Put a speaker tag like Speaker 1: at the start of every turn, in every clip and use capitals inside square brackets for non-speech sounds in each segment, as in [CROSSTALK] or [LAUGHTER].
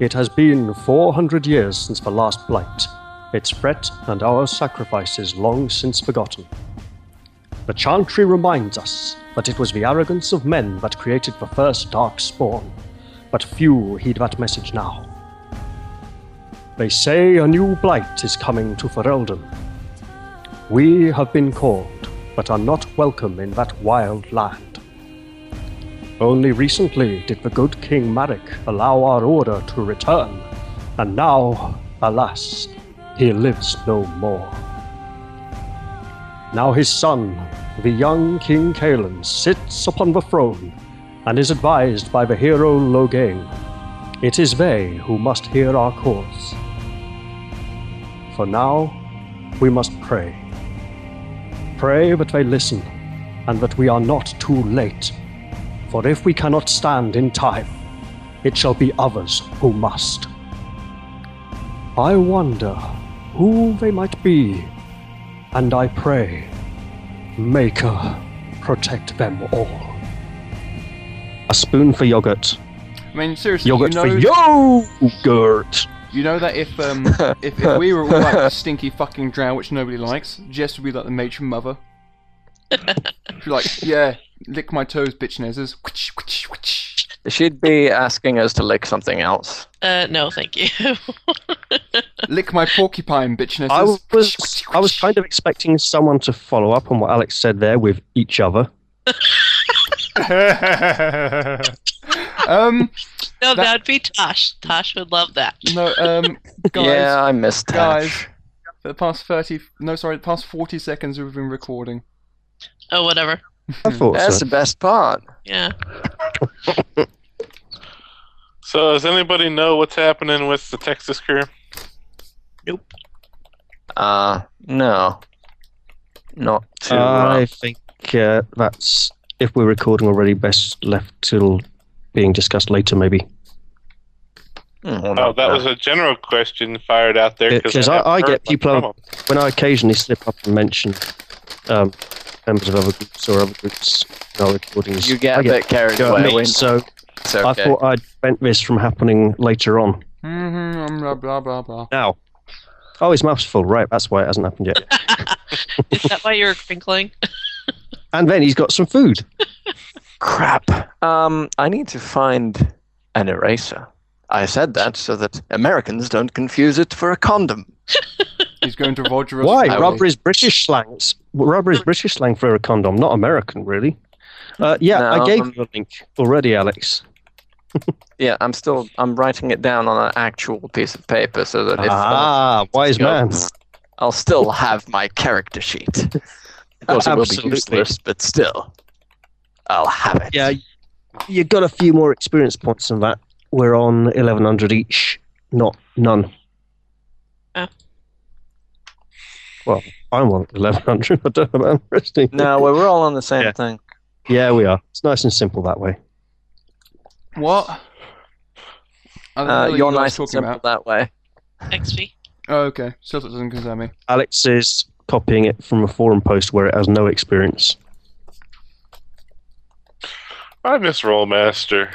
Speaker 1: It has been 400 years since the last blight, its threat and our sacrifices long since forgotten. The Chantry reminds us that it was the arrogance of men that created the first dark spawn, but few heed that message now. They say a new blight is coming to Ferelden. We have been called, but are not welcome in that wild land. Only recently did the good King Marek allow our order to return, and now, alas, he lives no more. Now his son, the young King Caelan, sits upon the throne and is advised by the hero Loghain. It is they who must hear our calls. For now, we must pray. Pray that they listen and that we are not too late. For if we cannot stand in time, it shall be others who must. I wonder who they might be, and I pray, Maker, protect them all. A spoon for yogurt.
Speaker 2: I mean, seriously, you
Speaker 1: Yogurt
Speaker 2: know,
Speaker 1: for yogurt!
Speaker 2: you know that if
Speaker 1: [LAUGHS]
Speaker 2: um, if, if we were all like a stinky fucking drow, which nobody likes, Jess would be like the matron mother. She'd be like, yeah, lick my toes, bitch nezers. Whoosh, whoosh, whoosh.
Speaker 3: She'd be asking us to lick something else.
Speaker 4: Uh, no, thank you. [LAUGHS]
Speaker 2: Lick my porcupine, bitch
Speaker 1: I
Speaker 2: nezers.
Speaker 1: was I was kind of expecting someone to follow up on what Alex said there with each other.
Speaker 2: um,
Speaker 4: no,
Speaker 2: That-
Speaker 4: that'd be Tosh. Tosh would love that.
Speaker 2: no, um, guys,
Speaker 3: yeah, I missed that.
Speaker 2: guys, for the past thirty, no, sorry, the past forty seconds we've been recording.
Speaker 4: Oh, whatever.
Speaker 1: I thought
Speaker 3: Hmm. That's the best part.
Speaker 4: Yeah.
Speaker 5: So, does anybody know what's happening with the Texas crew?
Speaker 3: Uh, no. Not too
Speaker 1: I
Speaker 3: uh,
Speaker 1: think uh, that's if we're recording already, best left till being discussed later, maybe.
Speaker 3: Hmm,
Speaker 5: Oh, that was a general question fired out there
Speaker 1: Yeah, 'cause I-
Speaker 5: haven't
Speaker 1: I
Speaker 5: heard
Speaker 1: get
Speaker 5: much
Speaker 1: people-
Speaker 5: from 'em.
Speaker 1: When I occasionally slip up and mention um, members of other groups or other groups in our recordings,
Speaker 3: You get
Speaker 1: I
Speaker 3: a bit carried
Speaker 1: you know what I
Speaker 3: away.
Speaker 1: mean?
Speaker 3: when-
Speaker 1: So
Speaker 3: It's
Speaker 1: I
Speaker 3: okay.
Speaker 1: thought I'd prevent this from happening later on.
Speaker 2: Mm-hmm, blah blah blah blah.
Speaker 1: Now, oh, his mouth's full, right? That's why it hasn't happened
Speaker 3: [LAUGHS]
Speaker 1: yet.
Speaker 4: Is that why you were crinkling? [LAUGHS]
Speaker 1: and then he's got some food.
Speaker 3: Crap. Um, I need to find an eraser. I said that so that Americans don't confuse it for a condom.
Speaker 2: He's going to Roger us.
Speaker 1: Why?
Speaker 3: I
Speaker 1: Rubber
Speaker 3: will-
Speaker 1: is British slang. It's- Rubber is British slang for a condom, not American, really. Uh, yeah,
Speaker 3: No,
Speaker 1: I gave
Speaker 3: um,
Speaker 1: you a link already, Alex.
Speaker 3: Yeah, I'm still I'm writing it down on an actual piece of paper so that if uh,
Speaker 1: ah, wise
Speaker 3: you know,
Speaker 1: man.
Speaker 3: I'll still have my character sheet. Of course, it will be
Speaker 1: Absolutely.
Speaker 3: useless, but still, I'll have it.
Speaker 1: Yeah, you got a few more experience points than that. We're on 1100 each, not none.
Speaker 4: Oh.
Speaker 1: Well, I'm on 1100. [LAUGHS] I don't know about the rest of you.
Speaker 3: No, well, we're all on the same
Speaker 1: Yeah.
Speaker 3: thing.
Speaker 1: Yeah, we are. It's nice and simple that way.
Speaker 2: What? I don't know
Speaker 3: Uh, you're
Speaker 2: what you guys
Speaker 3: nice and
Speaker 2: talking
Speaker 3: simple that
Speaker 2: about.
Speaker 3: way.
Speaker 5: [LAUGHS]
Speaker 4: XP.
Speaker 2: Oh, okay. Still doesn't concern me.
Speaker 1: Alex is copying it from a forum post where it has no experience.
Speaker 5: I miss Rollmaster.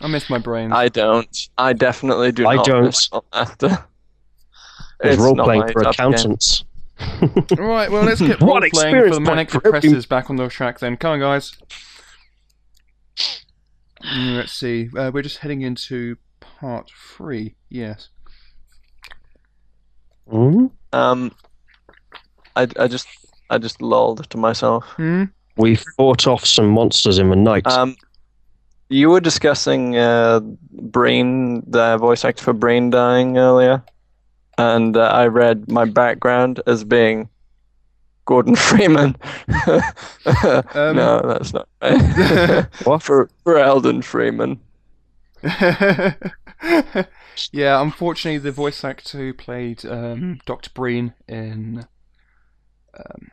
Speaker 2: I miss my brain.
Speaker 3: I don't. I definitely do
Speaker 1: I
Speaker 3: not.
Speaker 1: don't.
Speaker 3: It's not After.
Speaker 1: It's
Speaker 3: It's
Speaker 1: role
Speaker 3: not
Speaker 1: playing
Speaker 3: my
Speaker 1: for
Speaker 3: type of game.
Speaker 1: accountants.
Speaker 2: right, well, let's get
Speaker 1: What
Speaker 2: role playing for
Speaker 1: experience
Speaker 2: the Manic
Speaker 1: point for every-
Speaker 2: Repressors back on the track then. Come on, guys. Mm, Let's see. Uh, we're just heading into part three. Yes.
Speaker 1: Mhm.
Speaker 3: Um, I, I just I just lolled to myself.
Speaker 2: Hmm?
Speaker 1: We fought off some monsters in the night. [LAUGHS]
Speaker 3: Um, you were discussing uh, brain, the voice actor for brain dying earlier, and uh, I read my background as being Gordon [LAUGHS] Freeman.
Speaker 2: Um.
Speaker 3: no, that's not right. [LAUGHS]
Speaker 2: [LAUGHS]
Speaker 1: What?
Speaker 3: for for Eldon Freeman.
Speaker 2: [LAUGHS] yeah, unfortunately, the voice actor who played um, Dr. Breen in um,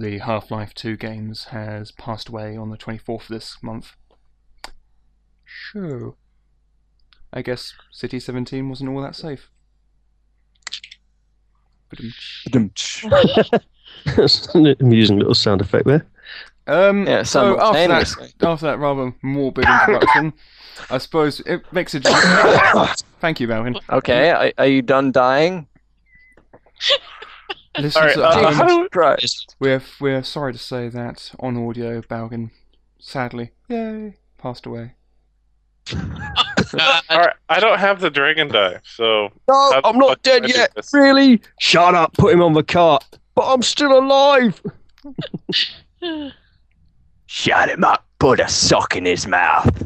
Speaker 2: the Half Life 2 games has passed away on the 24th of this month. Sure. I guess City 17 wasn't all that safe. But um,
Speaker 1: That's an amusing little sound effect there.
Speaker 2: Um,
Speaker 3: Yeah,
Speaker 2: so after that,
Speaker 3: simultaneously.
Speaker 2: [LAUGHS] after that rather morbid introduction, I suppose it makes a. Thank you, Malvin.
Speaker 3: okay, are, are you done dying?
Speaker 2: Listen
Speaker 5: All right.
Speaker 2: to
Speaker 5: Uh,
Speaker 2: Balgan.
Speaker 5: how do we,
Speaker 3: Right.
Speaker 4: Just
Speaker 2: We're we're sorry to say that on audio, Balgan, sadly, yay, passed away.
Speaker 4: God.
Speaker 5: all right, I don't have the dragon die, so
Speaker 1: No,
Speaker 5: how the
Speaker 1: Oh, I'm not
Speaker 5: fuck do I
Speaker 1: dead
Speaker 5: do
Speaker 1: yet.
Speaker 5: this?
Speaker 1: Really? Shut up. Put him on the cart. But I'm still alive.
Speaker 3: Shut him up. Put a sock in his mouth.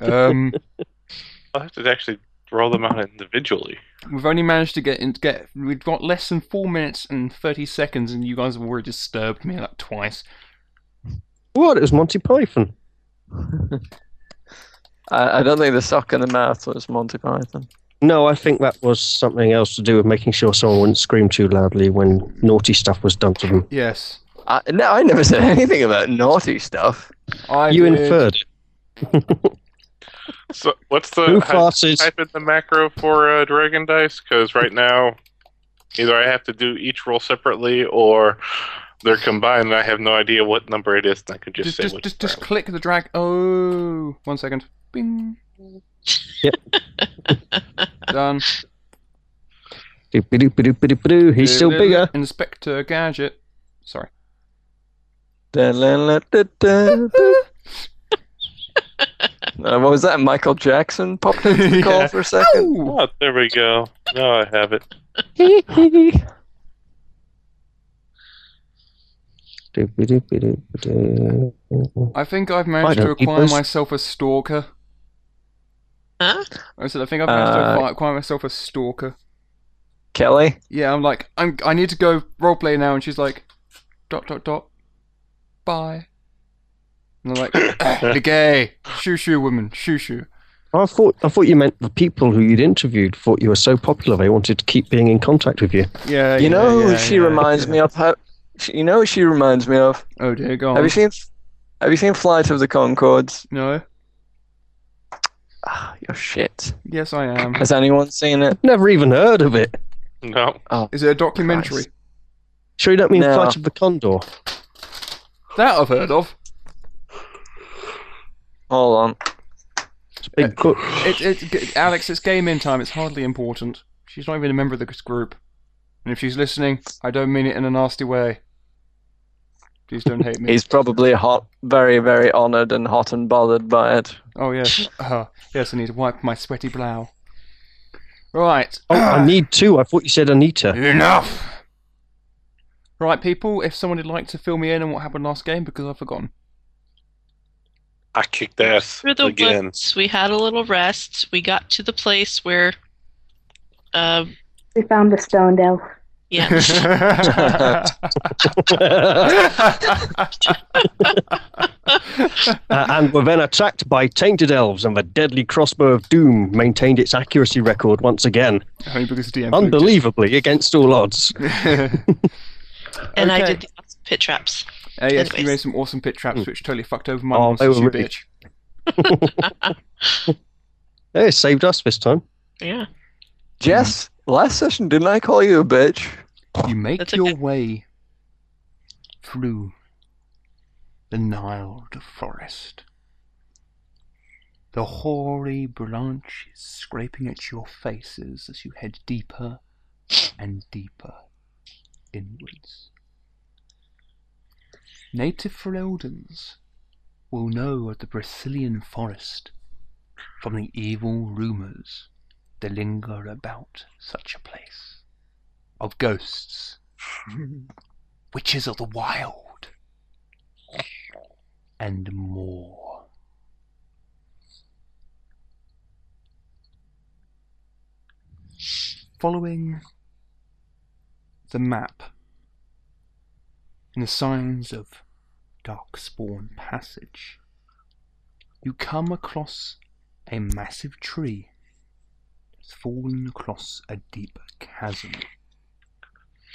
Speaker 2: Um, [LAUGHS]
Speaker 5: I'll have to actually roll them out individually.
Speaker 2: we've only managed to get in, get we've got less than four minutes and thirty seconds, and you guys have already disturbed me like twice.
Speaker 1: What? It was Monty Python.
Speaker 3: I, I don't think the sock in the mouth was Monty Python.
Speaker 1: No, I think that was something else to do with making sure someone wouldn't scream too loudly when naughty stuff was done to them.
Speaker 2: Yes,
Speaker 3: I, no, I never said anything about naughty stuff.
Speaker 2: I
Speaker 1: you
Speaker 2: did-
Speaker 1: inferred.
Speaker 5: So what's the
Speaker 1: Who
Speaker 5: how-
Speaker 1: farted?
Speaker 5: type in the macro for uh, dragon dice? Because right now, either I have to do each roll separately or they're combined, and I have no idea what number it is. And I could just,
Speaker 2: Just
Speaker 5: say
Speaker 2: just
Speaker 5: which
Speaker 2: just, just
Speaker 5: round.
Speaker 2: click the drag. Oh, one second. Bing.
Speaker 1: Yep.
Speaker 2: Done.
Speaker 1: Doop-a-doop-a-doop-a-doop-a-doo. He's still bigger.
Speaker 2: Inspector Gadget. Sorry.
Speaker 3: Uh, what was that? Michael Jackson popped into
Speaker 2: [LAUGHS]
Speaker 3: the call
Speaker 2: Yeah.
Speaker 3: for a second.
Speaker 5: Oh, there we go. Now I have it.
Speaker 1: Doop-a-doop-a-doop-a-doo.
Speaker 2: I think I've
Speaker 1: I
Speaker 2: managed to
Speaker 1: don't need
Speaker 2: acquire
Speaker 1: those.
Speaker 2: myself a stalker.
Speaker 4: Huh?
Speaker 2: I said I think I've managed to
Speaker 3: Uh,
Speaker 2: acquire- acquire myself a stalker.
Speaker 3: Kelly,
Speaker 2: Yeah, I'm like I'm. I need to go roleplay now, and she's like, dot dot dot, bye. And I'm [COUGHS] like, "Ah, the gay shoo shoo woman shoo shoo.
Speaker 1: I thought I thought you meant the people who you'd interviewed thought you were so popular they wanted to keep being in contact with you.
Speaker 2: Yeah.
Speaker 3: you know who
Speaker 2: yeah,
Speaker 3: she
Speaker 2: yeah,
Speaker 3: reminds
Speaker 2: yeah.
Speaker 3: me of? How, she- you know who she reminds me of?
Speaker 2: Oh dear, go on.
Speaker 3: Have you seen? Have you seen Flight of the Concords?
Speaker 2: no.
Speaker 3: Ah, you're shit.
Speaker 2: Yes, I [COUGHS] am.
Speaker 3: Has anyone seen it?
Speaker 1: Never even heard of it.
Speaker 5: No.
Speaker 2: Is it a documentary?
Speaker 3: Christ.
Speaker 1: Sure, you don't mean
Speaker 3: No.
Speaker 1: Flight of the Condor?
Speaker 2: That I've heard of.
Speaker 3: Hold on.
Speaker 1: It's a big book.
Speaker 2: It, it, g- Alex, it's game in time. It's hardly important. She's not even a member of this group. And if she's listening, I don't mean it in a nasty way. Please don't hate me.
Speaker 3: He's probably hot, very, very honoured and hot and bothered by it.
Speaker 2: Oh yes, uh, yes. I need to wipe my sweaty brow. Right.
Speaker 1: Oh, I need two. I thought you said [LAUGHS] Anita.
Speaker 2: [CLEARS THROAT] Enough. Right, people. If someone would like to fill me in on what happened last game, because I've
Speaker 1: [LAUGHS]
Speaker 2: forgotten.
Speaker 5: I kicked ass
Speaker 4: through the
Speaker 5: again.
Speaker 4: woods, we had a little rest. We got to the place where, um,
Speaker 6: We found a stoned elf.
Speaker 2: [LAUGHS]
Speaker 4: yeah,
Speaker 1: uh, and were then attacked by tainted elves, and the deadly crossbow of doom maintained its accuracy record once again,
Speaker 2: Only because DM. [LAUGHS]
Speaker 1: unbelievably against all odds.
Speaker 2: Uh,
Speaker 4: and I
Speaker 2: Okay.
Speaker 4: did the awesome pit traps.
Speaker 2: Uh, yes, you
Speaker 4: Anyways.
Speaker 2: made some awesome pit traps, which totally fucked over my
Speaker 1: Hmm. Oh,
Speaker 2: oh,
Speaker 1: they were
Speaker 2: you
Speaker 1: really-
Speaker 2: bitch.
Speaker 1: Hey, it saved us this time.
Speaker 4: Yeah,
Speaker 3: Jess,
Speaker 2: Mm.
Speaker 3: last session didn't I call you a bitch?
Speaker 2: You make
Speaker 4: That's
Speaker 2: your
Speaker 4: okay.
Speaker 2: way through the Nile of the forest. The hoary branches scraping at your faces as you head deeper and deeper inwards. Native Ferildans will know of the Brazilian forest from the evil rumours that linger about such a place of ghosts, witches of the wild, and more. Following the map and the signs of Darkspawn Passage, you come across a massive tree that's fallen across a deep chasm.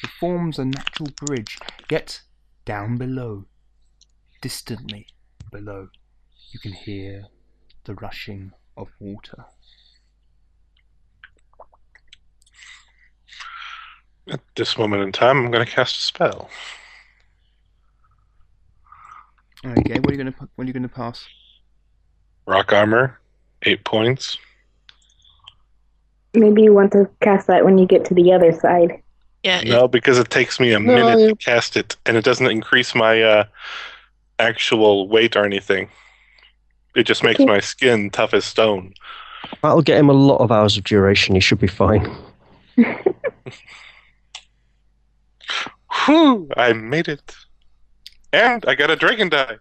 Speaker 2: It forms a natural bridge, yet down below, distantly below, you can hear the rushing of water.
Speaker 5: At this moment in time, I'm going to cast a spell.
Speaker 2: Okay, what are you gonna p- what are you gonna pass?
Speaker 5: Rock armor, eight points.
Speaker 6: Maybe you want to cast that when you get to the other side.
Speaker 4: Yeah, it-
Speaker 5: No, because it takes me a minute to cast it, and it doesn't increase my uh, actual weight or anything. It just makes
Speaker 6: Okay.
Speaker 5: my skin tough as stone.
Speaker 1: That'll get him a lot of hours of duration. He should be fine.
Speaker 5: Whew! I made it, and I got a dragon die.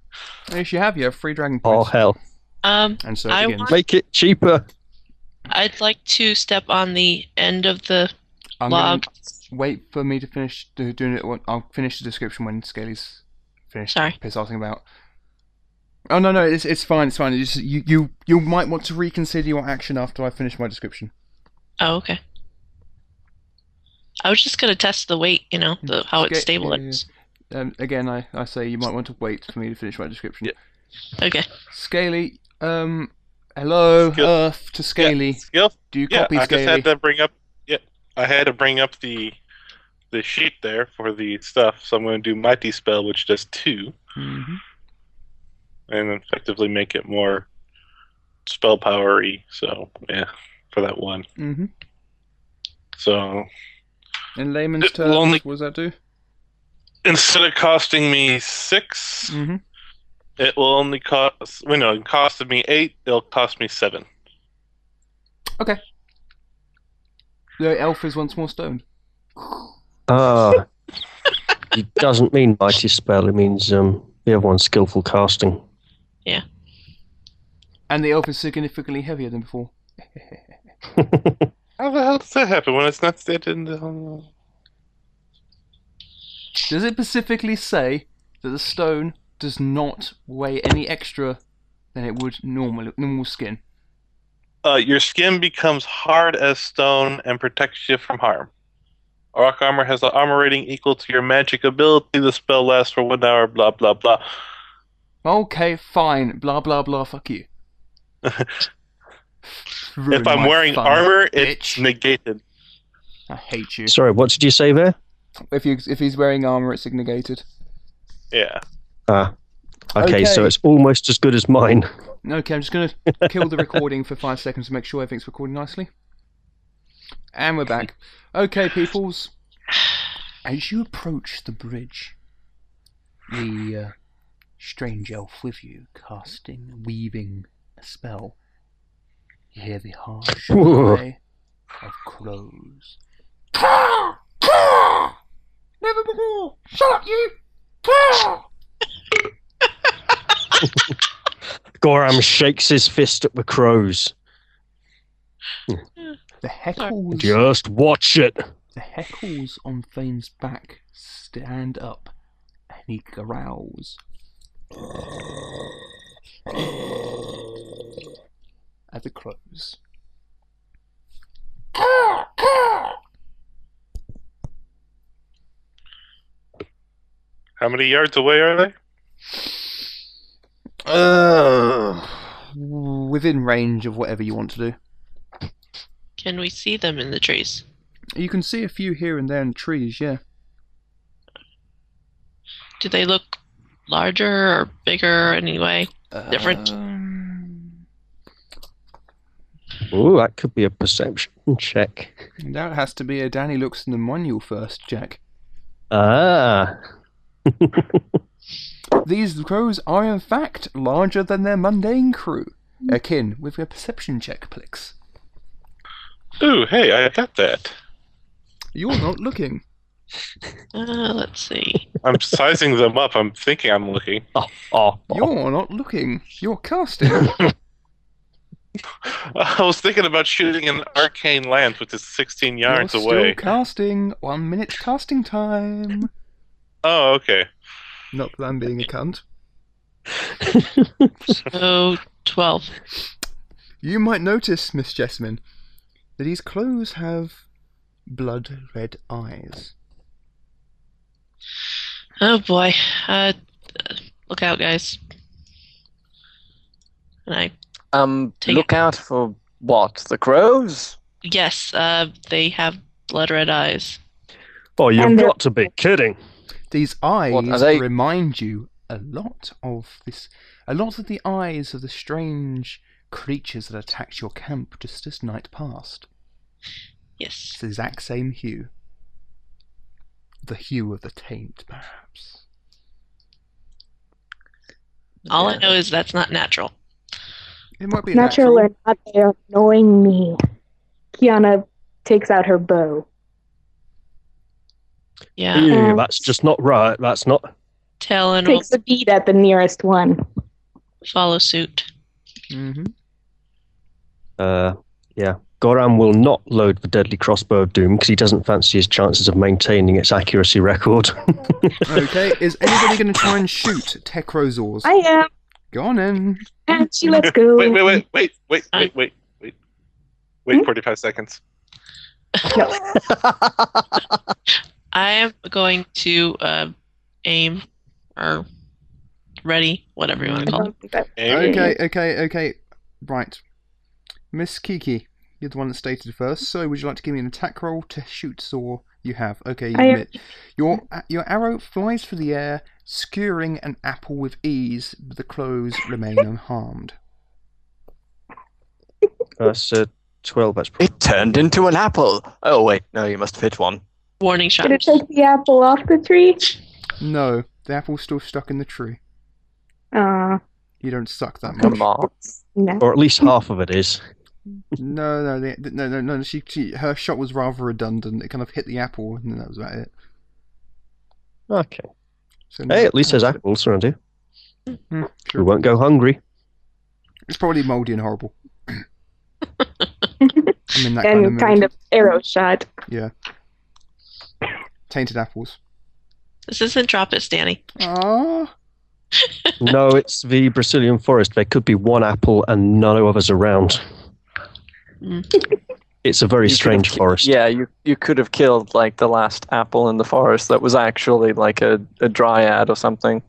Speaker 2: Yes, you have. You have free dragon
Speaker 1: Oh
Speaker 2: points.
Speaker 1: hell!
Speaker 4: um,
Speaker 2: and so
Speaker 4: I
Speaker 2: it begins.
Speaker 4: want-
Speaker 1: Make it cheaper.
Speaker 4: I'd like to step on the end of the
Speaker 2: I'm gonna
Speaker 4: log.
Speaker 2: wait for me to finish do- doing it. when- I'll finish the description when Scaly's finished.
Speaker 4: Sorry.
Speaker 2: Piss off about. Oh no no it's it's fine it's fine. You, just, you you you might want to reconsider your action after I finish my description.
Speaker 4: Oh, okay. I was just gonna test the weight, you know, the how it's
Speaker 2: Okay,
Speaker 4: stable
Speaker 2: yeah, yeah.
Speaker 4: is.
Speaker 2: Um, again I, I say you might want to wait for me to finish my description.
Speaker 4: Okay.
Speaker 2: Scaly, um, hello
Speaker 5: Skill-
Speaker 2: Earth to Scaly.
Speaker 5: Yeah, skill.
Speaker 2: Do you
Speaker 5: Yeah,
Speaker 2: copy
Speaker 5: I just
Speaker 2: Scaly?
Speaker 5: had to bring up. Yeah, I had to bring up the the sheet there for the stuff. So I'm going to do mighty spell, which does two,
Speaker 2: Mhm.
Speaker 5: and effectively make it more spell powery. So yeah, for that one.
Speaker 2: Mhm.
Speaker 5: So
Speaker 2: In layman's
Speaker 5: It will
Speaker 2: terms,
Speaker 5: only-
Speaker 2: what does that do?
Speaker 5: instead of costing me six,
Speaker 2: Mhm.
Speaker 5: it will only cost. Well, no, it costed me eight. It'll cost me seven.
Speaker 2: The elf is once more stoned.
Speaker 1: Ah, [LAUGHS] it doesn't mean mighty spell. It means um, the other one, skillful casting.
Speaker 2: And the elf is significantly heavier than before.
Speaker 5: How the hell does that happen when it's not stated in the?
Speaker 2: Does it specifically say that the stone does not weigh any extra than it would normal normal skin?
Speaker 5: Uh, your skin becomes hard as stone and protects you from harm. Rock armor has an armor rating equal to your magic ability. The spell lasts for one hour. Blah blah blah.
Speaker 2: Okay, fine. Blah blah blah.
Speaker 5: [LAUGHS]
Speaker 2: Fuck you. Ruined
Speaker 5: if I'm
Speaker 2: my
Speaker 5: wearing
Speaker 2: fun.
Speaker 5: armor, it's
Speaker 2: bitch.
Speaker 5: negated.
Speaker 2: I hate you.
Speaker 1: Sorry, what did you say there?
Speaker 2: If you if he's wearing armor, it's negated.
Speaker 5: Yeah.
Speaker 1: Ah, okay, so
Speaker 2: Okay.
Speaker 1: it's almost as good as mine.
Speaker 2: Okay, I'm just gonna kill the recording for five seconds to make sure everything's recording nicely. And we're back. Okay, peoples. As you approach the bridge, the uh, strange elf with you, casting, weaving a spell, you hear the
Speaker 7: [LAUGHS]
Speaker 2: harsh
Speaker 1: Whoa.
Speaker 2: cry of crows. Caw! Caw! Nevermore! Shut up, you! Caw!
Speaker 1: Goram shakes his fist at the crows.
Speaker 2: The heckles
Speaker 1: Just watch it.
Speaker 2: The heckles on Fane's back stand up and he growls. At the crows.
Speaker 5: How many yards away are they?
Speaker 2: Within range of whatever you want to do.
Speaker 4: Can we see them in the trees?
Speaker 2: You can see a few here and there in the trees, yeah.
Speaker 4: Do they look larger or bigger anyway?
Speaker 2: Uh,
Speaker 4: Different.
Speaker 2: Um,
Speaker 1: Ooh, that could be a perception check.
Speaker 2: that has to be a Danny looks in the manual first, Jack.
Speaker 1: Ah,
Speaker 2: These crows are in fact larger than their mundane crew. Akin with a perception check, Plix.
Speaker 5: Ooh, hey, I got that.
Speaker 2: You're not
Speaker 5: [LAUGHS]
Speaker 2: looking.
Speaker 4: Uh, let's see.
Speaker 5: I'm sizing them up. I'm thinking I'm looking.
Speaker 1: oh,
Speaker 2: You're not looking. You're casting.
Speaker 5: I was thinking about shooting an arcane lance, which is 16 [LAUGHS] yards
Speaker 2: You're
Speaker 5: away.
Speaker 2: Still casting. One minute casting time.
Speaker 5: Oh, okay.
Speaker 2: Not that I'm being a cunt.
Speaker 4: So Oh, twelve.
Speaker 2: You might notice, Miss Jessamine, that his clothes have blood red eyes.
Speaker 4: Oh boy. Uh, uh, look out, guys. And I
Speaker 3: Um,
Speaker 4: Take
Speaker 3: look out for what? The crows?
Speaker 4: yes, uh, they have blood red eyes.
Speaker 1: oh, you've
Speaker 6: And they're-
Speaker 1: got to be kidding.
Speaker 2: These eyes
Speaker 3: What, are they-
Speaker 2: remind you
Speaker 7: a lot of this, a lot of the eyes of the strange creatures that attacked your camp just as night passed. It's
Speaker 4: Yes.
Speaker 7: the exact same hue. The hue of the taint, perhaps.
Speaker 4: All
Speaker 3: Yeah.
Speaker 4: I know is that's not natural.
Speaker 7: It might be
Speaker 6: Natural or not, they are annoying me. Kiana takes out her bow.
Speaker 4: Yeah.
Speaker 1: Ew,
Speaker 6: Um,
Speaker 1: that's just not right. That's not.
Speaker 4: Talon will
Speaker 6: Takes a beat at the nearest one.
Speaker 4: follow suit.
Speaker 7: Mm-hmm.
Speaker 1: Uh, yeah. Goran will not load the deadly crossbow of doom because he doesn't fancy his chances of maintaining its accuracy record. [LAUGHS]
Speaker 7: okay, is anybody going to try and shoot Techrosaurs?
Speaker 6: I am,
Speaker 7: Go on in.
Speaker 6: and she lets go.
Speaker 5: Wait, wait,
Speaker 6: [LAUGHS]
Speaker 5: wait, wait, wait,
Speaker 4: I-
Speaker 5: wait, wait, wait.
Speaker 3: Hmm?
Speaker 5: Wait 45 seconds.
Speaker 4: I am going to uh, aim or ready, whatever you want to
Speaker 6: I
Speaker 4: call it.
Speaker 6: don't think that-
Speaker 5: Aim.
Speaker 7: Okay, okay, okay. Right. Miss Kiki, you're the one that stated first, so would you like to give me an attack roll to shoot or you have? Okay, you
Speaker 6: I am-
Speaker 7: admit. Your your arrow flies through the air, skewering an apple with ease, but the clothes remain unharmed.
Speaker 1: that's uh, 12. That's probably.
Speaker 3: It turned into an apple. Oh wait, no, you must fit one.
Speaker 4: Warning shot.
Speaker 6: Did it take the apple off the tree?
Speaker 7: No, the apple's still stuck in the tree.
Speaker 6: Uh,
Speaker 7: You don't suck that much.
Speaker 3: Come on.
Speaker 6: no.
Speaker 1: Or at least half of it is.
Speaker 7: No, no, the, no, no, no. She, she, her shot was rather redundant. It kind of hit the apple, and then that was about it.
Speaker 1: Okay.
Speaker 7: So
Speaker 1: Hey, at least there's apples around here.
Speaker 3: Mm-hmm.
Speaker 7: Mm,
Speaker 1: We
Speaker 7: true.
Speaker 1: won't go hungry.
Speaker 7: It's probably moldy and horrible. I'm in that kind of,
Speaker 6: And
Speaker 7: mood.
Speaker 6: kind of arrow shot.
Speaker 7: tainted apples.
Speaker 4: This isn't drop it, Danny.
Speaker 7: Ah,
Speaker 1: no, it's the Brazilian forest. There could be one apple and none of us around.
Speaker 4: Mm.
Speaker 1: it's a very
Speaker 3: You could've
Speaker 1: strange
Speaker 3: ki-
Speaker 1: forest.
Speaker 3: Yeah, you you could have killed like the last apple in the forest that was actually like a, a dryad or something.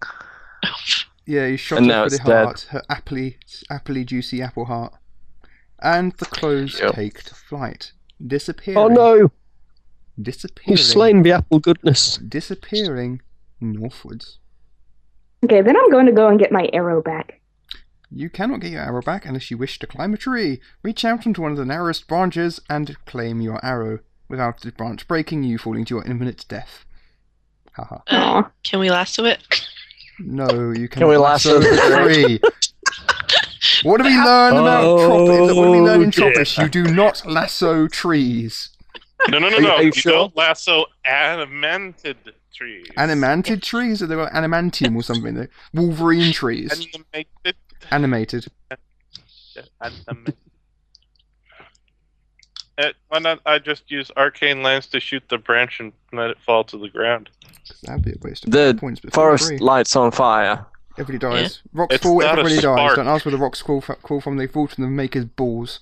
Speaker 7: yeah, you shot
Speaker 3: And
Speaker 7: her
Speaker 3: now
Speaker 7: for the
Speaker 3: it's dead.
Speaker 7: heart, her appley, appley juicy apple heart, and the clothes
Speaker 3: Yep.
Speaker 7: take to flight, disappearing.
Speaker 1: Oh no!
Speaker 7: Disappearing.
Speaker 1: You've slain the apple goodness.
Speaker 7: Disappearing northwards.
Speaker 6: Okay, then I'm going to go and get my arrow back.
Speaker 7: You cannot get your arrow back unless you wish to climb a tree. Reach out onto one of the narrowest branches and claim your arrow, without the branch breaking you falling to your imminent death. Haha.
Speaker 4: Uh,
Speaker 6: Aw.
Speaker 4: can we lasso it? [SIGHS]
Speaker 7: No, you can.
Speaker 3: we lasso
Speaker 7: the tree? what do we learn about
Speaker 1: Oh,
Speaker 7: Tropic? What do we learn in
Speaker 5: dear.
Speaker 7: Tropic? You do not lasso trees.
Speaker 5: No, no, no,
Speaker 3: Are you-
Speaker 5: no.
Speaker 3: are you
Speaker 5: You
Speaker 3: sure?
Speaker 5: don't lasso animated trees.
Speaker 7: Animated trees? Or they were animantium or something. They're Wolverine trees.
Speaker 5: Animated.
Speaker 7: Animated.
Speaker 5: Animated. Uh, why not I just use arcane lance to shoot the branch and let it fall to the ground?
Speaker 7: That'd be a waste of
Speaker 3: The
Speaker 7: points. But
Speaker 3: Forest
Speaker 7: free.
Speaker 3: lights on fire.
Speaker 7: Everybody dies. Rocks
Speaker 5: It's
Speaker 7: fall,
Speaker 5: not a
Speaker 7: everybody dies.
Speaker 5: spark.
Speaker 7: Don't ask where the rocks fall, fall from, they fall from the maker's balls.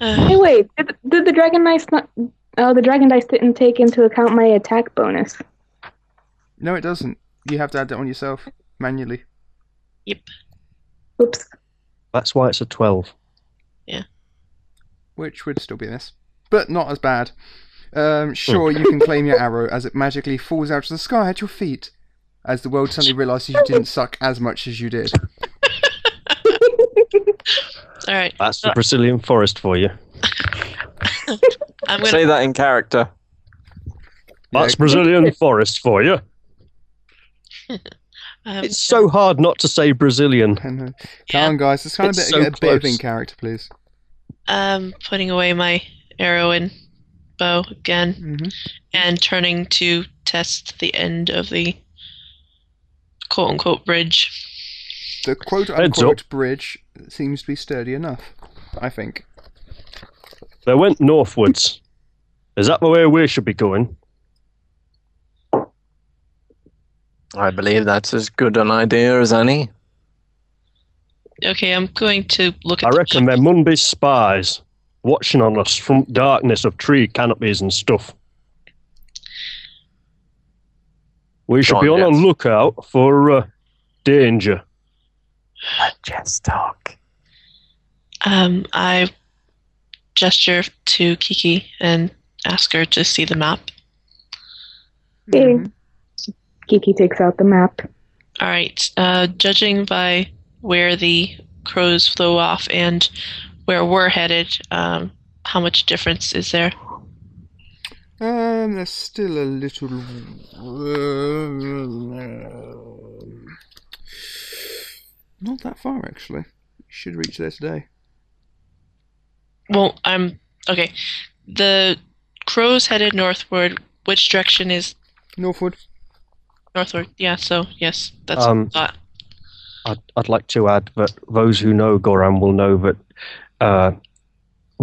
Speaker 4: Uh,
Speaker 6: Hey, wait. Did the, did the dragon dice not? Oh, the dragon dice didn't take into account my attack bonus.
Speaker 7: No, it doesn't. You have to add that on yourself manually.
Speaker 6: Oops.
Speaker 1: That's why it's a 12.
Speaker 7: which would still be a miss, but not as bad. Um, sure, you can claim your arrow as it magically falls out of the sky at your feet, as the world suddenly realizes you didn't suck as much as you did. [LAUGHS]
Speaker 4: all right.
Speaker 1: That's
Speaker 3: Ah.
Speaker 1: the Brazilian forest for you.
Speaker 4: I'm gonna.
Speaker 3: Say that in character.
Speaker 1: That's Brazilian forest for you.
Speaker 4: I'm
Speaker 1: It's so hard not to say Brazilian.
Speaker 7: I know. Come on, guys, it's kind of
Speaker 1: It's
Speaker 7: bit,
Speaker 1: so
Speaker 7: get a bit of
Speaker 1: close.
Speaker 7: in character, please.
Speaker 4: um, putting away my arrow and bow again,
Speaker 7: Mm-hmm.
Speaker 4: and turning to test the end of the quote unquote bridge.
Speaker 7: The quote
Speaker 1: Heads
Speaker 7: unquote bridge seems to be sturdy enough, I think.
Speaker 1: They went northwards. Is that the way we should be going?
Speaker 3: I believe that's as good an idea as any.
Speaker 4: Okay, I'm going to look
Speaker 1: I
Speaker 4: at. the-
Speaker 1: reckon there mun be spies watching on us from darkness of tree canopies and stuff. We should
Speaker 3: Go
Speaker 1: be
Speaker 3: on,
Speaker 1: on a
Speaker 3: yes.
Speaker 1: lookout for uh, danger.
Speaker 3: Just talk.
Speaker 4: Um, I gesture to Kiki and ask her to see the map.
Speaker 6: Mm-hmm. Okay. Kiki takes out the map.
Speaker 4: All right. Uh, judging by where the crows flew off and where we're headed, um, how much difference is there?
Speaker 7: Um, there's still a little. [SIGHS] um, Not that far, actually. Should reach there today.
Speaker 4: Well, I'm okay. The crows headed northward. Which direction is
Speaker 7: Northwood.
Speaker 4: northward? Yeah. So yes, that's
Speaker 1: Um,
Speaker 4: a thought.
Speaker 1: I'd, I'd like to add that those who know Goran will know that uh,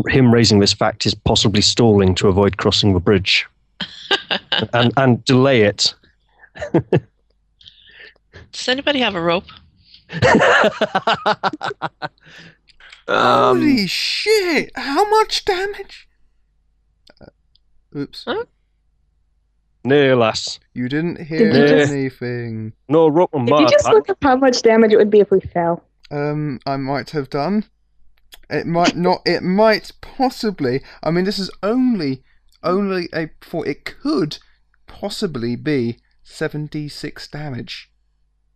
Speaker 1: him raising this fact is possibly stalling to avoid crossing the bridge and, and delay it.
Speaker 4: [LAUGHS] Does anybody have a rope?
Speaker 3: Um,
Speaker 7: Holy shit! How much damage? Uh, oops.
Speaker 1: [LAUGHS] Nay, lass.
Speaker 7: You didn't hear
Speaker 1: you just-
Speaker 7: anything.
Speaker 1: No rope on
Speaker 6: Did you
Speaker 1: my
Speaker 6: just
Speaker 1: back.
Speaker 6: look up how much damage it would be if we fell?
Speaker 7: Um, I might have done. It might not. It might possibly. I mean, this is only, only a for. It could possibly be seventy-six damage.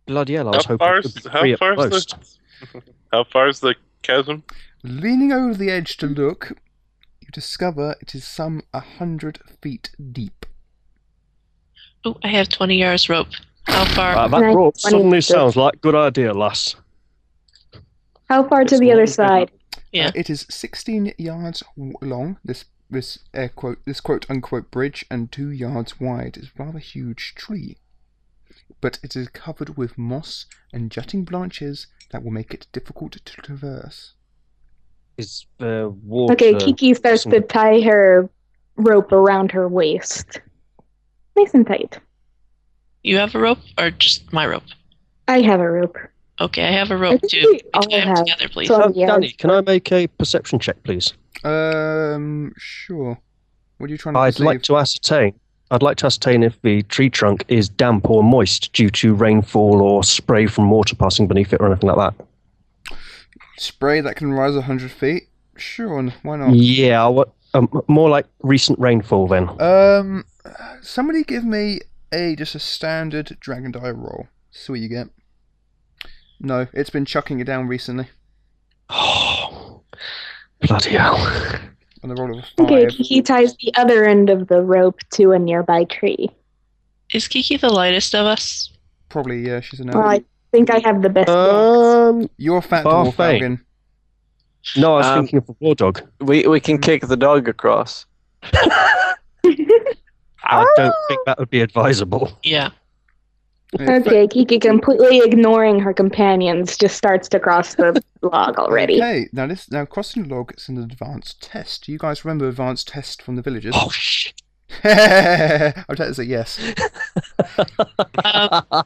Speaker 1: Bloody hell, I
Speaker 5: How
Speaker 1: was hoping
Speaker 5: far?
Speaker 1: it
Speaker 5: Is,
Speaker 1: would be
Speaker 5: how
Speaker 1: free at
Speaker 5: far is
Speaker 1: most.
Speaker 5: the? [LAUGHS] How far is the chasm?
Speaker 7: Leaning over the edge to look, you discover it is some a hundred feet deep.
Speaker 4: Oh, I have 20 yards rope. How far?
Speaker 1: Uh, that
Speaker 6: Nice one,
Speaker 1: rope suddenly
Speaker 6: Ethan.
Speaker 1: sounds like good idea, lass.
Speaker 6: How far to
Speaker 3: It's
Speaker 6: the other
Speaker 3: not-
Speaker 6: side?
Speaker 4: Yeah.
Speaker 7: Uh, it is 16 yards w- long. This this air quote this quote unquote bridge and two yards wide. It's a rather huge tree, but it is covered with moss and jutting branches that will make it difficult to traverse.
Speaker 1: Is the water.
Speaker 6: Okay, Kiki starts to tie her rope around her waist. Nice and tight.
Speaker 4: you have a rope, or just my rope?
Speaker 6: I have a rope.
Speaker 4: Okay, I have a rope
Speaker 6: think
Speaker 4: too.
Speaker 6: we all
Speaker 4: Tie 'em
Speaker 6: have
Speaker 4: together, please.
Speaker 6: some-
Speaker 1: Oh,
Speaker 6: Yeah.
Speaker 1: Danny, can I make a perception check, please?
Speaker 7: Um, sure. What are you trying to
Speaker 1: I'd like
Speaker 7: perceive?
Speaker 1: to ascertain. I'd like to ascertain if the tree trunk is damp or moist due to rainfall or spray from water passing beneath it or anything like that.
Speaker 7: spray that can rise 100 feet? Sure, n- why
Speaker 5: Oh.
Speaker 7: not?
Speaker 1: Yeah, I wa- um, more like recent rainfall then. [SIGHS]
Speaker 7: Um, somebody give me a just a standard dragon die roll. See what you get. No, it's been chucking it down recently
Speaker 1: Bloody hell!
Speaker 7: on the roll of a five.
Speaker 6: Okay, Kiki ties the other end of the rope to a nearby tree.
Speaker 4: Is Kiki the lightest of us?
Speaker 7: Probably yeah, she's an elf.
Speaker 6: Well, I think I have the best. dance.
Speaker 1: Um,
Speaker 7: You're a fat
Speaker 1: Bar
Speaker 7: dwarf
Speaker 1: Fang.
Speaker 7: Falcon.
Speaker 1: no, I was
Speaker 3: Um,
Speaker 1: thinking of the war dog.
Speaker 3: we we can kick the dog across.
Speaker 1: I don't
Speaker 6: Ah!
Speaker 1: think that would be advisable.
Speaker 4: Yeah.
Speaker 6: okay, Kiki, completely ignoring her companions, just starts to cross the log already.
Speaker 7: Okay, now this now crossing log is an advanced test. You guys remember advanced test from the villagers?
Speaker 1: Oh
Speaker 7: [LAUGHS]
Speaker 1: shit!
Speaker 7: I'll take this a yes. [LAUGHS]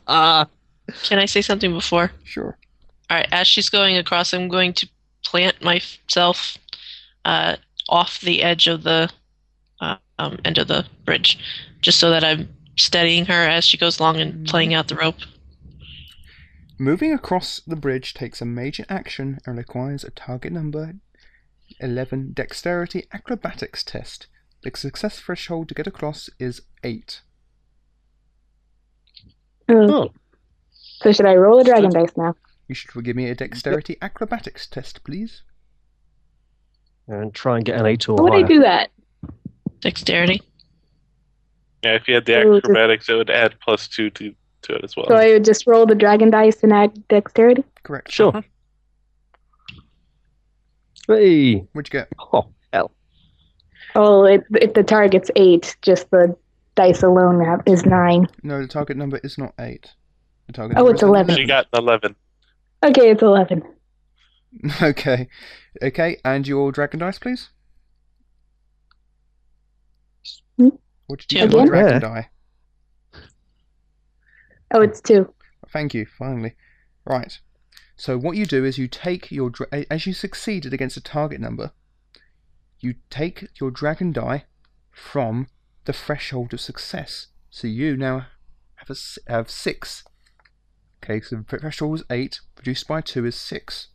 Speaker 4: Um, can I say something before?
Speaker 7: Sure.
Speaker 4: All right. As she's going across, I'm going to plant myself uh, off the edge of the uh, um, end of the bridge, just so that I'm steadying her as she goes along and playing out the rope.
Speaker 7: Moving across the bridge takes a major action and requires a target number 11 dexterity acrobatics test. The success threshold to get across is 8.
Speaker 6: Oh, So should I roll a dragon dice now?
Speaker 7: You should give me a dexterity acrobatics test, please.
Speaker 1: And try and get an eight
Speaker 6: How
Speaker 1: or
Speaker 6: would I
Speaker 1: higher.
Speaker 6: do that?
Speaker 4: Dexterity.
Speaker 5: Yeah, if you had the
Speaker 6: Ooh, just-
Speaker 5: acrobatics, it would add plus two to to it as well.
Speaker 6: So I would just roll the dragon dice and add dexterity.
Speaker 7: Correct.
Speaker 1: Sure. Hey.
Speaker 7: What'd you get?
Speaker 1: Oh hell!
Speaker 6: Oh, it, if the target's eight, just the dice alone ha- is nine.
Speaker 7: No, the target number is not 8. The target
Speaker 6: Oh,
Speaker 7: number
Speaker 6: it's
Speaker 7: is
Speaker 6: 11.
Speaker 5: she got an eleven.
Speaker 6: Okay, it's eleven.
Speaker 7: [LAUGHS] Okay. Okay, and your dragon dice, please.
Speaker 6: Hmm?
Speaker 7: What did you get
Speaker 6: Again?
Speaker 7: on dragon
Speaker 1: Yeah.
Speaker 7: die?
Speaker 6: Oh, it's two.
Speaker 7: Thank you, finally. Right. So what you do is you take your dra- a- as you succeeded against a target number, you take your dragon die from the threshold of success. So you now have a s- have six. Okay, so the threshold was eight, reduced by two is six.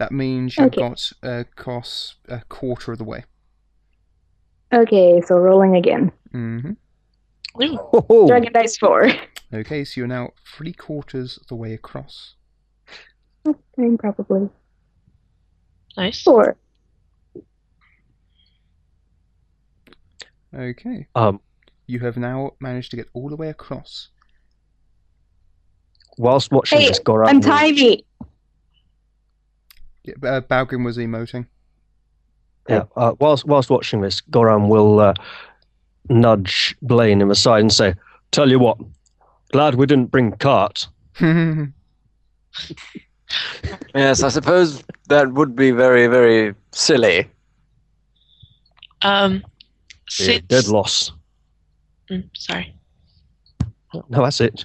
Speaker 7: That means you've
Speaker 6: Okay.
Speaker 7: got across a quarter of the way.
Speaker 6: Okay, so rolling again.
Speaker 7: Mm-hmm.
Speaker 4: Ooh,
Speaker 1: Ho, ho.
Speaker 6: Dragon dice four.
Speaker 7: Okay, so you're now three quarters the way across.
Speaker 6: I mean, probably.
Speaker 4: Nice.
Speaker 6: Four.
Speaker 7: Okay.
Speaker 1: Um,
Speaker 7: You have now managed to get all the way across.
Speaker 1: whilst watching
Speaker 6: Hey,
Speaker 1: this, Goran.
Speaker 6: I'm
Speaker 1: will-
Speaker 6: tiny.
Speaker 7: Yeah, but, uh, Balgrim was emoting. [LAUGHS]
Speaker 1: Yeah. Uh, whilst whilst watching this, Goran will uh, nudge Blaine in the side and say, "Tell you what, glad we didn't bring cart."
Speaker 7: Oh,
Speaker 3: Yes, I suppose that would be very, very silly.
Speaker 4: Um,
Speaker 1: Yeah,
Speaker 4: since,
Speaker 1: Dead loss.
Speaker 4: Mm, sorry.
Speaker 1: No, that's it.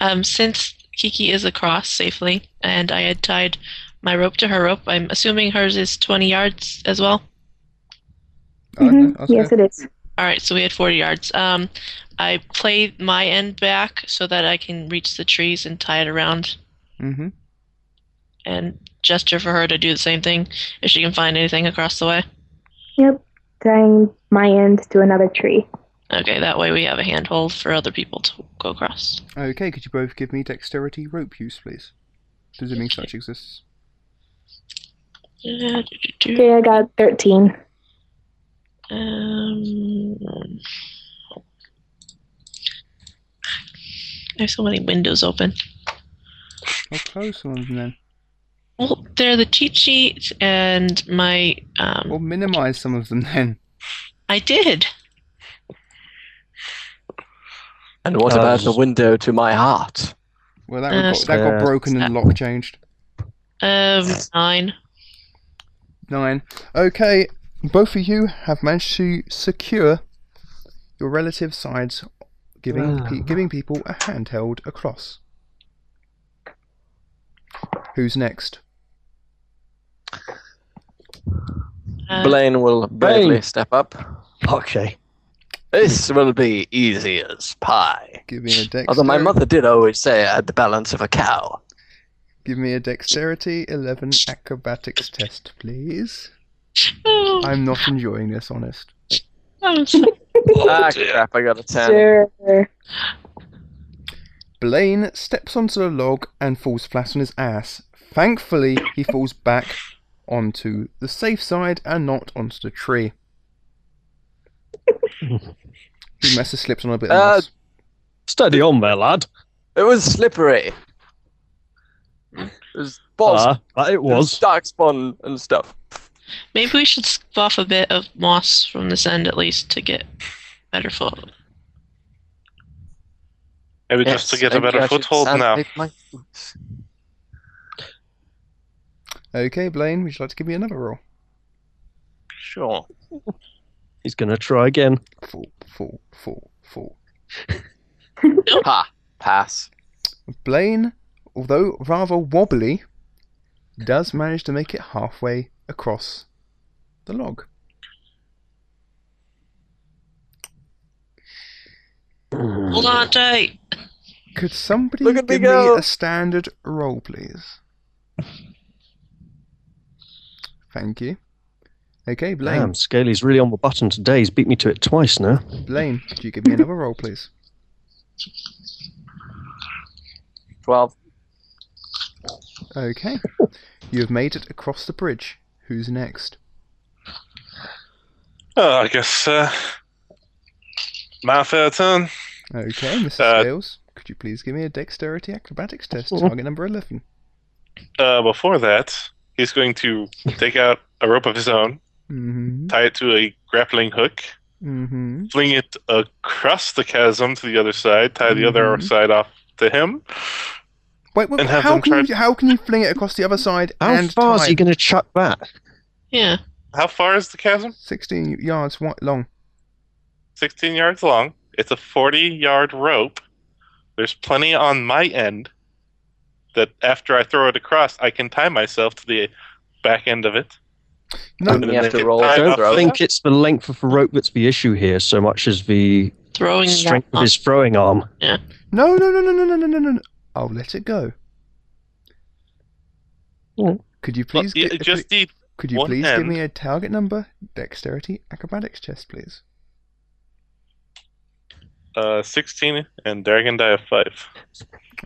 Speaker 4: Um, since Kiki is across safely, and I had tied my rope to her rope, I'm assuming hers is 20 yards as well.
Speaker 7: I don't know,
Speaker 6: Mhm.
Speaker 7: that's
Speaker 6: Yes,
Speaker 7: good.
Speaker 6: it is.
Speaker 4: All right, so we had 40 yards. Um, I play my end back so that I can reach the trees and tie it around
Speaker 7: Mhm.
Speaker 4: and gesture for her to do the same thing if she can find anything across the way.
Speaker 6: Yep. Tying my end to another tree.
Speaker 4: Okay, that way we have a handhold for other people to go across.
Speaker 7: Okay, could you both give me dexterity rope use, please? Presuming such exists.
Speaker 4: Yeah, do, do, do.
Speaker 6: Okay, I got 13.
Speaker 4: Um, I have so many windows open.
Speaker 7: I'll close some of them then.
Speaker 4: Well, they're the cheat sheets and my.
Speaker 7: Or
Speaker 4: Um,
Speaker 7: minimize some of them [LAUGHS] then.
Speaker 4: I did.
Speaker 3: And what
Speaker 1: Uh,
Speaker 3: about the window to my heart?
Speaker 7: Well, that,
Speaker 4: Uh,
Speaker 7: got, that got
Speaker 1: Yeah.
Speaker 7: broken and lock changed.
Speaker 4: Um, nine.
Speaker 7: Nine. Okay, both of you have managed to secure your relative sides, giving
Speaker 1: Wow.
Speaker 7: pe- giving people a handheld across. Who's next?
Speaker 4: Uh,
Speaker 3: Blaine will bravely
Speaker 1: Blaine.
Speaker 3: step up.
Speaker 1: Okay.
Speaker 3: This will be easy as pie.
Speaker 7: Give me a dexterity.
Speaker 3: Although my mother did always say I had the balance of a cow.
Speaker 7: Give me a dexterity 11 acrobatics test, please.
Speaker 4: oh, I'm,
Speaker 7: I'm not enjoying this, honest.
Speaker 4: sorry.
Speaker 3: ah, crap, I got a 10.
Speaker 6: [LAUGHS] Sure.
Speaker 7: Blaine steps onto the log and falls flat on his ass. Thankfully, he falls back onto the safe side and not onto the tree. he must have slipped on a bit of
Speaker 3: Uh,
Speaker 7: moss.
Speaker 1: Steady on there, lad.
Speaker 3: It was slippery. It was balls.
Speaker 1: Ah, that it
Speaker 3: it was
Speaker 1: was.
Speaker 3: dark spawn and stuff.
Speaker 4: Maybe we should scoop off a bit of moss from this end at least to get better foot.
Speaker 5: Maybe just to get a better foothold now.
Speaker 7: Okay, Blaine, would you like to give me another roll?
Speaker 3: Sure.
Speaker 1: He's going to try again.
Speaker 7: Fall, fall, fall, fall.
Speaker 3: Pa. Pass.
Speaker 7: Blaine, although rather wobbly, does manage to make it halfway across the log.
Speaker 4: Hold on tight.
Speaker 7: Could somebody
Speaker 3: Look at me
Speaker 7: give
Speaker 3: go.
Speaker 7: me a standard roll, please? Thank you. Okay, Blaine.
Speaker 1: Damn, Scaly's really on the button today. He's beat me to it twice now.
Speaker 7: Blaine, could you give me another roll, please?
Speaker 3: 12.
Speaker 7: Okay. You have made it across the bridge. Who's next?
Speaker 5: Oh, I guess uh, my fair turn.
Speaker 7: Okay, Mrs.
Speaker 5: Uh,
Speaker 7: Scales. Could you please give me a dexterity acrobatics test? Target number 11.
Speaker 5: Uh, before that, he's going to take out a rope of his own,
Speaker 7: Mm
Speaker 5: tie it to a grappling hook,
Speaker 7: hmm. Mm hmm.
Speaker 5: fling it across the chasm to the other side, tie the other
Speaker 6: Mm-hmm.
Speaker 7: Mhm.
Speaker 5: side off to him.
Speaker 7: Wait, wait,
Speaker 5: And have
Speaker 7: how
Speaker 5: them
Speaker 7: can,
Speaker 5: try-
Speaker 7: you, how can you fling it across the other side
Speaker 1: How
Speaker 7: and
Speaker 1: far is
Speaker 7: tie
Speaker 1: he going to chuck that?
Speaker 4: Yeah.
Speaker 5: How far is the chasm?
Speaker 7: 16 yards wi- long?
Speaker 5: 16 yards long. It's a 40 yard rope. There's plenty on my end that after I throw it across, I can tie myself to the back end of it.
Speaker 7: No,
Speaker 3: You have
Speaker 5: they
Speaker 3: to
Speaker 5: can
Speaker 3: roll
Speaker 5: tie
Speaker 1: I
Speaker 5: it
Speaker 3: to
Speaker 5: off
Speaker 1: don't
Speaker 3: throw.
Speaker 1: think
Speaker 4: Uh-huh.
Speaker 1: it's the length of the rope that's the issue here so much as the
Speaker 4: Throwing that
Speaker 1: strength of
Speaker 4: off.
Speaker 1: his throwing arm.
Speaker 7: No, no, no, no, no, no, no, no, no. no. I'll let it go.
Speaker 1: Yeah.
Speaker 7: Could you
Speaker 5: Well,
Speaker 7: please
Speaker 5: yeah,
Speaker 7: gi-
Speaker 5: uh, just the
Speaker 7: could you
Speaker 5: one
Speaker 7: please give
Speaker 5: hand.
Speaker 7: me a target number, dexterity, acrobatics test, please?
Speaker 5: uh, 16, and Dragon die of 5.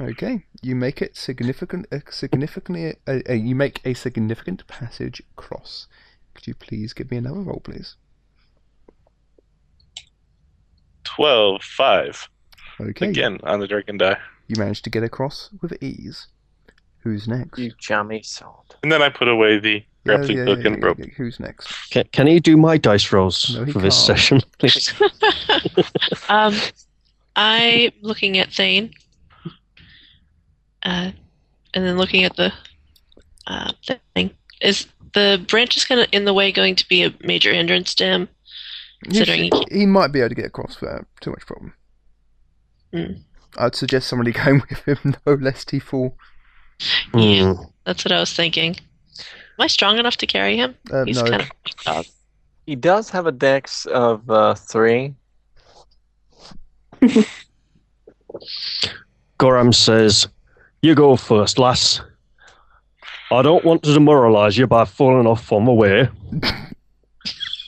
Speaker 7: Okay, you make it significant, uh, significantly. Uh, uh, you make a significant passage cross. Could you please give me another roll, please?
Speaker 5: 12, 5.
Speaker 7: Okay,
Speaker 5: Again, on the Dragon die.
Speaker 7: you managed to get across with ease. Who's next?
Speaker 3: You jammy sod.
Speaker 5: And then I put away the
Speaker 7: Yeah,
Speaker 5: grappling
Speaker 7: Oh, yeah,
Speaker 5: hook
Speaker 7: yeah,
Speaker 5: and
Speaker 7: yeah,
Speaker 5: rope.
Speaker 7: yeah, Who's next?
Speaker 1: Can, can he do my dice rolls
Speaker 7: No,
Speaker 1: for
Speaker 7: he
Speaker 1: this
Speaker 4: [LAUGHS]
Speaker 7: can't.
Speaker 1: session, please?
Speaker 4: um, I'm looking at Thane, uh, and then looking at the uh, thing. Is the branch is kind of in the way going to be a major hindrance to him?
Speaker 7: He,
Speaker 4: Considering-
Speaker 7: should- he might be able to get across without too much problem.
Speaker 4: Mm.
Speaker 7: I'd suggest somebody [LAUGHS] going with him, though, lest he fall.
Speaker 4: Yeah.
Speaker 1: Hmm.
Speaker 4: That's what I was thinking. Am I strong enough to carry him?
Speaker 7: Uh,
Speaker 4: He's
Speaker 7: no,
Speaker 4: kind of dog.
Speaker 3: He does have a dex of uh, three.
Speaker 1: Gorham says, You go first, lass. I don't want to demoralize you by falling off from the
Speaker 7: [LAUGHS]
Speaker 1: way.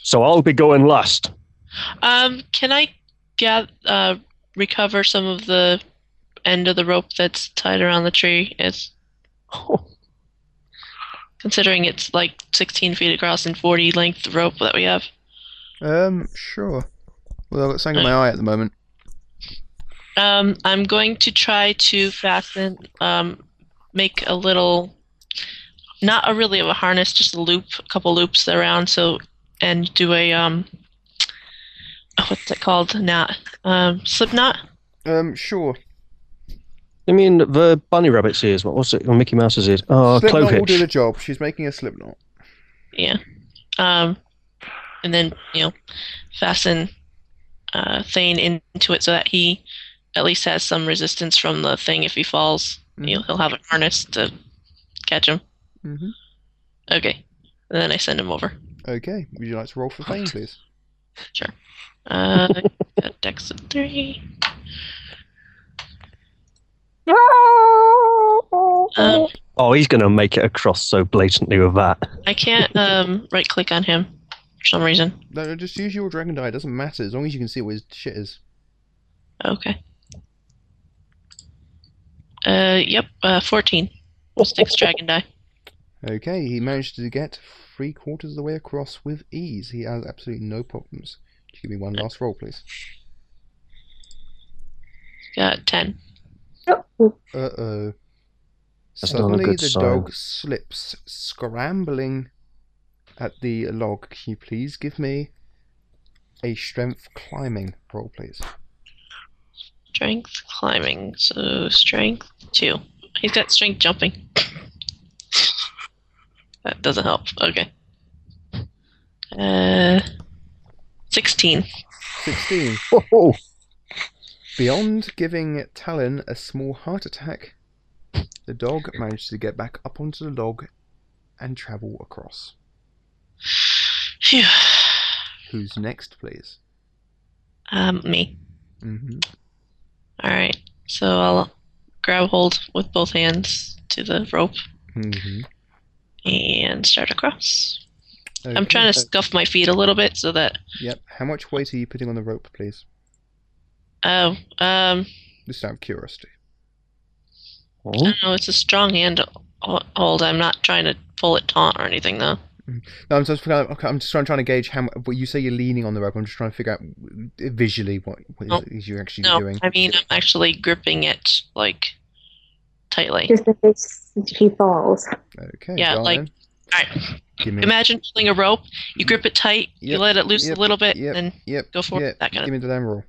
Speaker 1: so I'll be going last. [LAUGHS]
Speaker 4: Um, can I get uh, recover some of the end of the rope that's tied around the tree? It's considering it's like 16 feet across and 40 length rope that we have.
Speaker 7: um, sure. Well, I've got something in
Speaker 4: Mm.
Speaker 7: my eye at the moment.
Speaker 4: Um, I'm going to try to fasten, um, make a little, not a really of a harness, just a loop, a couple loops around. So, and do a um, oh, what's it called? Knot, um, slip knot.
Speaker 7: Um, sure.
Speaker 1: I mean, the bunny rabbit's ears, what was it? Or Mickey Mouse's ears? Oh,
Speaker 7: Slipknot
Speaker 1: clove
Speaker 7: will do
Speaker 1: hitch.
Speaker 7: the job. She's making a slip knot.
Speaker 4: Yeah. Um, and then you know, fasten uh, Thane into it so that he at least has some resistance from the thing if he falls. You know, he'll have a harness to catch him.
Speaker 7: Mm-hmm.
Speaker 4: Okay. And then I send him over.
Speaker 7: Okay. Would you like to roll for fame, please?
Speaker 4: Uh, got dex of three. Um,
Speaker 1: Oh, he's going to make it across so blatantly with that.
Speaker 4: I can't um, right click on him for some reason.
Speaker 7: No, no, just use your dragon die. It doesn't matter as long as you can see where his shit is.
Speaker 4: Okay. Uh, yep, uh, 14. Sticks dragon die.
Speaker 7: Okay, he managed to get three quarters of the way across with ease. He has absolutely no problems. Could you give me one last roll, please?
Speaker 4: Got 10.
Speaker 7: Uh oh.
Speaker 1: That's not a
Speaker 7: Suddenly,
Speaker 1: good
Speaker 7: the
Speaker 1: sign.
Speaker 7: dog slips, scrambling at the log. Can you please give me a strength climbing roll, please?
Speaker 4: Strength climbing. So strength two. He's got strength jumping. that doesn't help. Okay. Uh, sixteen.
Speaker 7: 16.
Speaker 1: Oh,
Speaker 7: Beyond giving Talon a small heart attack, the dog managed to get back up onto the log and travel across.
Speaker 4: Phew.
Speaker 7: Who's next, please?
Speaker 4: Um, me.
Speaker 7: hmm
Speaker 4: All right. So I'll grab hold with both hands to the rope
Speaker 7: hmm
Speaker 4: and start across. I'm trying to scuff my feet a little bit so that.
Speaker 7: Yep. How much weight are you putting on the rope, please?
Speaker 4: Oh, um,
Speaker 7: Just out of curiosity.
Speaker 4: I don't know. It's a strong hand hold. I'm not trying to pull it taut or anything though.
Speaker 7: No, I'm just okay, I'm just trying, trying to gauge how. mu- Well, you say you're leaning on the rope. I'm just trying to figure out w- visually what what is
Speaker 4: No.
Speaker 7: it is you're actually
Speaker 4: No,
Speaker 7: doing.
Speaker 4: I mean I'm actually gripping it like tightly.
Speaker 6: Just in case she falls.
Speaker 7: Okay.
Speaker 4: yeah,
Speaker 7: Diane,
Speaker 4: like- Alright.
Speaker 7: give me.
Speaker 4: Imagine pulling a rope. You grip it tight. You
Speaker 7: Yep,
Speaker 4: let it loose
Speaker 7: yep,
Speaker 4: a little bit,
Speaker 7: yep.
Speaker 4: and then
Speaker 7: Yep.
Speaker 4: go for it,
Speaker 7: yeah,
Speaker 4: that kind of-
Speaker 7: Give me the damn roll.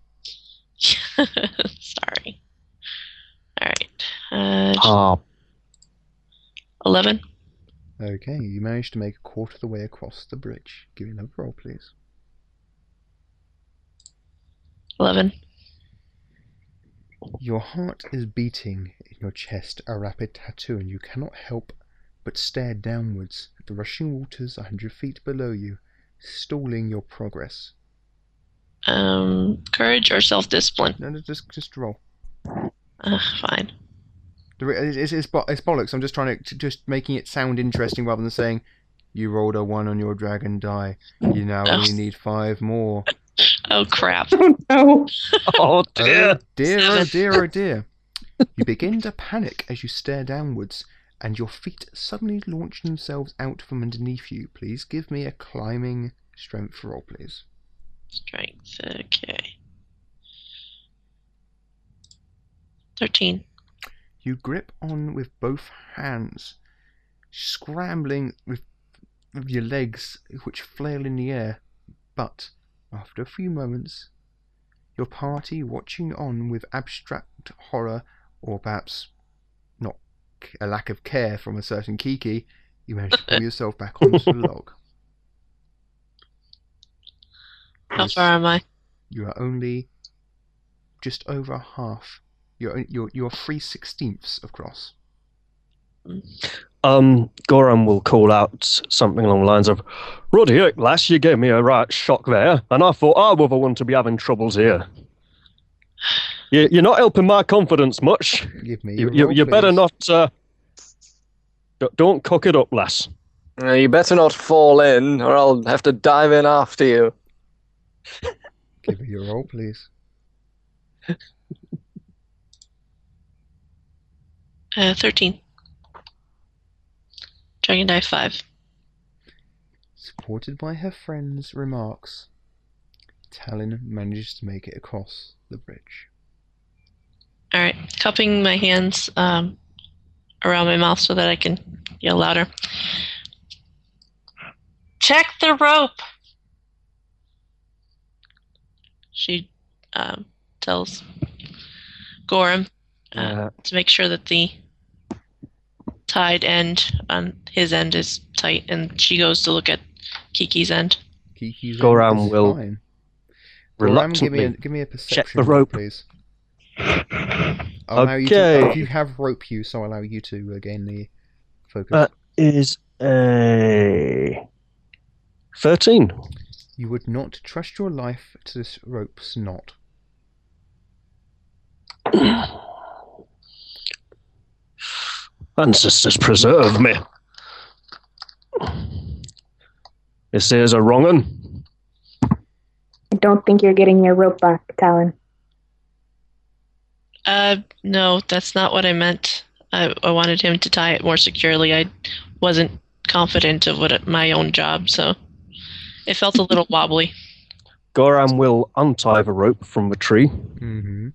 Speaker 4: [LAUGHS] sorry. All right. Uh,
Speaker 1: Ah,
Speaker 4: Eleven.
Speaker 7: Okay, you managed to make a quarter of the way across the bridge. Give me another roll, please.
Speaker 4: Eleven.
Speaker 7: Your heart is beating in your chest, a rapid tattoo, and you cannot help but stare downwards at the rushing waters a hundred feet below you, stalling your progress.
Speaker 4: Um, courage or self-discipline.
Speaker 7: No, no, just just roll.
Speaker 4: Uh, fine.
Speaker 7: The re- It's, it's, it's, bo- it's bollocks. I'm just trying to, to just making it sound interesting rather than saying, you rolled a one on your dragon die. You now
Speaker 4: Oh.
Speaker 7: only need five more.
Speaker 4: Oh crap!
Speaker 6: No.
Speaker 8: [LAUGHS] Oh
Speaker 7: Oh
Speaker 8: dear.
Speaker 7: dear, oh
Speaker 4: Seven.
Speaker 7: dear, oh dear. You begin to panic as you stare downwards, and your feet suddenly launch themselves out from underneath you. Please give me a climbing strength roll, please.
Speaker 4: Strength. Okay. Thirteen.
Speaker 7: You grip on with both hands, scrambling with, with your legs, which flail in the air. But after a few moments, your party watching on with abstract horror, or perhaps not c- a lack of care from a certain Kiki, you manage to pull yourself back onto the log.
Speaker 4: How
Speaker 7: Yes.
Speaker 4: far am I?
Speaker 7: You are only just over half. You're on- you're you're three sixteenths of cross.
Speaker 8: Um, Goram will call out something along the lines of, "Ruddy, look, lass, you gave me a right shock there, and I thought I were the one to be having troubles here. You, you're not helping my confidence much.
Speaker 7: Give me.
Speaker 8: You,
Speaker 7: your
Speaker 8: you,
Speaker 7: roll,
Speaker 8: you better
Speaker 7: please.
Speaker 8: not. Uh, d- don't cock it up, lass.
Speaker 3: Uh, you better not fall in, or I'll have to dive in after you.
Speaker 7: Give me your roll, please.
Speaker 4: Uh, Thirteen. Dragon die five.
Speaker 7: Supported by her friend's remarks, Talon manages to make it across the bridge.
Speaker 4: All right, cupping my hands um, around my mouth so that I can yell louder. Check the rope. She um, tells Gorham uh,
Speaker 8: Uh,
Speaker 4: to make sure that the tied end on his end is tight, and she goes to look at Kiki's end.
Speaker 7: Kiki's
Speaker 8: Go
Speaker 7: end
Speaker 8: round,
Speaker 7: is
Speaker 8: Will.
Speaker 7: fine. Go round, give me a,
Speaker 8: reluctantly,
Speaker 7: give me a perception
Speaker 8: the
Speaker 7: roll,
Speaker 8: rope.
Speaker 7: please. I'll allow you to-
Speaker 8: Okay.
Speaker 7: if you have rope you, so I'll allow you to uh, gain the focus.
Speaker 8: Uh, is a thirteen.
Speaker 7: you would not trust your life to this rope's knot.
Speaker 8: [CLEARS THROAT] Ancestors preserve me. This here's a wrong un.
Speaker 6: I don't think you're getting your rope back, Talon.
Speaker 4: Uh, no, that's not what I meant. I, I wanted him to tie it more securely. I wasn't confident of what it, my own job, so it felt a little wobbly.
Speaker 8: Goram will untie the rope from the tree.
Speaker 7: Mm-hmm.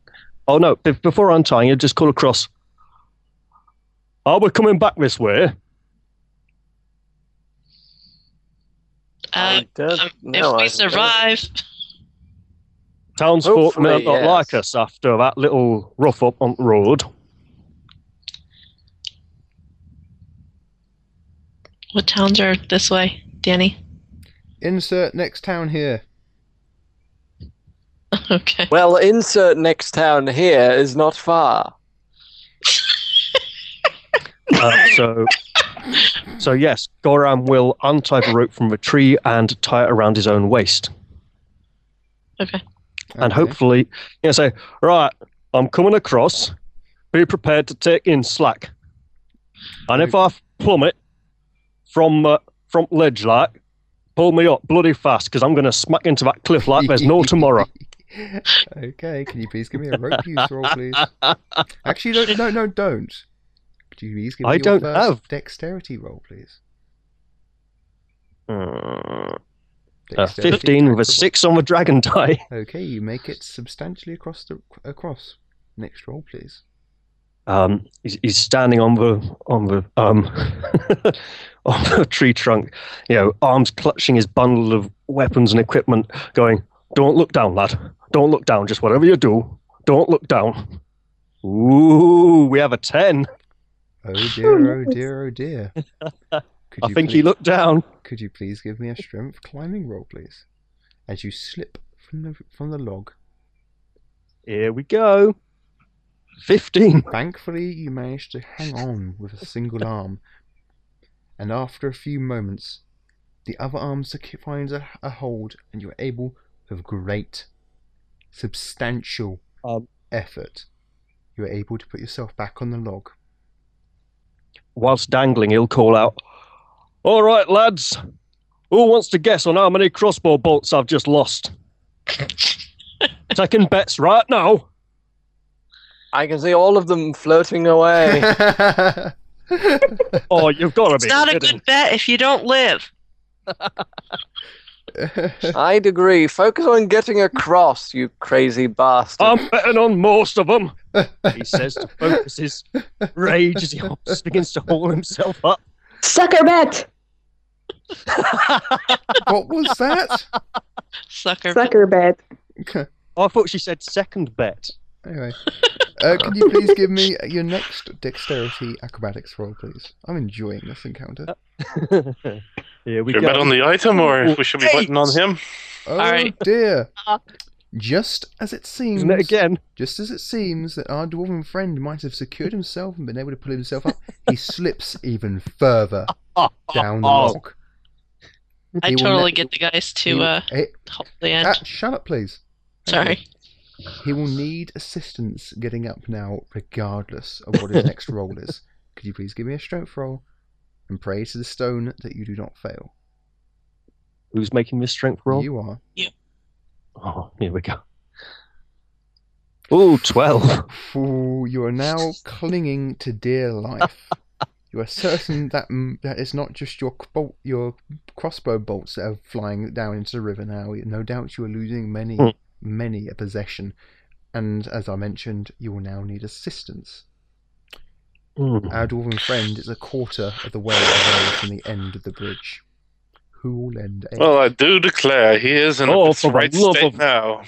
Speaker 8: Oh no, be- before untying it, just call across. Are we coming back this way?
Speaker 4: Uh,
Speaker 3: I don't
Speaker 4: um,
Speaker 3: know,
Speaker 4: if
Speaker 3: I
Speaker 4: we
Speaker 3: suppose.
Speaker 4: survive,
Speaker 8: Townsfolk may
Speaker 3: Hopefully,
Speaker 8: not
Speaker 3: yes.
Speaker 8: like us after that little rough up on the road.
Speaker 4: what towns are this way, Danny? [LAUGHS]
Speaker 7: Insert next town here.
Speaker 4: okay.
Speaker 3: Well, insert next town here is not far. [LAUGHS]
Speaker 8: Uh, so, so yes, Goram will untie the rope from the tree and tie it around his own waist, and
Speaker 7: Okay.
Speaker 8: hopefully, you know, say, "Right, I'm coming across. Be prepared to take in slack, and if I plummet from uh, from ledge like, pull me up bloody fast because I'm going to smack into that cliff like there's
Speaker 7: [LAUGHS]
Speaker 8: no tomorrow."
Speaker 7: okay, can you please give me a rope use roll, please? Actually, no, no, no, don't. Could you please give me
Speaker 8: I
Speaker 7: your
Speaker 8: don't
Speaker 7: first
Speaker 8: have.
Speaker 7: dexterity roll, please?
Speaker 8: Uh,
Speaker 7: Dexterity
Speaker 8: Fifteen with a
Speaker 7: acrobat.
Speaker 8: six on the dragon die.
Speaker 7: Okay, you make it substantially across the across. Next roll, please.
Speaker 8: um, he's, he's standing on the on the um, [LAUGHS] on the tree trunk, you know, arms clutching his bundle of weapons and equipment, going, "Don't look down, lad. Don't look down. Just whatever you do, don't look down." Ooh, we have a ten. [LAUGHS]
Speaker 7: Oh dear, oh dear, oh dear. Could
Speaker 8: I
Speaker 7: you
Speaker 8: think
Speaker 7: please-
Speaker 8: he looked down.
Speaker 7: Could you please give me a strength climbing roll, please? As you slip from the from the log,
Speaker 8: Here we go. Fifteen.
Speaker 7: thankfully you manage to hang on with a single arm, and after a few moments, the other arm sec- finds a, a hold, and you're able, with great, substantial
Speaker 8: Um.
Speaker 7: effort, you're able to put yourself back on the log.
Speaker 8: Whilst dangling, he'll call out,
Speaker 4: [LAUGHS]
Speaker 8: "All right, lads. Who wants to guess on how many crossbow bolts I've just lost?"
Speaker 1: Taking bets right now.
Speaker 3: I can see all of them floating away.
Speaker 1: [LAUGHS] Oh, you've got to
Speaker 4: It's
Speaker 1: be
Speaker 4: not a
Speaker 1: kidding.
Speaker 4: good bet if you don't live.
Speaker 3: I agree. Focus on getting across, you crazy bastard.
Speaker 1: I'm betting on most
Speaker 4: [LAUGHS]
Speaker 1: of them. He says to focus his rage as he hops, begins to haul himself up.
Speaker 6: Sucker bet.
Speaker 7: what was that?
Speaker 4: Sucker.
Speaker 6: Sucker bet.
Speaker 1: I thought she said second bet. [LAUGHS]
Speaker 7: Anyway, uh, can you please give me your next dexterity acrobatics roll, please? I'm enjoying this encounter.
Speaker 1: Here we
Speaker 5: Should we bet on
Speaker 1: go.
Speaker 5: the item, or we should be betting on
Speaker 1: Eight.
Speaker 5: him?
Speaker 7: Oh
Speaker 4: right.
Speaker 7: dear! Just as it seems,
Speaker 1: Isn't it again?
Speaker 7: just as it seems that our dwarven friend might have secured himself and been able to pull himself up, he slips even further down the
Speaker 1: Oh.
Speaker 7: log.
Speaker 4: I
Speaker 7: He will
Speaker 4: totally
Speaker 7: ne-
Speaker 4: get the guys
Speaker 7: he
Speaker 4: to
Speaker 7: will-
Speaker 4: uh,
Speaker 7: eh,
Speaker 4: hold the end.
Speaker 7: ah, shut up, please. Thank you.
Speaker 4: Sorry.
Speaker 7: He will need assistance getting up now, regardless of what his next roll is. Could you please give me a strength roll and pray to the stone that you do not fail?
Speaker 1: Who's making this strength roll?
Speaker 7: You are.
Speaker 1: Oh, here we go. Ooh, 12.
Speaker 7: Ooh, you are now clinging to dear life. You are certain that mm, that it's not just your c- bolt, your crossbow bolts that are flying down into the river now. No doubt you are losing many,
Speaker 1: Hmm.
Speaker 7: many a possession, and as I mentioned, you will now need assistance.
Speaker 1: Mm.
Speaker 7: Our dwarven friend is a quarter of the way away from the end of the bridge. Who will lend aid?
Speaker 5: Well, I do declare he is in
Speaker 1: Oh,
Speaker 5: a
Speaker 1: for the
Speaker 5: right
Speaker 1: love
Speaker 5: state
Speaker 1: of-
Speaker 5: now.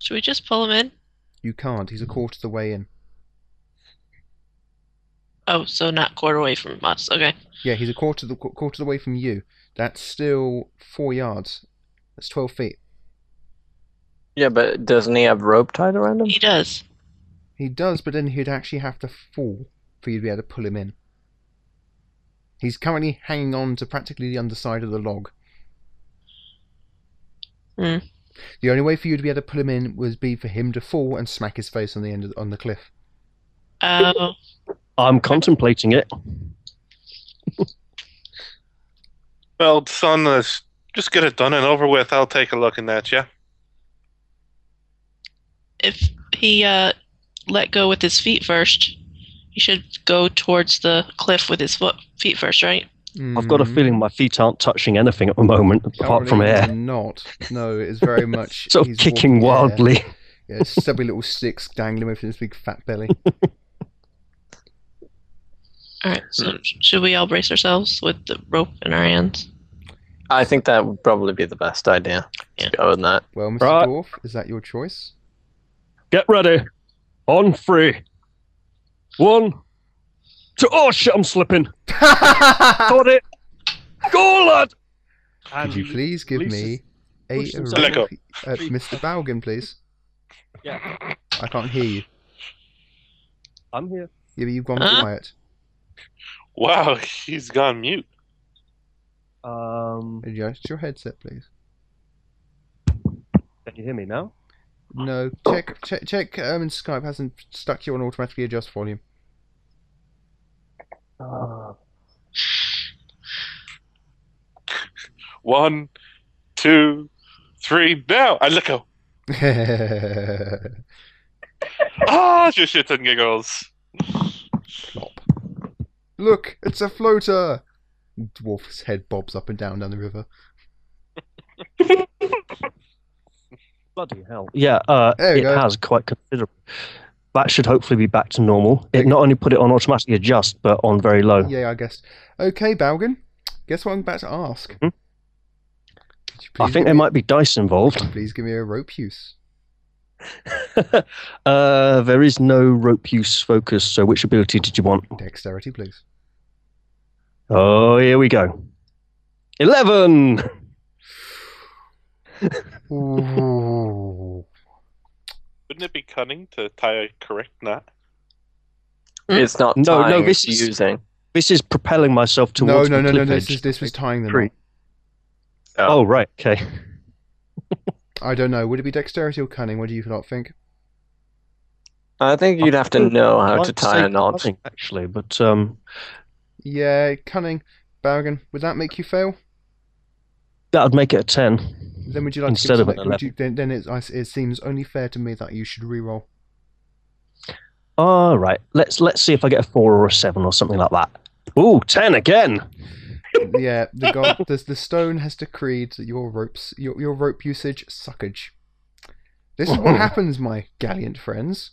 Speaker 4: Should we just pull him in?
Speaker 7: You can't. He's a quarter of the way in.
Speaker 4: Oh, so not quarter away from us. Okay.
Speaker 7: Yeah, he's a quarter of the qu- quarter of the way from you. That's still four yards. That's twelve feet.
Speaker 3: yeah, but doesn't he have rope tied around him?
Speaker 4: He does.
Speaker 7: He does, but then he'd actually have to fall for you to be able to pull him in. He's currently hanging on to practically the underside of the log.
Speaker 4: Hmm.
Speaker 7: The only way for you to be able to pull him in would be for him to fall and smack his face on the end of, on the cliff.
Speaker 4: Oh,
Speaker 1: I'm contemplating it.
Speaker 5: Well, son, let's just get it done and over with. I'll take a look in that, yeah?
Speaker 4: if he uh, let go with his feet first, he should go towards the cliff with his foot feet first, right?
Speaker 1: I've got a
Speaker 7: Mhm.
Speaker 1: feeling my feet aren't touching anything at the moment, apart
Speaker 7: Currently
Speaker 1: from
Speaker 7: he's
Speaker 1: air.
Speaker 7: Not. No,
Speaker 1: [LAUGHS]
Speaker 7: it's very much
Speaker 1: Sort of
Speaker 7: he's
Speaker 1: kicking
Speaker 7: walking- yeah.
Speaker 1: wildly.
Speaker 7: Yeah, stubby little sticks dangling away from his big fat belly.
Speaker 4: All right. So
Speaker 1: Hmm.
Speaker 4: should we all brace ourselves with the rope in our hands?
Speaker 3: I think that would probably be the best idea.
Speaker 4: Yeah.
Speaker 3: Let's go with that.
Speaker 7: Well, Mr.
Speaker 1: Right.
Speaker 7: Dwarf, is that your choice?
Speaker 1: Get ready. On three. One. Two. Oh shit, I'm
Speaker 7: [LAUGHS]
Speaker 1: slipping. Got it. Go, lad. And
Speaker 7: Could you please give
Speaker 1: Lisa's-
Speaker 7: me a
Speaker 1: Lisa's-
Speaker 7: roll-
Speaker 5: Let go.
Speaker 7: Uh, Mr. Balgan, please?
Speaker 1: Yeah.
Speaker 7: I can't hear you.
Speaker 1: I'm here.
Speaker 7: Yeah, but you've gone
Speaker 4: Huh?
Speaker 7: quiet.
Speaker 5: Wow, [LAUGHS] he's gone mute.
Speaker 1: Um,
Speaker 7: Adjust your headset, please.
Speaker 1: can you hear me now?
Speaker 7: No, check, check, check. Um, and Skype hasn't stuck you on automatically adjust volume. [LAUGHS]
Speaker 5: One, two, three, now! I let go.
Speaker 7: Plop.
Speaker 5: Ah, [LAUGHS] just shits and giggles.
Speaker 7: Look, it's a floater. Dwarf's head bobs up and down down the river.
Speaker 1: Bloody hell. Yeah, uh,
Speaker 7: There we
Speaker 1: it
Speaker 7: go.
Speaker 1: has quite considerable. That should hopefully be back to normal. It not only put it on automatically adjust, but on very low.
Speaker 7: Yeah, I guessed. Okay, Balgan. Guess what I'm about to ask.
Speaker 1: Hmm?
Speaker 7: Could you
Speaker 1: I think
Speaker 7: please give
Speaker 1: there
Speaker 7: me-
Speaker 1: might be dice involved.
Speaker 7: Please give me a rope use.
Speaker 1: [LAUGHS] uh, there is no rope use focus, so which ability did you want?
Speaker 7: Dexterity, please.
Speaker 1: Oh, here we go. 11!
Speaker 7: Ooh.
Speaker 5: Wouldn't it be cunning to tie a correct knot?
Speaker 4: Mm.
Speaker 3: It's not
Speaker 1: No, no,
Speaker 3: tying,
Speaker 1: this
Speaker 3: it's
Speaker 1: is-
Speaker 3: using.
Speaker 1: [LAUGHS] This is propelling myself
Speaker 7: No,
Speaker 1: towards
Speaker 7: no,
Speaker 1: the
Speaker 7: no, no.
Speaker 1: cliff
Speaker 7: This
Speaker 1: edge.
Speaker 7: is this was tying the knot.
Speaker 1: Three. Oh, right. Okay.
Speaker 7: I don't know. Would it be dexterity or cunning? What do you not think?
Speaker 3: I think you'd have to know how to
Speaker 1: Oh, [LAUGHS] I'd
Speaker 3: tie
Speaker 1: say
Speaker 3: a knot.
Speaker 1: cunning, actually, but um,
Speaker 7: Yeah, cunning. Balgan, would that make you fail?
Speaker 1: that would make it a ten.
Speaker 7: Then would you like
Speaker 1: Instead
Speaker 7: to
Speaker 1: of
Speaker 7: give
Speaker 1: an
Speaker 7: us- would you, then, then it's, I, it seems only fair to me that you should re-roll. [LAUGHS]
Speaker 1: All right, let's let's see if I get a four or a seven or something like that. Ooh, ten again.
Speaker 7: yeah, the god, the, the stone has decreed that your ropes, your, your rope usage suckage. This
Speaker 1: [LAUGHS]
Speaker 7: is what happens, my gallant friends.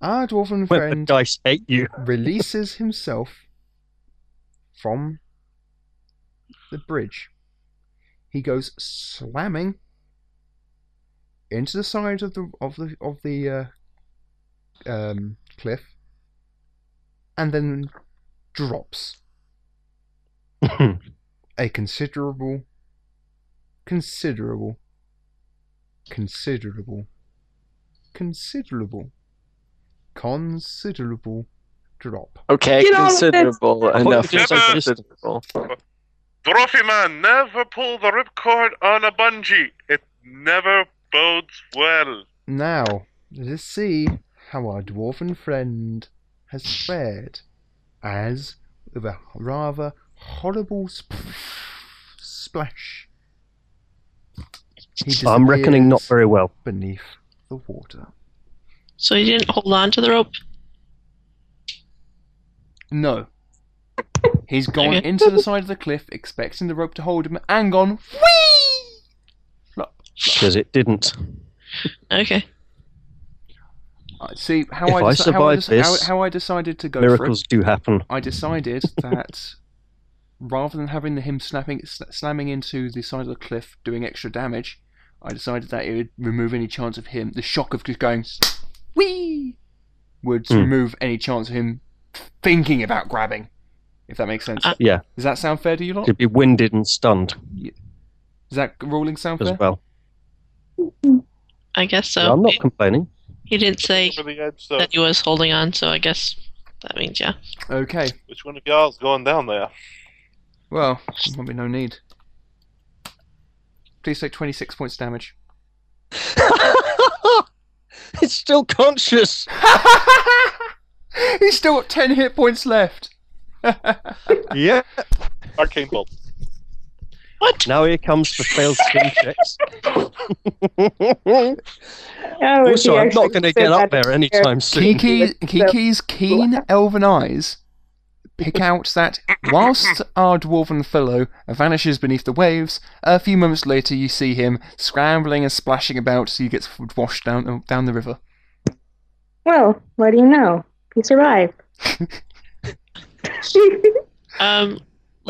Speaker 7: Our dwarven
Speaker 1: When the
Speaker 7: friend
Speaker 1: dice ate you. [LAUGHS]
Speaker 7: releases himself from the bridge. He goes slamming into the side of the of the of the uh, um, cliff, and then drops a considerable, considerable, considerable, considerable, considerable drop.
Speaker 3: Okay,
Speaker 6: You know, that's-
Speaker 3: considerable
Speaker 1: I
Speaker 3: enough.
Speaker 1: thought you
Speaker 3: is
Speaker 1: just said-
Speaker 3: considerable.
Speaker 5: Trophy man, never pull the ripcord on a bungee. It never bodes well.
Speaker 7: Now, let us see how our dwarven friend has fared as, with a rather horrible sp- splash, he
Speaker 1: I'm reckoning not
Speaker 7: disappears
Speaker 1: very well.
Speaker 7: beneath the water.
Speaker 4: So he didn't hold on to the rope.
Speaker 7: No. He's gone
Speaker 4: Okay.
Speaker 7: into the side of the cliff, expecting the rope to hold him, and gone. Whee!
Speaker 1: because it didn't.
Speaker 4: Okay.
Speaker 7: Uh, see how
Speaker 1: If
Speaker 7: I,
Speaker 1: I
Speaker 7: deci- how, I
Speaker 1: survive
Speaker 7: deci- how-
Speaker 1: this,
Speaker 7: how, I decided to go
Speaker 1: Miracles do happen.
Speaker 7: for it. I decided that rather than having the, him snapping, sl- slamming into the side of the cliff, doing extra damage, I decided that it would remove any chance of him. The shock of just going, wee, would
Speaker 1: Hmm.
Speaker 7: remove any chance of him thinking about grabbing. If that makes sense.
Speaker 4: Uh,
Speaker 1: Yeah.
Speaker 7: Does that sound fair to you lot?
Speaker 1: Could be winded and stunned
Speaker 7: Does that ruling sound fair?
Speaker 1: as well.
Speaker 4: I guess so.
Speaker 1: Yeah, I'm not complaining.
Speaker 4: He didn't say
Speaker 5: Over the edge, so
Speaker 4: that he was holding on, so I guess that means yeah.
Speaker 7: Okay.
Speaker 5: which one of y'all is going down there?
Speaker 7: Well, there might be no need. Please take 26 points damage.
Speaker 1: it's still conscious.
Speaker 7: He's still got 10 hit points left.
Speaker 1: Yeah.
Speaker 5: Arcane bolt.
Speaker 4: What?
Speaker 1: Now here comes the failed skin [LAUGHS] checks.
Speaker 6: Oh, if
Speaker 1: also,
Speaker 6: he
Speaker 1: I'm
Speaker 6: actually
Speaker 1: not going to
Speaker 6: said
Speaker 1: get up
Speaker 6: that-
Speaker 1: there anytime soon.
Speaker 7: Kiki, Kiki's keen elven eyes pick out that whilst our dwarven fellow vanishes beneath the waves, a few moments later you see him scrambling and splashing about so he gets washed down down the river.
Speaker 6: Well, what do you know? He
Speaker 1: [LAUGHS]
Speaker 6: survived.
Speaker 4: Um,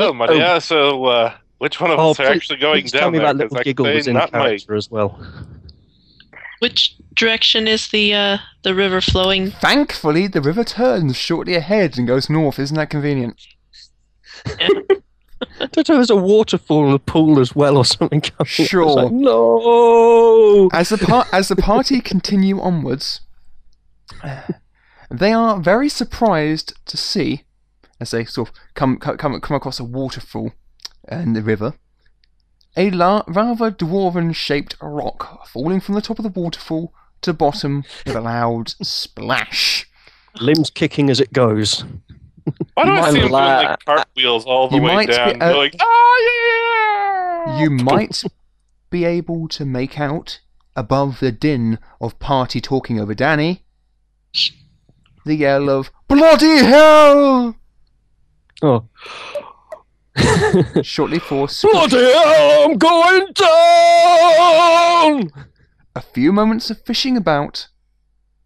Speaker 5: Oh, my
Speaker 1: Oh.
Speaker 5: yeah. So, uh, which one of
Speaker 1: Oh,
Speaker 5: us are
Speaker 1: please-
Speaker 5: actually going
Speaker 1: Please tell
Speaker 5: down
Speaker 1: me
Speaker 5: there?
Speaker 1: that little
Speaker 5: I
Speaker 1: giggle
Speaker 5: say
Speaker 1: was in
Speaker 5: not my
Speaker 1: character as well.
Speaker 4: which direction is the uh, the river flowing?
Speaker 7: Thankfully, the river turns shortly ahead and goes north. Isn't that convenient?
Speaker 1: I don't know, there's a waterfall, a pool as well, or something. [LAUGHS] coming up. It's
Speaker 7: Sure.
Speaker 1: like, no.
Speaker 7: As the par- as the [LAUGHS] party continue onwards, they are very surprised to see, as they sort of come co- come come across a waterfall in the river, a la- rather dwarven-shaped rock falling from the top of the waterfall to bottom with a loud splash.
Speaker 1: Limbs kicking as it goes.
Speaker 5: Why do I
Speaker 3: might
Speaker 5: see him doing
Speaker 3: lie.
Speaker 5: like cartwheels all the
Speaker 7: You
Speaker 5: way
Speaker 7: might be-
Speaker 5: down?
Speaker 7: uh,
Speaker 5: going, ah, yeah!
Speaker 7: You might be able to make out above the din of party talking over Danny the yell of bloody hell.
Speaker 1: Oh.
Speaker 7: Shortly for
Speaker 1: Bloody hell, I'm going down!
Speaker 7: a few moments of fishing about,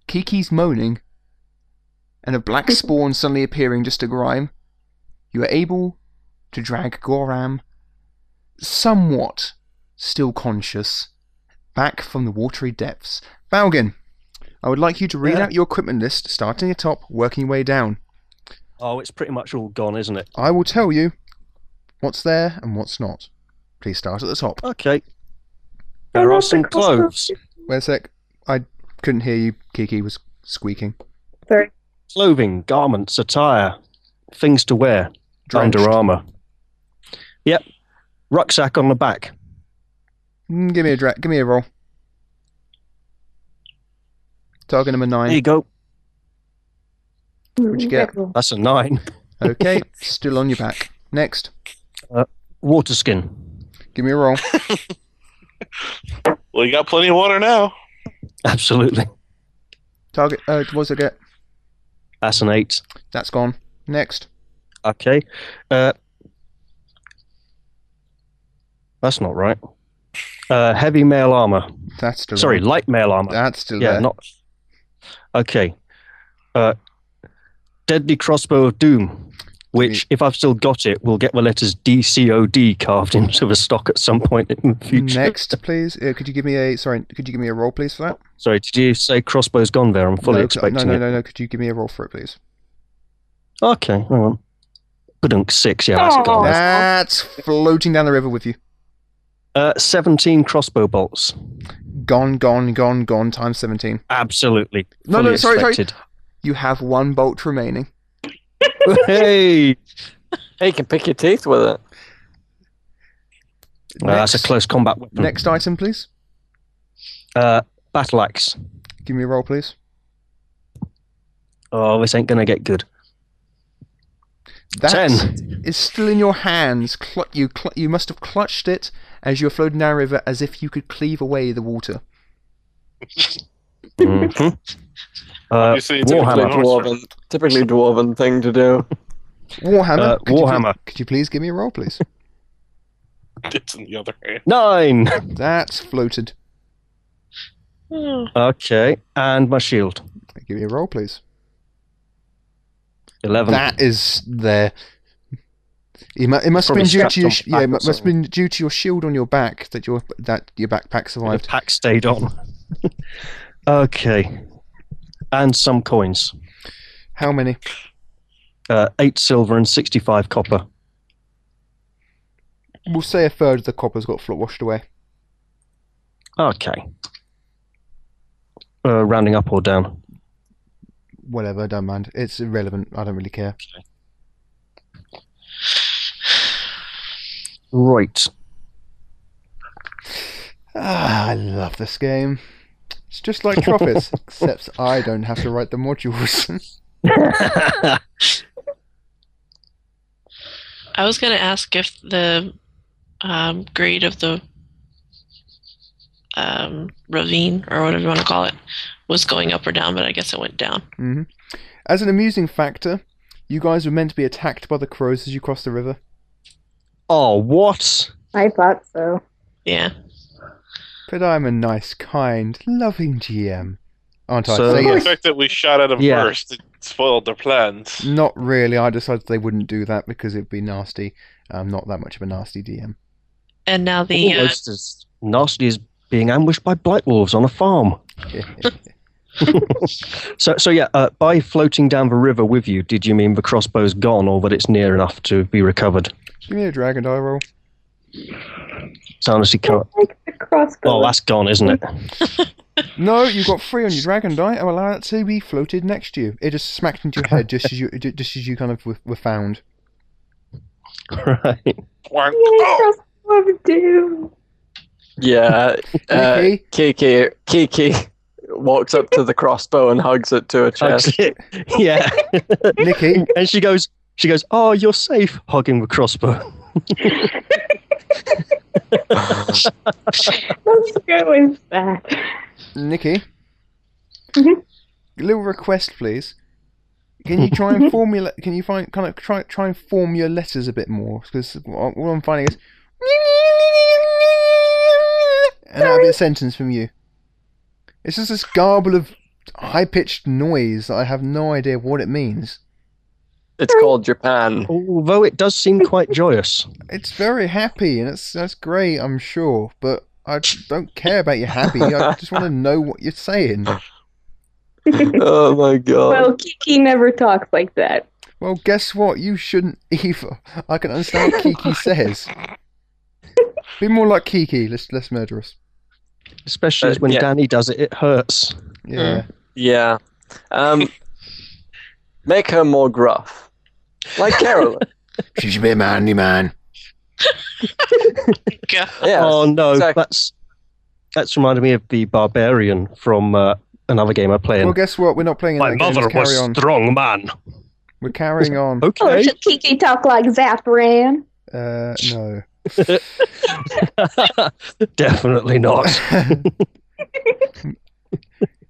Speaker 7: Kiki's moaning, and a black spawn suddenly appearing just to grime, you are able to drag Goram, somewhat still conscious, back from the watery depths. Balgin, I would like you to read
Speaker 1: Yeah.
Speaker 7: out your equipment list, starting at top, working your way down.
Speaker 1: Oh, it's pretty much all gone, isn't it?
Speaker 7: I will tell you what's there and what's not. Please start at the top.
Speaker 1: Okay. There are some clothes.
Speaker 7: Wait a sec. I couldn't hear you. Kiki was squeaking.
Speaker 6: Sorry.
Speaker 1: Clothing, garments, attire, things to wear,
Speaker 7: Drenched.
Speaker 1: under armour. Yep. Rucksack on the back.
Speaker 7: Mm, give me a dra- give me a roll. Target number
Speaker 1: [LAUGHS] There you
Speaker 7: nine.
Speaker 1: go.
Speaker 7: What'd you get?
Speaker 1: That's a nine.
Speaker 7: Okay, still on your back. Next,
Speaker 1: Water skin. [LAUGHS]
Speaker 7: give me a roll.
Speaker 5: "Ah, Well, you got plenty of water now.
Speaker 1: Absolutely.
Speaker 7: Target. Uh, what does it get?
Speaker 1: That's an eight.
Speaker 7: That's gone. Next.
Speaker 1: Okay. Uh, that's not right. Uh, heavy mail armor.
Speaker 7: That's still
Speaker 1: Sorry,
Speaker 7: There.
Speaker 1: light mail armor.
Speaker 7: That's still
Speaker 1: yeah,
Speaker 7: there.
Speaker 1: not. Okay. Uh, Deadly Crossbow of Doom, which, if I've still got it, will get the letters DCOD carved [LAUGHS] into the stock at some point in the future.
Speaker 7: Next, please. Uh, could you give me a sorry? Could you give me a roll, please, for that?
Speaker 1: [LAUGHS] Sorry, did you say Crossbow's gone there? I'm fully
Speaker 7: no,
Speaker 1: expecting
Speaker 7: no, no,
Speaker 1: it.
Speaker 7: no, no. Could you give me a roll for it, please?
Speaker 1: Okay, hang on. Badunk six, yeah, that's
Speaker 6: Oh.
Speaker 1: gone. there.
Speaker 7: That's floating down the river with you.
Speaker 1: Uh, 17 crossbow bolts.
Speaker 7: Gone, gone, gone, gone. Times seventeen.
Speaker 1: Absolutely.
Speaker 7: No,
Speaker 1: fully
Speaker 7: no, sorry, sorry.
Speaker 1: expected. [LAUGHS]
Speaker 7: You have one bolt remaining.
Speaker 1: hey!
Speaker 3: Hey, you can pick your teeth with it.
Speaker 1: Uh, that's a close combat weapon.
Speaker 7: Next item, please.
Speaker 1: Uh, battle axe.
Speaker 7: Give me a roll, please.
Speaker 1: Oh, this ain't gonna get
Speaker 7: [LAUGHS]
Speaker 1: good.
Speaker 7: That
Speaker 1: Ten.
Speaker 7: is still in your hands. Cl- you, cl- you must have clutched it as you were floating down the river, as if you could cleave away the water.
Speaker 1: Mhm. Uh,
Speaker 5: Obviously, it's a
Speaker 1: Warhammer.
Speaker 5: complete monster.
Speaker 3: Dwarven, typically dwarven thing to
Speaker 1: [LAUGHS]
Speaker 3: do.
Speaker 7: Warhammer.
Speaker 1: Uh,
Speaker 7: could you pl-
Speaker 1: Warhammer.
Speaker 7: could you please give me a roll, please?
Speaker 5: [LAUGHS]
Speaker 7: [LAUGHS]
Speaker 5: It's in the other hand.
Speaker 1: nine! [LAUGHS]
Speaker 7: That's floated.
Speaker 4: Hmm.
Speaker 1: Okay, and my shield.
Speaker 7: Give me a roll, please.
Speaker 1: 11.
Speaker 7: That is there. It, mu- it must have
Speaker 1: Probably
Speaker 7: been due
Speaker 1: strapped
Speaker 7: to your
Speaker 1: onto
Speaker 7: sh-
Speaker 1: the
Speaker 7: yeah,
Speaker 1: back or
Speaker 7: it mu- must have
Speaker 1: something.
Speaker 7: been due to your shield on your back that your that your backpack
Speaker 1: The
Speaker 7: survived.
Speaker 1: pack stayed on. [LAUGHS] okay. And some coins.
Speaker 7: How many?
Speaker 1: Uh, eight silver and 65 copper.
Speaker 7: We'll say a third of the copper's got flo- washed away.
Speaker 1: Okay. Uh, rounding up or down?
Speaker 7: Whatever, don't mind. It's irrelevant. I don't really care.
Speaker 1: Right. [LAUGHS]
Speaker 7: Ah, I love this game. It's just like
Speaker 1: [LAUGHS]
Speaker 7: Trophis, except I don't have to write the modules. [LAUGHS]
Speaker 4: I was going to ask if the um, grade of the um, ravine, or whatever you want to call it, was going up or down, but I guess it went down.
Speaker 7: hmm As an amusing factor, you guys were meant to be attacked by the crows as you crossed the river.
Speaker 1: oh, what?
Speaker 6: I thought so.
Speaker 4: Yeah.
Speaker 7: But I'm a nice, kind, loving GM, aren't I?
Speaker 1: So-
Speaker 7: So,
Speaker 5: The
Speaker 7: yes.
Speaker 5: fact that we shot at them
Speaker 1: Yeah. Mm.
Speaker 5: first it spoiled their plans.
Speaker 7: Not really. I decided they wouldn't do that because it'd be nasty. I'm not that much of a nasty DM.
Speaker 4: And now the uh,
Speaker 1: Almost as nasty as being ambushed by blight wolves on a farm. So, so yeah, uh, by floating down the river with you, did you mean the crossbow's gone or that it's near enough to be recovered?
Speaker 7: Give me a dragon die roll.
Speaker 1: So honestly can't.
Speaker 6: Like the crossbow.
Speaker 1: Oh, that's gone, isn't
Speaker 3: [LAUGHS]
Speaker 1: it? [LAUGHS]
Speaker 7: No, you got three on your dragon die. and allow it to be floated next to you. It just smacked into your head just as you [LAUGHS] ju- just as you kind of were, were found.
Speaker 1: right.
Speaker 5: Wonk.
Speaker 6: Yay,
Speaker 5: Oh,
Speaker 6: crossbow of doom.
Speaker 3: Yeah. Uh,
Speaker 7: Nikki,
Speaker 3: Kiki, Kiki walks up to the crossbow and hugs it to her chest.
Speaker 1: Actually, [LAUGHS]
Speaker 3: [LAUGHS]
Speaker 1: yeah.
Speaker 7: Nikki,
Speaker 1: and she goes, she goes, oh, you're safe, hugging the crossbow.
Speaker 6: Let's go with
Speaker 1: [LAUGHS]
Speaker 6: that.
Speaker 7: Nikki.
Speaker 6: Mhm.
Speaker 7: Little request, please. Can you try and formulate? Can you find kind of try try and form your letters a bit more? Because all I'm finding is, and that'll be a sentence from you. It's just this garble of high pitched noise that I have no idea what it means.
Speaker 3: It's called Japan.
Speaker 1: Although it does seem
Speaker 3: [LAUGHS]
Speaker 1: quite joyous.
Speaker 7: It's very happy, and it's that's great, I'm sure. But I don't care about your happy. I just want to know what you're saying.
Speaker 3: Oh my god.
Speaker 6: Well, Kiki never talks like that.
Speaker 7: Well, guess what? You shouldn't [LAUGHS] either. I can understand what
Speaker 1: [LAUGHS]
Speaker 7: Kiki says. Be more like Kiki, less less murderous.
Speaker 1: Especially
Speaker 3: Uh,
Speaker 1: when
Speaker 3: yeah.
Speaker 1: Danny does it, it hurts.
Speaker 7: Yeah.
Speaker 3: Yeah. Um, make her more gruff. Like Carolyn.
Speaker 7: She should be a manly man.
Speaker 4: [LAUGHS] God.
Speaker 3: Yeah.
Speaker 1: oh no,
Speaker 3: exactly.
Speaker 1: that's that's reminded me of the barbarian from uh, another game I play. in.
Speaker 7: Well, guess what? We're not playing
Speaker 1: Um, My
Speaker 7: that game.
Speaker 1: mother
Speaker 7: Let's carry
Speaker 1: was
Speaker 7: on.
Speaker 1: strong man.
Speaker 3: Oh,
Speaker 1: Oh,
Speaker 7: We're carrying on.
Speaker 1: Okay. Oh.
Speaker 6: Kiki talk like Zathran?
Speaker 7: Uh, no.
Speaker 1: [LAUGHS]
Speaker 7: [LAUGHS]
Speaker 1: Definitely
Speaker 7: [LAUGHS]
Speaker 1: not.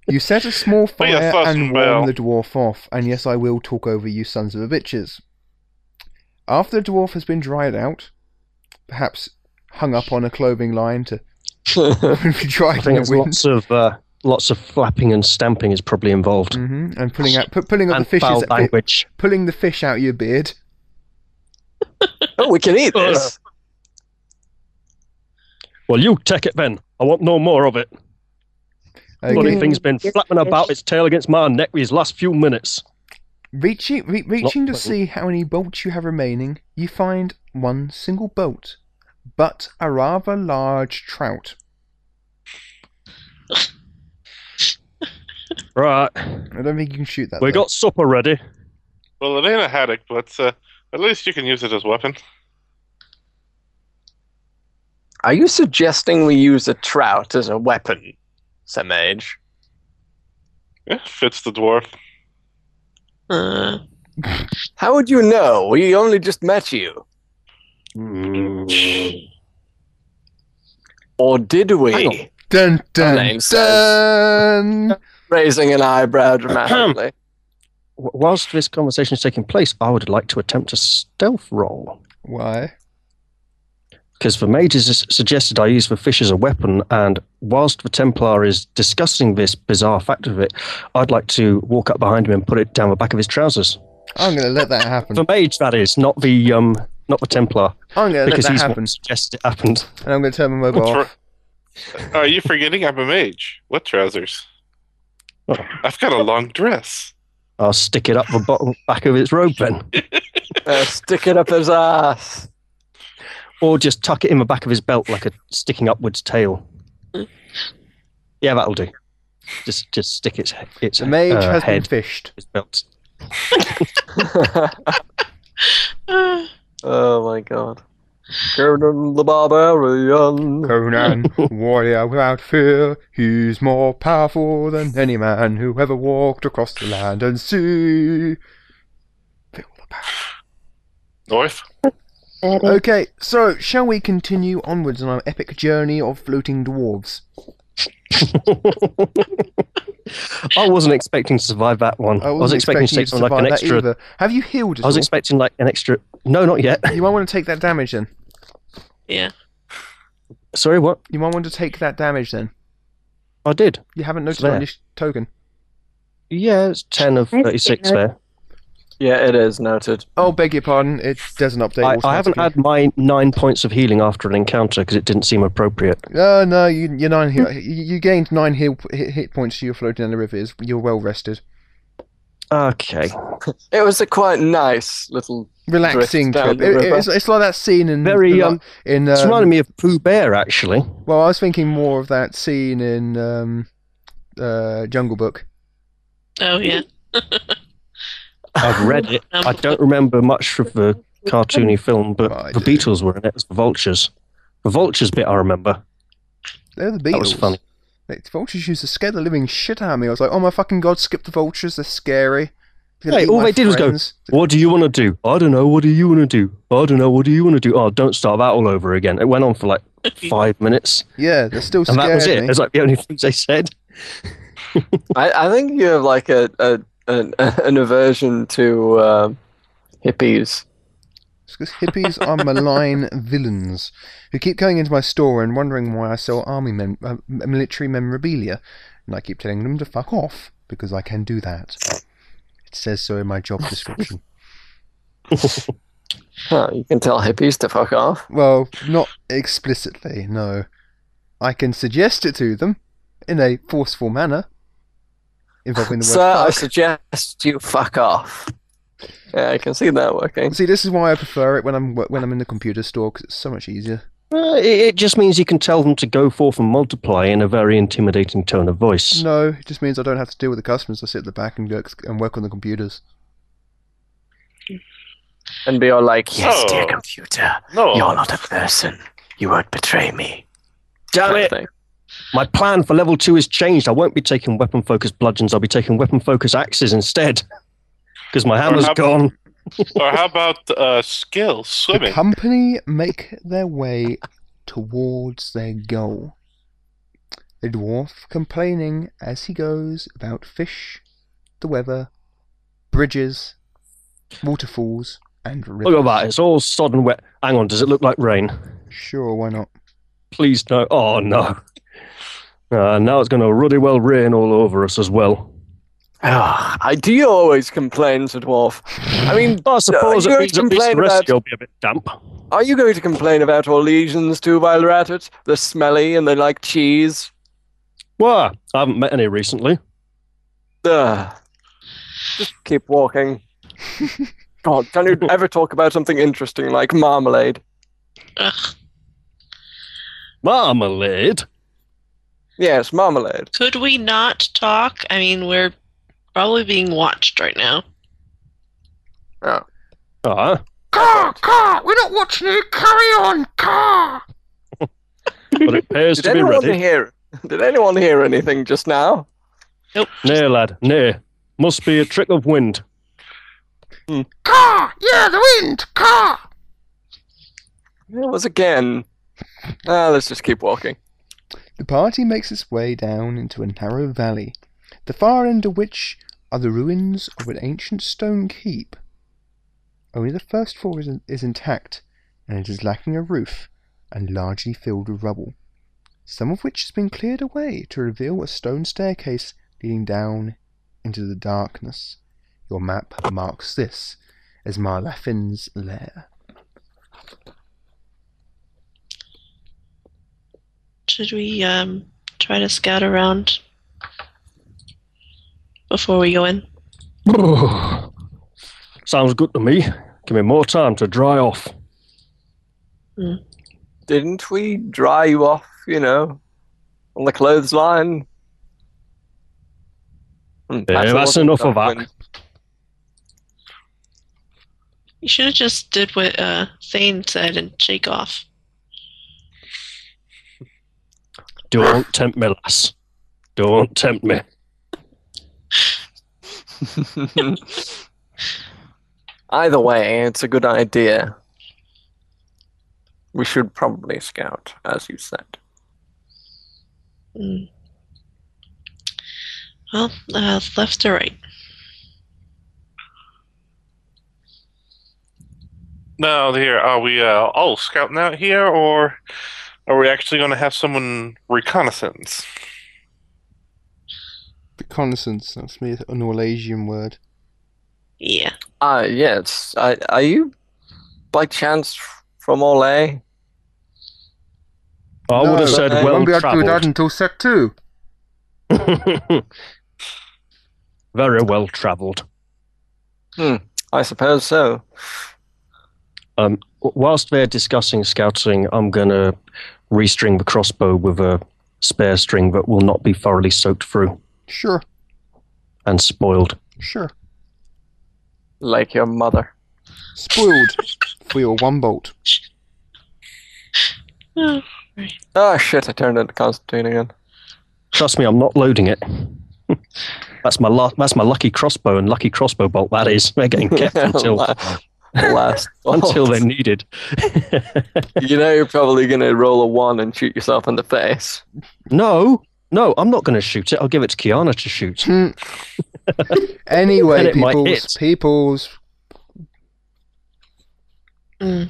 Speaker 7: You set
Speaker 1: [LAUGHS]
Speaker 7: a small
Speaker 5: Well, yeah,
Speaker 7: fire
Speaker 5: first
Speaker 7: and
Speaker 5: of all-
Speaker 7: warm the dwarf off, and yes, I will talk over you sons of a bitches. After the dwarf has been dried out, perhaps hung up on a clothing line [LAUGHS] to be
Speaker 1: I
Speaker 7: dried
Speaker 1: think
Speaker 7: in [LAUGHS] the
Speaker 1: it's
Speaker 7: wind,
Speaker 1: lots of uh, lots of flapping and stamping is probably involved,
Speaker 7: hmm and pulling out, pu- pulling up the
Speaker 1: and
Speaker 7: fishes,
Speaker 1: foul language.
Speaker 7: pulling the fish out of your beard.
Speaker 3: Oh, we can eat this.
Speaker 1: Well, you take it then. I want no more of it. Bloody
Speaker 6: Okay.
Speaker 1: thing's been
Speaker 6: Your
Speaker 1: flapping about
Speaker 6: fish.
Speaker 1: its tail against my neck these last few minutes.
Speaker 7: Reaching, re- reaching to
Speaker 1: pleasant.
Speaker 7: see how many bolts you have remaining, you find one single bolt, but a rather large trout.
Speaker 1: Right,
Speaker 7: I don't think you can shoot that.
Speaker 1: we
Speaker 7: though.
Speaker 1: got supper ready.
Speaker 5: Well, it ain't a haddock, but uh, at least you can use it as a weapon.
Speaker 3: Are you suggesting we use a trout as a weapon, Sir Mage?
Speaker 5: Yeah, fits the dwarf.
Speaker 4: Uh,
Speaker 3: How would you know? We only just met you. Or did
Speaker 1: Hang
Speaker 3: we?
Speaker 1: on.
Speaker 7: Dun dun
Speaker 3: name
Speaker 7: dun.
Speaker 3: Raising an eyebrow dramatically.
Speaker 1: W- Whilst this conversation is taking place, I would like to attempt a stealth roll.
Speaker 7: Why?
Speaker 1: Because the mage has s- suggested I use the fish as a weapon, and whilst the Templar is discussing this bizarre fact of it, I'd like to walk up behind him and put it down the back of his trousers.
Speaker 7: I'm gonna let that happen.
Speaker 1: The mage, that is, not the um, not the Templar,
Speaker 7: I'm gonna let
Speaker 1: because
Speaker 7: that
Speaker 1: he's the one
Speaker 7: happen,
Speaker 1: who suggested it happened.
Speaker 7: and I'm gonna turn my mobile
Speaker 5: What
Speaker 7: off.
Speaker 5: tr- Are you forgetting I'm a mage? What trousers?
Speaker 1: Oh.
Speaker 5: I've got a long dress.
Speaker 1: I'll stick it up the bottom back of its robe then,
Speaker 3: Uh, stick it up his ass. [LAUGHS]
Speaker 1: or just tuck it in the back of his belt like a sticking upwards tail. Yeah, that'll do. Just, just stick its its
Speaker 7: The mage
Speaker 1: uh,
Speaker 7: has been
Speaker 1: head
Speaker 7: fished.
Speaker 1: in his belt. [LAUGHS]
Speaker 4: uh,
Speaker 3: oh my god. Conan the Barbarian.
Speaker 1: [LAUGHS]
Speaker 7: Conan, warrior without fear, he's more powerful than any man who ever walked across the land and sea. Feel the power.
Speaker 5: North?
Speaker 6: That
Speaker 1: Oh,
Speaker 6: is-
Speaker 7: Okay, so shall we continue onwards on our epic journey of floating dwarves?
Speaker 1: I wasn't expecting to survive that one. I, was expecting, to take
Speaker 7: you
Speaker 1: something like an
Speaker 7: survive that
Speaker 1: extra.
Speaker 7: either. Have you healed? At
Speaker 1: I was
Speaker 7: all?
Speaker 1: expecting like an extra. No, not yet. [LAUGHS]
Speaker 7: [COUGHS] you might want to take that damage then.
Speaker 4: yeah.
Speaker 1: Sorry, what?
Speaker 7: You might want to take that damage then.
Speaker 1: I did.
Speaker 7: You haven't noticed
Speaker 1: there.
Speaker 7: on your sh- token.
Speaker 1: Yeah, it's ten of
Speaker 6: I see
Speaker 1: thirty-six
Speaker 6: that.
Speaker 1: there.
Speaker 3: Yeah, it is noted.
Speaker 7: Oh, beg your pardon. It doesn't update.
Speaker 1: I, I haven't
Speaker 7: automatically.
Speaker 1: had my nine points of healing after an encounter because it didn't seem appropriate.
Speaker 7: Oh no, you, you're nine heal. You you gained nine heal hit, hit points. to your floating down the river. Is you're well rested,
Speaker 1: Okay.
Speaker 3: It was a quite nice little.
Speaker 7: relaxing
Speaker 3: Drift down
Speaker 7: trip.
Speaker 3: the
Speaker 7: It-
Speaker 3: river.
Speaker 7: it's, it's like that scene in
Speaker 1: Very,
Speaker 7: in,
Speaker 1: um,
Speaker 7: in
Speaker 1: It's reminding
Speaker 7: um,
Speaker 1: me of Pooh Bear actually.
Speaker 7: well, I was thinking more of that scene in um, uh, Jungle Book.
Speaker 4: Oh yeah. Um,
Speaker 1: I've read it. I don't remember much of the cartoony film, but
Speaker 7: I
Speaker 1: the
Speaker 7: do.
Speaker 1: Beatles were in it. It was the Vultures. The Vultures bit I remember.
Speaker 7: They're the Beatles.
Speaker 1: That was funny.
Speaker 7: The vultures used to scare the living shit out of me. I was like, oh my fucking god, skip the vultures. They're scary. They're gonna
Speaker 1: Hey,
Speaker 7: eat
Speaker 1: all
Speaker 7: my
Speaker 1: they did was go,
Speaker 7: friends."
Speaker 1: What do you want to do? I don't know. What do you want to do? I don't know. What do you want to do? Oh, don't start that all over again. It went on for like five minutes,
Speaker 7: Yeah, they're still
Speaker 1: [LAUGHS] and
Speaker 7: scared.
Speaker 1: that was it.
Speaker 7: me.
Speaker 1: It was like the only things they said.
Speaker 3: I, I think you have like a, a [LAUGHS] an, an aversion to uh, hippies.
Speaker 7: It's 'cause hippies are malign [LAUGHS] villains who keep going into my store and wondering why I sell army men- uh, m- military memorabilia, and I keep telling them to fuck off because I can do that. It says so in my job description.
Speaker 3: Huh, you can tell hippies to fuck off.
Speaker 7: well, not explicitly, no. I can suggest it to them in a forceful manner involving the word
Speaker 3: Sir, I
Speaker 7: fuck.
Speaker 3: suggest you fuck off. Yeah, I can see that working.
Speaker 7: See, this is why I prefer it when I'm when I'm in the computer store because it's so much easier.
Speaker 1: Uh, it, it just means you can tell them to go forth and multiply in a very intimidating tone of voice.
Speaker 7: No, it just means I don't have to deal with the customers. I sit at the back and work and work on the computers.
Speaker 3: And be all like, yes,
Speaker 5: So-
Speaker 1: Oh.
Speaker 3: dear computer,
Speaker 5: No.
Speaker 3: you're not a person. You won't betray me.
Speaker 1: Damn
Speaker 3: Kind of
Speaker 1: it!
Speaker 3: thing.
Speaker 1: My plan for level two has changed. I won't be taking weapon focused bludgeons. I'll be taking weapon focused axes instead. Because my hammer's
Speaker 5: how-
Speaker 1: gone.
Speaker 5: or how about uh, skill
Speaker 7: The
Speaker 5: swimming?
Speaker 7: company make their way towards their goal. The dwarf complaining as he goes about fish, the weather, bridges, waterfalls, and rivers.
Speaker 1: Look at that. It's all sodden wet. Hang on. Does it look like rain?
Speaker 7: Sure, why not?
Speaker 1: Please no. Oh, no. Uh, now it's going to ruddy well rain all over us as well.
Speaker 3: Ah, I do you always complain, Sir Dwarf? I mean,
Speaker 1: I suppose
Speaker 3: you
Speaker 1: it means at least
Speaker 3: complain
Speaker 1: the rest
Speaker 3: about-
Speaker 1: will be a bit damp.
Speaker 3: are you going to complain about our legions too while we're at it? They're smelly and they like cheese.
Speaker 1: Well, I haven't met any recently.
Speaker 3: Ugh. Just
Speaker 1: [LAUGHS]
Speaker 3: keep walking. God, can you ever talk about something interesting like marmalade?
Speaker 4: Ugh.
Speaker 1: Marmalade.
Speaker 3: Yes, marmalade.
Speaker 4: Could we not talk? I mean, we're probably being watched right now.
Speaker 1: Ah,
Speaker 7: Car, car, we're not watching you. Carry on, car.
Speaker 1: but
Speaker 3: [LAUGHS]
Speaker 1: it appears
Speaker 3: Did
Speaker 1: to be
Speaker 3: anyone
Speaker 1: ready.
Speaker 3: hear? Did anyone hear anything just now?
Speaker 1: Nay, lad, nay. Must be a trick of wind.
Speaker 7: Car, yeah, the wind, car.
Speaker 3: It was again. Ah, let's just keep walking.
Speaker 7: The party makes its way down into a narrow valley, the far end of which are the ruins of an ancient stone keep. Only the first floor is, is intact, and it is lacking a roof and largely filled with rubble, some of which has been cleared away to reveal a stone staircase leading down into the darkness. Your map marks this as Marlaffin's lair.
Speaker 4: Should we um, try to scout around before we go in?
Speaker 1: [SIGHS] Sounds good to me. Give me more time to dry off.
Speaker 3: Didn't we dry you off? You know, on the clothesline. Hmm, perhaps it
Speaker 1: Eh, that's
Speaker 3: wasn't
Speaker 1: enough of
Speaker 3: dark
Speaker 1: that.
Speaker 4: You should have just did what uh, Thane said and shake off.
Speaker 1: Don't tempt me, lass. Don't tempt me.
Speaker 3: wind. [LAUGHS] Either way, it's a good idea. We should probably scout, as you said.
Speaker 4: Mm. Well, uh, left to right.
Speaker 5: No, here are we uh, all scouting out here, or are we actually going to have someone reconnaissance?
Speaker 7: Reconnaissance, that's me, an Orlasian word.
Speaker 4: Yeah.
Speaker 3: Uh, yes. I, are you by chance from Olay?
Speaker 1: I would have
Speaker 7: uh,
Speaker 1: said
Speaker 3: I
Speaker 1: well
Speaker 3: won't
Speaker 1: travelled.
Speaker 7: until set two.
Speaker 1: [LAUGHS] Very well travelled.
Speaker 3: I suppose so.
Speaker 1: Um, w- whilst they're discussing scouting, I'm going to restring the crossbow with a spare string that will not be thoroughly soaked through
Speaker 7: Sure,
Speaker 1: and spoiled.
Speaker 7: sure.
Speaker 3: Like your mother.
Speaker 7: Spoiled for your one bolt.
Speaker 4: Oh,
Speaker 3: Oh shit, I turned into
Speaker 1: [LAUGHS]
Speaker 3: Constantine again.
Speaker 1: Trust me, I'm not loading it. [LAUGHS] that's my la- that's my lucky crossbow and lucky crossbow bolt. That is, they're getting
Speaker 3: [LAUGHS]
Speaker 1: kept until
Speaker 3: La- last
Speaker 1: [LAUGHS] until
Speaker 3: bolt.
Speaker 1: they're needed.
Speaker 3: [LAUGHS] You know you're probably gonna roll a one and shoot yourself in the face.
Speaker 1: no, no, I'm not going to shoot it. I'll give it to Kiana to shoot. Then
Speaker 7: Anyway,
Speaker 1: it might
Speaker 7: peoples,
Speaker 1: hit.
Speaker 7: peoples.
Speaker 4: mm.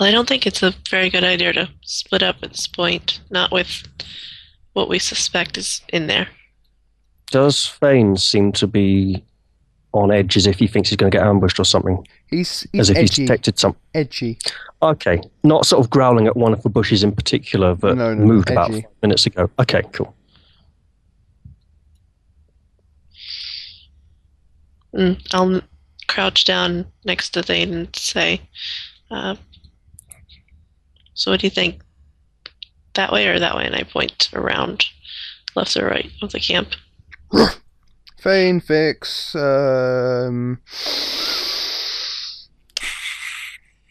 Speaker 4: Well, I don't think it's a very good idea to split up at this point, not with what we suspect is in there.
Speaker 1: Does Fane seem to be on edge as if he thinks he's going to get ambushed or something,
Speaker 7: He's,
Speaker 1: as
Speaker 7: he's
Speaker 1: if he's
Speaker 7: edgy,
Speaker 1: detected something?
Speaker 7: edgy.
Speaker 1: Okay, not sort of growling at one of the bushes in particular that
Speaker 7: No, no,
Speaker 1: moved about
Speaker 7: edgy.
Speaker 1: five minutes ago. Okay, cool.
Speaker 4: Mm. I'll crouch down next to Thane and say, uh, So, what do you think? That way or that way? And I point around left or right of the camp.
Speaker 7: Fane, fix, um...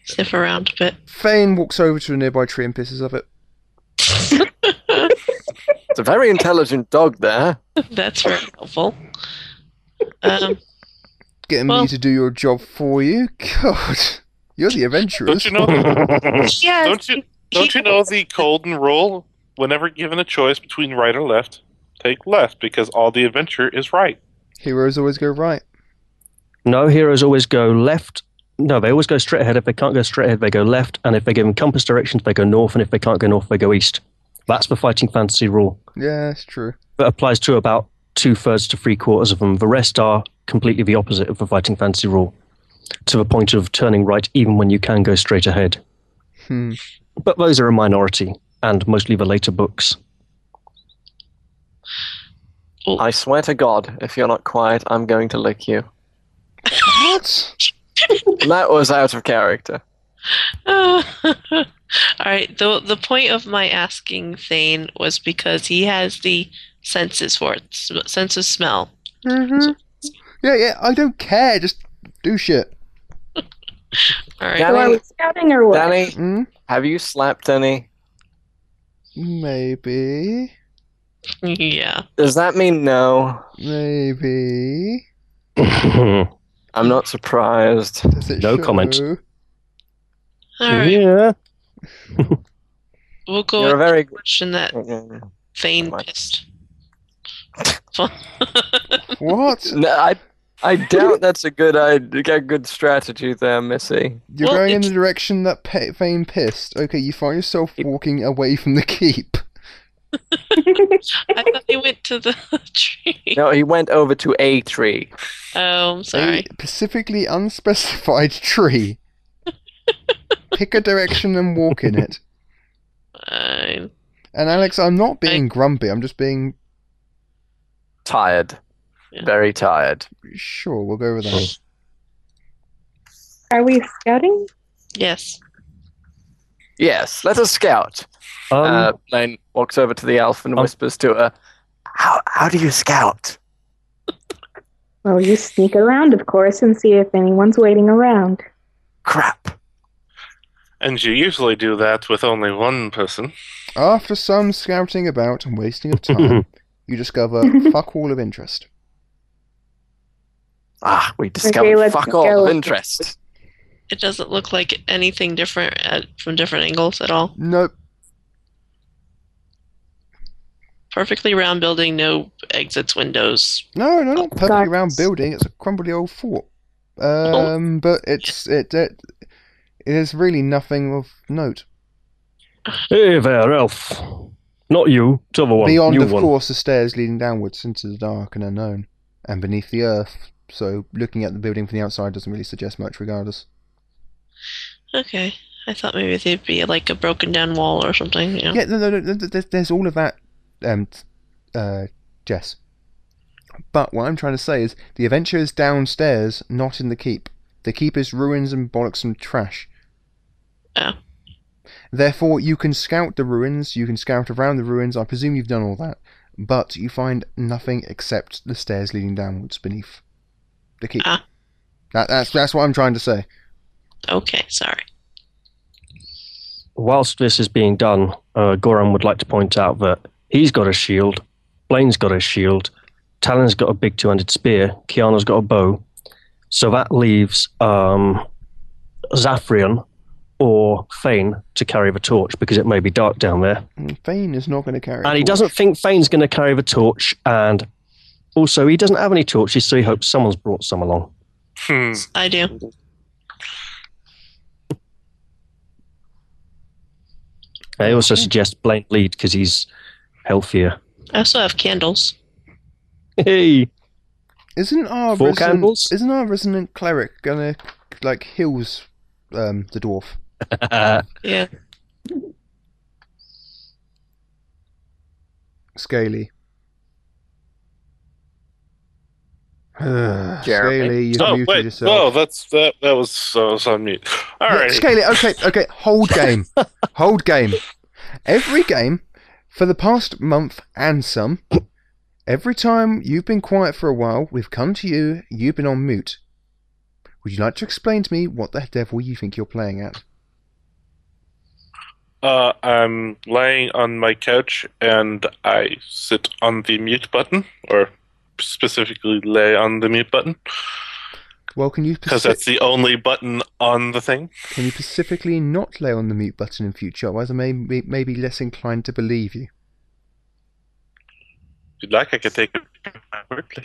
Speaker 4: Sniff around a bit.
Speaker 7: Fane walks over to a nearby tree and pisses of it.
Speaker 4: [LAUGHS]
Speaker 3: It's a very intelligent dog there. [LAUGHS]
Speaker 4: That's very helpful. Um,
Speaker 7: getting
Speaker 4: Well-
Speaker 7: me to do your job for you. [LAUGHS] God, you're the adventurers.
Speaker 5: Don't you know? The,
Speaker 4: [LAUGHS] Yeah.
Speaker 5: don't you? Don't you know the golden rule? Whenever given a choice between right or left, take left because all the adventure is right.
Speaker 7: Heroes always go right.
Speaker 1: No, heroes always go left. No, they always go straight ahead. If they can't go straight ahead, they go left. And if they're given compass directions, they go north. And if they can't go north, they go east. That's the fighting fantasy rule.
Speaker 7: Yeah, it's true.
Speaker 1: That applies to about two thirds to three quarters of them. The rest are completely the opposite of the fighting fantasy rule, to the point of turning right even when you can go straight ahead.
Speaker 7: Hmm.
Speaker 1: But those are a minority, and mostly the
Speaker 4: [LAUGHS]
Speaker 1: later books.
Speaker 3: I swear to God, if you're not quiet, I'm going to lick you.
Speaker 7: What?
Speaker 3: That was out of character.
Speaker 4: [LAUGHS] All right. The the point of my asking Thane was because he has the senses for it, s- sense of smell.
Speaker 7: Mhm. Yeah, yeah. I don't care. Just do shit.
Speaker 4: All right.
Speaker 3: Yeah.
Speaker 6: So are we scouting or what?
Speaker 3: Danny,
Speaker 7: Hmm?
Speaker 3: have you slapped any?
Speaker 7: Maybe.
Speaker 4: yeah.
Speaker 3: Does that mean no?
Speaker 7: Maybe.
Speaker 1: yeah.
Speaker 3: I'm not surprised.
Speaker 7: Does it
Speaker 1: No comment.
Speaker 7: show?
Speaker 4: All right. We'll go
Speaker 3: Mm-hmm. You're a
Speaker 4: with
Speaker 3: very.
Speaker 4: the question that
Speaker 3: No,
Speaker 4: Thane
Speaker 3: Right.
Speaker 4: pissed.
Speaker 7: What?
Speaker 3: I, I doubt [LAUGHS] that's a good idea, a good strategy there, Missy.
Speaker 7: You're
Speaker 4: Well,
Speaker 7: going in
Speaker 4: it's-
Speaker 7: the direction that Pe- Fane pissed. Okay, you find yourself walking away from
Speaker 4: [LAUGHS]
Speaker 7: the keep.
Speaker 4: I thought they went to the [LAUGHS] tree.
Speaker 3: No, he went over to a tree.
Speaker 4: Oh, I'm sorry.
Speaker 7: A specifically unspecified [LAUGHS] tree. Pick a direction and walk in it.
Speaker 4: Fine.
Speaker 7: And Alex, I'm not being grumpy. I'm just being
Speaker 3: Tired,
Speaker 4: Yeah.
Speaker 3: very tired.
Speaker 7: sure. We'll go with that.
Speaker 6: [LAUGHS] Are we scouting?
Speaker 4: Yes.
Speaker 3: Yes, let us scout.
Speaker 1: Um,
Speaker 3: uh, Blaine walks over to the elf and
Speaker 1: um,
Speaker 3: whispers to her, "How how do you scout?"
Speaker 6: Well, you sneak around, of course, and see if anyone's waiting around.
Speaker 3: Crap.
Speaker 5: And you usually do that with only one person.
Speaker 7: After some scouting about and wasting of time,
Speaker 4: [LAUGHS]
Speaker 7: you discover fuck all of interest.
Speaker 3: Ah, we
Speaker 6: Okay,
Speaker 3: discovered
Speaker 6: let's
Speaker 3: fuck
Speaker 6: go.
Speaker 3: all of interest.
Speaker 4: It doesn't look like anything different at, from different angles at all.
Speaker 7: Nope.
Speaker 4: Perfectly round building, no exits, windows.
Speaker 7: No, no, not perfectly
Speaker 6: Dark.
Speaker 7: round building. It's a crumbly old fort.
Speaker 4: Oh.
Speaker 7: Um, but it's it, it it is really nothing of note.
Speaker 1: Hey there, elf. Not you, t'other one.
Speaker 7: Beyond,
Speaker 1: new
Speaker 7: of
Speaker 1: one.
Speaker 7: course, the stairs leading downwards into the dark and unknown, and beneath the earth. So looking at the building from the outside doesn't really suggest much, regardless.
Speaker 4: Okay. I thought maybe there'd be like a broken down wall or something. You know.
Speaker 7: Yeah, no, no, no, no th- there's, there's all of that, um, t- uh, Jess. But what I'm trying to say is the adventure is downstairs, not in the keep. The keep is ruins and bollocks and trash.
Speaker 4: Oh.
Speaker 7: Therefore, you can scout the ruins, you can scout around the ruins, I presume you've done all that, but you find nothing except the stairs leading downwards beneath the keep.
Speaker 4: Ah.
Speaker 7: That, that's, that's what I'm trying to say.
Speaker 4: Okay. Sorry.
Speaker 1: Whilst this is being done, uh, Goran would like to point out that he's got a shield, Blaine's got a shield, Talon's got a big two-handed spear, Kiana's got a bow. So that leaves um, Zafrion or Fane to carry the torch because it may be dark down there.
Speaker 7: Fane is not going to carry
Speaker 1: And he doesn't think Fane's going to carry the torch, and also he doesn't have any torches, so he hopes someone's brought some along.
Speaker 5: Hmm.
Speaker 4: I do.
Speaker 1: I also suggest Blaine lead because he's healthier. [LAUGHS]
Speaker 4: I also have candles.
Speaker 1: Hey,
Speaker 7: Isn't our
Speaker 1: Four
Speaker 7: resident,
Speaker 1: candles?
Speaker 7: Isn't our resident cleric gonna like heals um, the dwarf?
Speaker 4: Yeah.
Speaker 7: Scaly. [SIGHS]
Speaker 3: Jeremy.
Speaker 7: Scaly, you've
Speaker 5: Oh
Speaker 7: muted
Speaker 5: wait, no,
Speaker 7: yourself.
Speaker 5: that's that. That was I was on mute. All
Speaker 7: Yeah,
Speaker 5: right.
Speaker 7: Scaly, okay, okay,
Speaker 5: [LAUGHS]
Speaker 7: hold game, hold game. Every game for the past month and some. Every time you've been quiet for a while, we've come to you. You've been on mute. Would you like to explain to me what the devil you think you're playing at?
Speaker 5: Uh, I'm laying on my couch and I sit on the mute button, or specifically lay on the mute button.
Speaker 7: Well, can you
Speaker 5: because that's
Speaker 1: [LAUGHS]
Speaker 5: the only button on the thing.
Speaker 7: Can you specifically not lay on the mute button in future? Otherwise, I may, may, may be less inclined to believe you.
Speaker 5: If you'd like, I could take it quickly.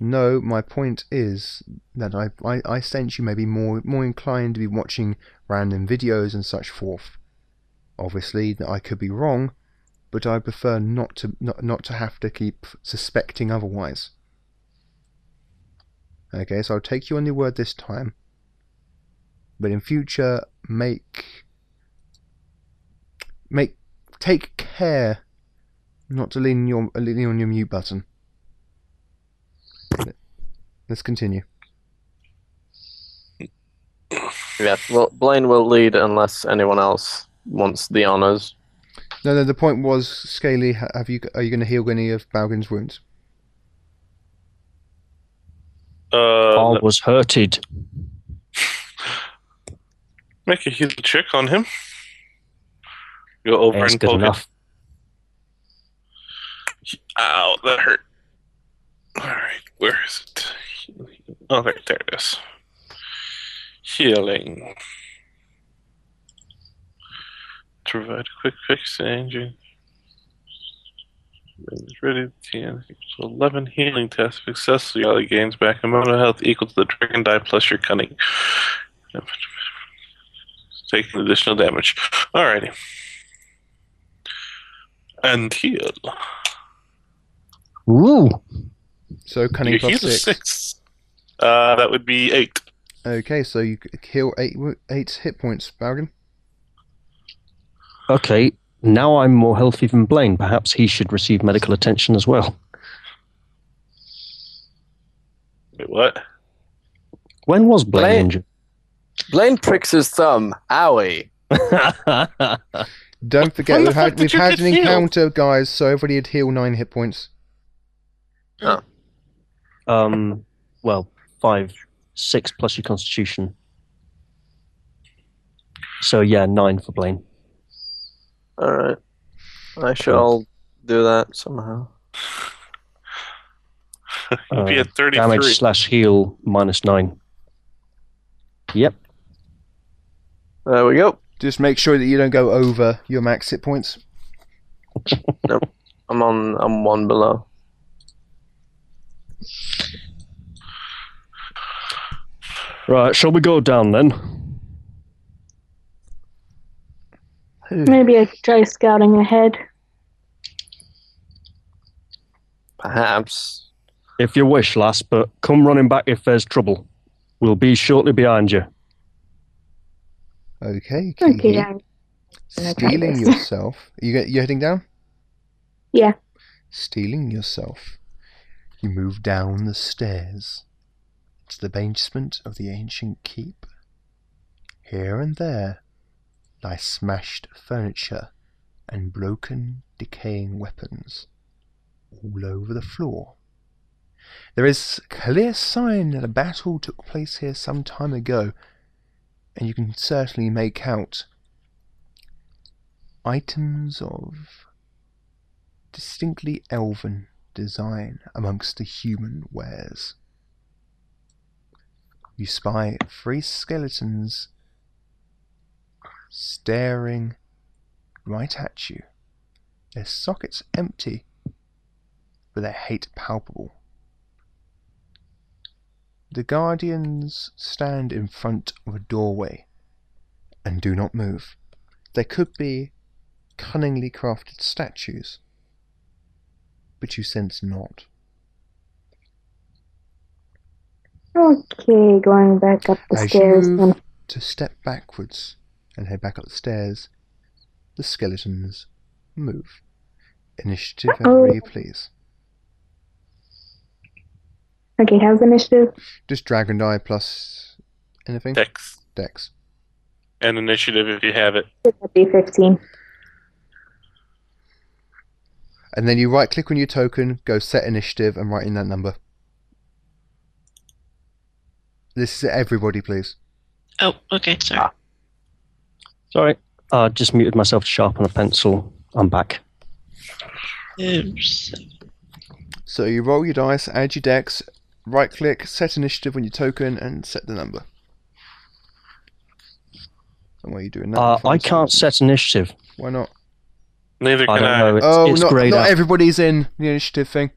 Speaker 7: No, my point is that I, I, I sense you may be more more inclined to be watching random videos and such forth. Obviously, that I could be wrong, but I prefer not to not, not to have to keep suspecting otherwise. Okay, so I'll take you on your word this time. But in future, make make take care not to lean your lean on your mute button. Let's continue.
Speaker 3: Yeah, well, Blaine will lead unless anyone else wants the honors.
Speaker 7: No, no. The point was, Scaly, ha- have you are you going to heal any of Balgin's wounds?
Speaker 5: Uh,
Speaker 1: Paul was hurted.
Speaker 5: make a heal check on him. Go over
Speaker 1: That's
Speaker 5: and
Speaker 1: good
Speaker 5: poke it.
Speaker 1: enough.
Speaker 5: Ow, that hurt. Alright, where is it? Oh, there, there it is. Healing. To provide a quick fix and engine. Is ready to so 11 healing tests successfully. All gains back a amount of health equal to the dragon die plus your cunning. Taking additional damage. Alrighty. And heal.
Speaker 1: Ooh.
Speaker 7: So cunning
Speaker 5: You
Speaker 7: plus
Speaker 5: heal
Speaker 7: six.
Speaker 5: six. Uh, that would be eight.
Speaker 7: Okay, so you c- heal eight wo- eight hit points, Balgin.
Speaker 1: Okay, now I'm more healthy than Blaine. Perhaps he should receive medical attention as well.
Speaker 5: Wait, what?
Speaker 1: When was Blaine,
Speaker 3: Blaine-
Speaker 1: injured?
Speaker 3: Blaine pricks his thumb. Owie.
Speaker 7: Don't forget
Speaker 5: the fuck
Speaker 7: we've had
Speaker 5: did
Speaker 7: we've
Speaker 5: you
Speaker 7: had
Speaker 5: get
Speaker 7: an
Speaker 5: healed?
Speaker 7: encounter, guys. So everybody had heal nine hit points.
Speaker 1: [LAUGHS] um, well, five, six plus your constitution. So yeah, nine for Blaine.
Speaker 3: All right. I shall do that somehow.
Speaker 5: You'd be
Speaker 1: Uh,
Speaker 5: at 33.
Speaker 1: Damage slash heal minus nine. Yep.
Speaker 3: There we go.
Speaker 7: Just make sure that you don't go over your max hit points.
Speaker 3: I'm on. I'm one below.
Speaker 1: Right, shall we go down then?
Speaker 6: Maybe I could try scouting ahead.
Speaker 3: Perhaps.
Speaker 1: If you wish, lass, but come running back if there's trouble. We'll be shortly behind you.
Speaker 7: Okay,
Speaker 6: Okay,
Speaker 7: Kihi.
Speaker 6: then. gonna try
Speaker 7: Stealing
Speaker 6: this.
Speaker 7: yourself. You get, you're heading down?
Speaker 6: Yeah.
Speaker 7: Stealing yourself. You move down the stairs to the basement of the ancient keep. Here and there lie smashed furniture and broken, decaying weapons all over the floor. There is clear sign that a battle took place here some time ago, and you can certainly make out items of distinctly elven design amongst the human wares. You spy three skeletons staring right at you, their sockets empty, but their hate palpable. The guardians stand in front of a doorway and do not move. They could be cunningly crafted statues, but you sense not.
Speaker 6: Okay, going back up the
Speaker 7: As
Speaker 6: stairs.
Speaker 7: you
Speaker 6: then.
Speaker 7: move to step backwards and head back up the stairs, the skeletons move. Initiative,
Speaker 6: Uh-oh.
Speaker 7: everybody, please.
Speaker 6: Okay, how's the initiative?
Speaker 7: Just drag and die plus anything.
Speaker 5: Dex
Speaker 7: Dex.
Speaker 5: and initiative if you have it.
Speaker 6: Should that be 15?
Speaker 7: And then you right click on your token, go set initiative, and write in that number. This is everybody, please.
Speaker 4: Oh, okay, sorry.
Speaker 3: Ah.
Speaker 1: Sorry. Uh, just muted myself to sharpen a pencil. I'm back.
Speaker 4: Oops.
Speaker 7: So you roll your dice, add your dex,
Speaker 2: Right click, set initiative on your token, and set the number. And why are you doing that?
Speaker 1: Uh,
Speaker 2: Before
Speaker 1: I
Speaker 2: say-
Speaker 1: can't set initiative.
Speaker 2: Why not?
Speaker 5: Neither
Speaker 1: I
Speaker 5: can
Speaker 1: don't
Speaker 5: I.
Speaker 1: know. It's,
Speaker 2: oh,
Speaker 1: it's
Speaker 2: not,
Speaker 1: grayed
Speaker 2: not
Speaker 1: out.
Speaker 2: everybody's in the initiative thing.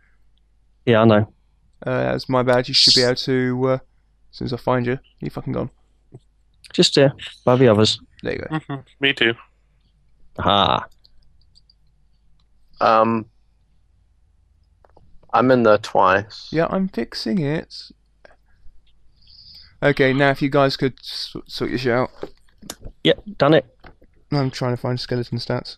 Speaker 1: yeah, I know.
Speaker 2: Uh, that's my bad. You should be able to. Uh, as soon as I find you, you fucking gone.
Speaker 1: Just yeah, by the others.
Speaker 2: There you go.
Speaker 5: Mhm, Me too.
Speaker 1: Ah,
Speaker 3: Um, I'm in there twice.
Speaker 2: Yeah, I'm fixing it. Okay, now if you guys could s- sort your shit out.
Speaker 1: yeah, done it.
Speaker 2: I'm trying to find skeleton stats.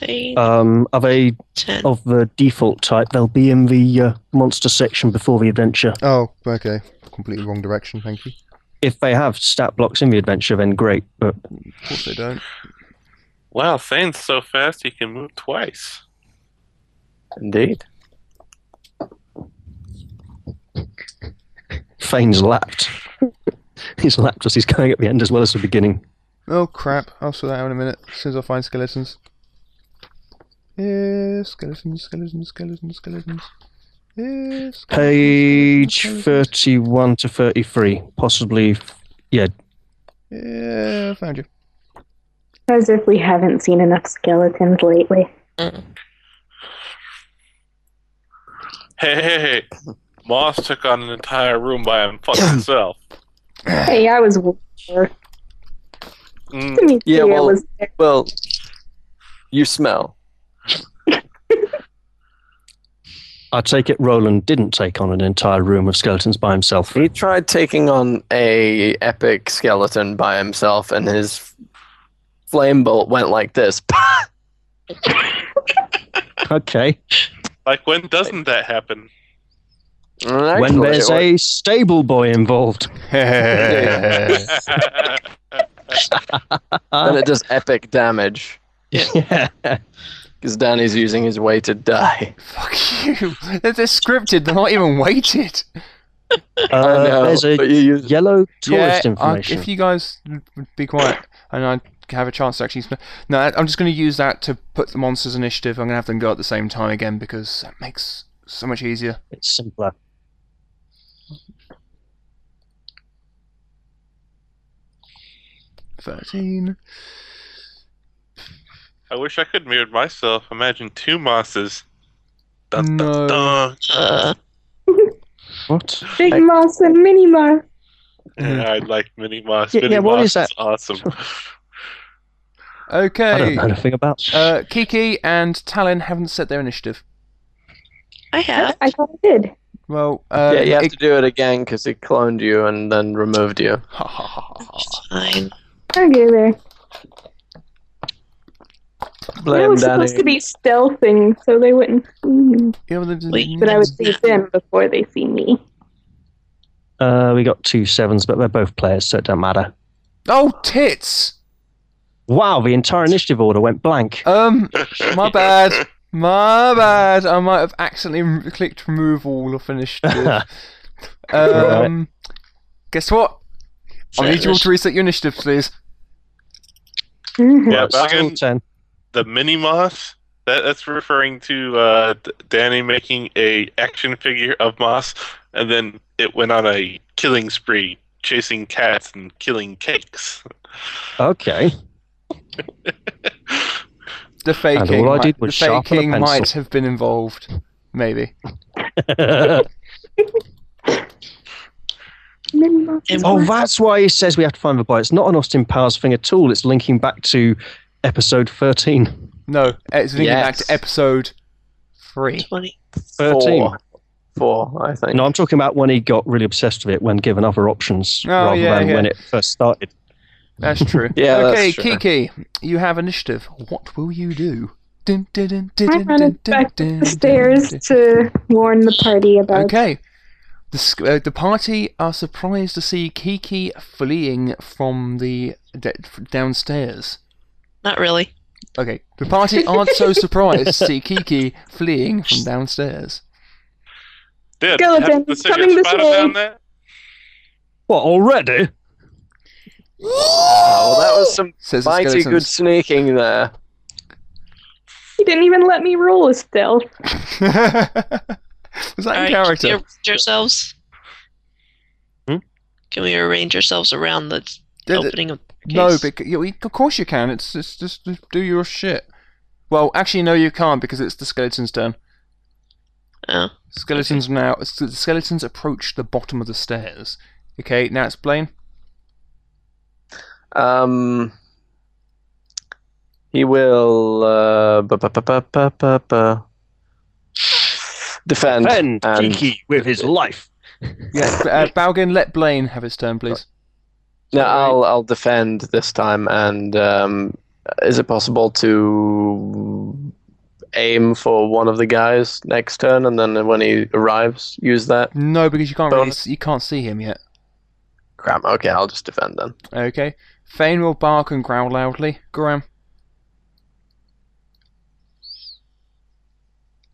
Speaker 4: They
Speaker 2: Uh,
Speaker 1: Um, of a
Speaker 4: ten.
Speaker 2: oh.
Speaker 1: of the default type, they'll be in the uh, monster section before the adventure.
Speaker 2: Oh, okay. Completely wrong direction, thank you.
Speaker 1: If they have stat blocks in the adventure, then great. But
Speaker 2: Of course they don't.
Speaker 5: Wow, Thane's so fast he can move twice.
Speaker 3: Indeed.
Speaker 1: Fane's lapped. [LAUGHS] he's lapped as he's going at the end as well as the beginning.
Speaker 2: Oh crap, I'll sort that out in a minute, as soon as I find skeletons. Yeah, skeletons, skeletons, skeletons, skeletons. Yeah, skeletons.
Speaker 1: Page thirty-one to thirty-three, possibly.
Speaker 2: Yeah, I found you.
Speaker 6: As if we haven't seen enough skeletons lately.
Speaker 5: Hey, hey, hey. Moss took on an entire room by him-
Speaker 1: [COUGHS]
Speaker 5: fucking himself.
Speaker 6: Hey, I was. there.
Speaker 5: Mm,
Speaker 6: Me
Speaker 3: Yeah,
Speaker 6: too, I
Speaker 3: well-
Speaker 6: was there.
Speaker 3: Well, you smell.
Speaker 1: I take it Roland didn't take on an entire room of skeletons by himself.
Speaker 3: He tried taking on a epic skeleton by himself, and his flame bolt went like this. [LAUGHS]
Speaker 1: Okay.
Speaker 5: like, when doesn't that happen?
Speaker 3: Actually,
Speaker 1: when there's a stable boy involved.
Speaker 3: then it does epic damage
Speaker 1: [LAUGHS] Yeah.
Speaker 3: because Danny's using his way to die. [LAUGHS]
Speaker 2: Fuck you. They're, they're scripted, they're not even weighted.
Speaker 1: Uh, there's a
Speaker 3: but you use
Speaker 1: yellow tourist
Speaker 2: yeah, I-
Speaker 1: information.
Speaker 2: if you guys would be quiet and I have a chance to actually. Sm- no, I- I'm just going to use that to put the monsters' initiative. I'm going to have them go at the same time again because that makes so much easier.
Speaker 1: It's simpler.
Speaker 2: Thirteen.
Speaker 5: [LAUGHS] I wish I could mirror myself. Imagine two Mosses. Dun,
Speaker 2: No.
Speaker 5: dun, dun.
Speaker 4: Uh,
Speaker 1: What?
Speaker 6: Big Moss and Mini Moss.
Speaker 2: Mm.
Speaker 5: Yeah, I'd like Mini Moss.
Speaker 1: Yeah,
Speaker 5: Mini
Speaker 1: yeah,
Speaker 5: Moss
Speaker 1: what is that?
Speaker 5: awesome.
Speaker 1: I don't
Speaker 2: Okay.
Speaker 1: know anything about.
Speaker 2: Uh, Kiki and Talon haven't set their initiative.
Speaker 4: I have.
Speaker 6: I thought I did.
Speaker 2: Well, uh,
Speaker 3: yeah, you have
Speaker 2: it-
Speaker 3: to do it again because he cloned you and then removed you.
Speaker 2: [LAUGHS]
Speaker 4: Fine.
Speaker 6: Okay, there. I
Speaker 3: Blame
Speaker 6: was
Speaker 3: Danny.
Speaker 6: supposed to be stealthing, so they wouldn't see me.
Speaker 2: yeah, well, there's-
Speaker 4: Wait.
Speaker 6: But I would see them before they see me.
Speaker 1: Uh, we got two sevens, but they're both players, so it don't matter.
Speaker 2: Oh, tits!
Speaker 1: Wow, the entire initiative order went
Speaker 2: [LAUGHS]
Speaker 1: blank.
Speaker 2: Um,
Speaker 1: [LAUGHS]
Speaker 2: my bad. My bad. I might have accidentally rem- clicked remove all of initiative. um, guess what? I need you all to reset your initiative, please.
Speaker 6: Mhm.
Speaker 5: Yeah,
Speaker 1: [LAUGHS] Right, so
Speaker 5: Falcon,
Speaker 1: ten.
Speaker 5: the Mini Moss. That, that's referring to uh, D- Danny making a action figure of Moss, and then it went on a killing spree, chasing cats and killing cakes.
Speaker 1: Okay.
Speaker 2: The faking,
Speaker 1: all I
Speaker 2: might,
Speaker 1: did
Speaker 2: the
Speaker 1: was sharpen a
Speaker 2: faking
Speaker 1: pencil.
Speaker 2: might have been involved. Maybe.
Speaker 1: oh,
Speaker 6: Minnie Mouse
Speaker 4: And
Speaker 6: is mine.
Speaker 1: Oh, that's why he says we have to find the boy. It's not an Austin Powers thing at all. It's linking back to episode 13.
Speaker 2: No, it's linking back
Speaker 3: Yes.
Speaker 2: to episode three.
Speaker 4: Twenty.
Speaker 1: Thirteen.
Speaker 3: Four. Four, I think.
Speaker 1: No, I'm talking about when he got really obsessed with it when given other options
Speaker 2: Oh,
Speaker 1: rather
Speaker 2: yeah,
Speaker 1: than
Speaker 2: yeah.
Speaker 1: when it first started. [LAUGHS]
Speaker 2: That's true.
Speaker 3: Yeah, that's
Speaker 2: Okay,
Speaker 3: true.
Speaker 2: Kiki, you have initiative. What will you do? Dun, dun, dun, dun,
Speaker 6: I
Speaker 2: dun, dun,
Speaker 6: ran back
Speaker 2: dun,
Speaker 6: up
Speaker 2: [LAUGHS]
Speaker 6: the
Speaker 2: dun,
Speaker 6: stairs
Speaker 2: dun.
Speaker 6: to warn the party about.
Speaker 2: Okay. The, sc- uh, the party are surprised to see Kiki fleeing from the de- f- downstairs.
Speaker 4: Not really.
Speaker 2: Okay. The party aren't so surprised to see Kiki fleeing from downstairs.
Speaker 5: Dude,
Speaker 6: Skeleton,
Speaker 5: haven't the singer
Speaker 6: coming this
Speaker 5: spotted
Speaker 6: way.
Speaker 5: down there?
Speaker 1: What, already?
Speaker 3: Oh, that was some
Speaker 2: Says the
Speaker 3: mighty good
Speaker 2: skeletons.
Speaker 3: sneaking there.
Speaker 6: He didn't even let me roll a stealth.
Speaker 2: [LAUGHS] Was that
Speaker 4: All
Speaker 2: in
Speaker 4: right, Can
Speaker 2: character?
Speaker 4: we arrange ourselves?
Speaker 5: Hmm?
Speaker 4: Can we arrange ourselves around the
Speaker 2: Did it-
Speaker 4: opening of the
Speaker 2: No,
Speaker 4: case?
Speaker 2: because you, of course you can. It's just, just just do your shit. Well, actually, no, you can't because it's the skeleton's turn.
Speaker 4: Oh.
Speaker 2: Skeletons now. So the skeletons approach the bottom of the stairs. Okay, now it's Blaine.
Speaker 3: Um, he will uh, ba- ba- ba- ba- ba- ba- ba- defend.
Speaker 1: And
Speaker 3: and-
Speaker 1: Kiki with his life.
Speaker 2: Yeah, uh, Balgin, let Blaine have his turn, please.
Speaker 3: No, I'll I'll defend this time. And um, is it possible to aim for one of the guys next turn, and then when he arrives, use that?
Speaker 2: No, because you can't
Speaker 3: Bonus.
Speaker 2: really, s- you can't see him yet.
Speaker 3: Crap. Okay, I'll just defend then.
Speaker 2: Okay. Fane will bark and growl loudly. Graham.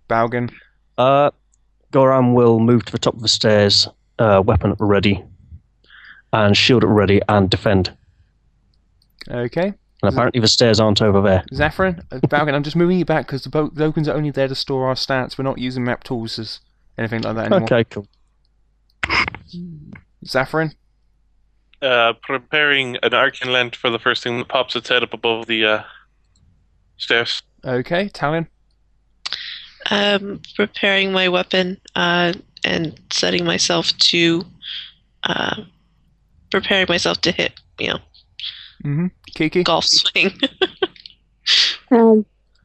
Speaker 2: Balgin.
Speaker 1: Uh, Goram will move to the top of the stairs, uh, weapon at ready, and shield at ready, and defend.
Speaker 2: Okay.
Speaker 1: And apparently the stairs aren't over there.
Speaker 2: Zaffron, uh, Balgin, I'm just moving you back because the, bo- the tokens are only there to store our stats. We're not using map tools as anything like that anymore.
Speaker 1: Okay, cool.
Speaker 2: Zaffron,
Speaker 5: Uh, preparing an arcane lent for the first thing that pops its head up above the uh, stairs.
Speaker 2: okay. Talon,
Speaker 4: Um, preparing my weapon uh, and setting myself to uh, preparing myself to hit. You know,
Speaker 2: mm-hmm. Kiki,
Speaker 4: golf [LAUGHS] swing.
Speaker 6: Um,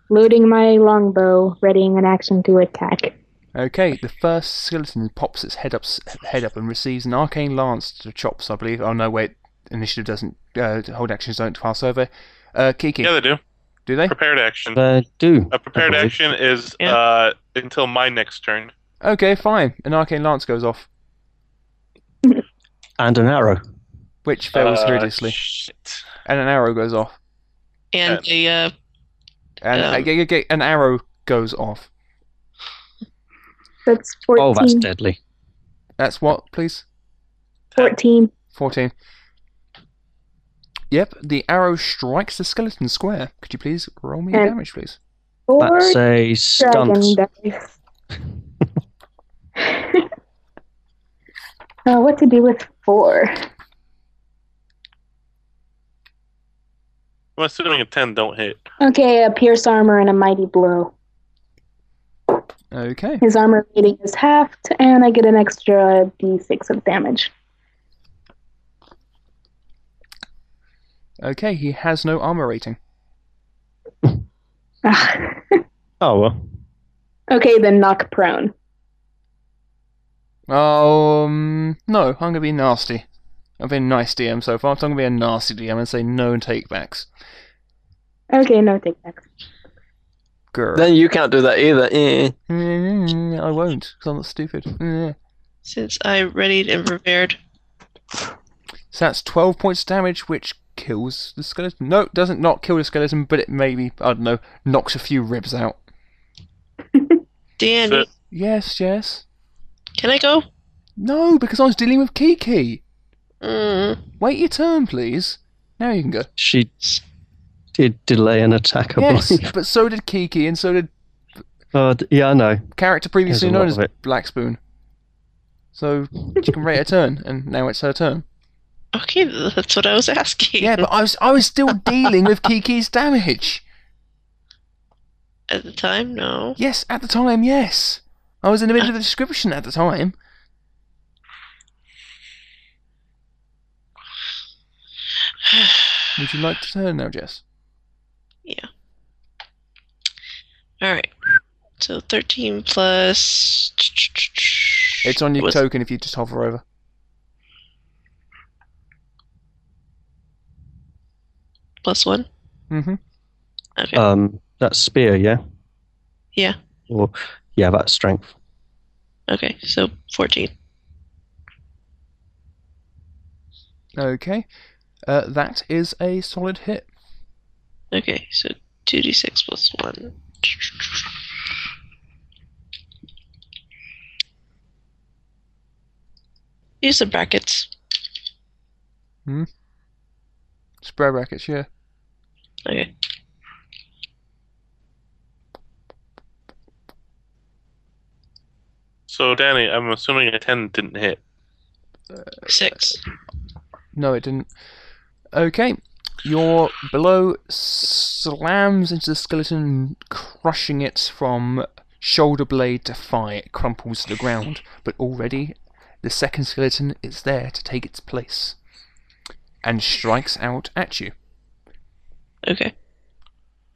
Speaker 6: loading my longbow, readying an action to attack.
Speaker 2: okay. The first skeleton pops its head up, s- head up, and receives an arcane lance to the chops. I believe. Oh no, wait. Initiative doesn't. Uh, hold actions don't pass over. Uh, Kiki,
Speaker 5: Yeah, they do.
Speaker 2: do they?
Speaker 5: Prepared action.
Speaker 1: They do.
Speaker 5: A prepared
Speaker 1: I believe.
Speaker 5: action is
Speaker 4: Yeah.
Speaker 5: uh, until my next turn.
Speaker 2: Okay, fine. An arcane lance goes off,
Speaker 1: And an arrow.
Speaker 2: which fails
Speaker 5: Uh,
Speaker 2: hideously,
Speaker 5: shit.
Speaker 2: and an arrow goes off,
Speaker 4: and
Speaker 5: Um,
Speaker 4: the uh,
Speaker 2: and
Speaker 4: Um.
Speaker 2: uh, g- g- g- an arrow goes off.
Speaker 6: That's 14.
Speaker 1: Oh, that's deadly.
Speaker 2: That's what, please.
Speaker 6: 14.
Speaker 2: 14. Yep, the arrow strikes the skeleton square. Could you please roll me a
Speaker 6: And-
Speaker 2: damage, please?
Speaker 6: Four
Speaker 1: That's a stun.
Speaker 6: dragon dice. [LAUGHS] uh, what to do with four?
Speaker 5: I'm assuming a 10 don't hit.
Speaker 6: Okay, a pierce armor and a mighty blow.
Speaker 2: Okay.
Speaker 6: His armor rating is halved, and I get an extra d6 of damage.
Speaker 2: Okay, he has no armor rating.
Speaker 6: Ah.
Speaker 1: Oh, well.
Speaker 6: okay, then knock prone.
Speaker 2: Um, no, I'm going to be nasty. I've been nice DM so far, so I'm going to be a nasty DM and say no takebacks.
Speaker 6: Okay, no take back.
Speaker 2: Grr.
Speaker 3: Then you can't do that either. Eh.
Speaker 2: Mm, I won't, because I'm not stupid. Mm.
Speaker 4: since I readied and prepared.
Speaker 2: So that's 12 points damage, which kills the skeleton. No, it doesn't not kill the skeleton, but it maybe, I don't know, knocks a few ribs out.
Speaker 4: Danny,
Speaker 5: So-
Speaker 2: Yes, yes.
Speaker 4: can I go?
Speaker 2: No, because I was dealing with Kiki.
Speaker 4: Mm,
Speaker 2: Wait your turn, please. Now you
Speaker 1: [LAUGHS]
Speaker 2: can go.
Speaker 1: She did delay an attack, I
Speaker 2: yes,
Speaker 1: believe. [LAUGHS]
Speaker 2: but so did Kiki, and so did
Speaker 1: Uh, d- yeah, I know. There's
Speaker 2: character
Speaker 1: a
Speaker 2: previously
Speaker 1: lot
Speaker 2: known as
Speaker 1: of it.
Speaker 2: Black Spoon. So she can rate her turn, and now it's her turn.
Speaker 4: okay, that's what I was [LAUGHS] asking.
Speaker 2: Yeah, but I was I was still dealing with Kiki's damage.
Speaker 4: At the time, no. [SIGHS]
Speaker 2: Yes, at the time, yes. I was in the middle of the description at the time. Would you like to turn now, Jess?
Speaker 4: All right. So 13 plus.
Speaker 2: It's on your
Speaker 4: Was-
Speaker 2: token if you just hover over.
Speaker 4: plus one.
Speaker 2: Mm-hmm.
Speaker 4: Okay.
Speaker 1: Um, that's spear, yeah?
Speaker 4: Yeah.
Speaker 1: Or, yeah, that's strength.
Speaker 4: okay. So 14.
Speaker 2: Okay. Uh, that is a solid hit.
Speaker 4: Okay. So 2d6 plus one. Use the brackets.
Speaker 2: Spread brackets, yeah.
Speaker 4: Okay.
Speaker 5: So Danny, I'm assuming a 10 didn't hit.
Speaker 4: Six.
Speaker 2: No, it didn't. Okay. Your blow slams into the skeleton, crushing it from shoulder blade to thigh. It crumples to the ground, but already the second skeleton is there to take its place and strikes out at you.
Speaker 4: Okay.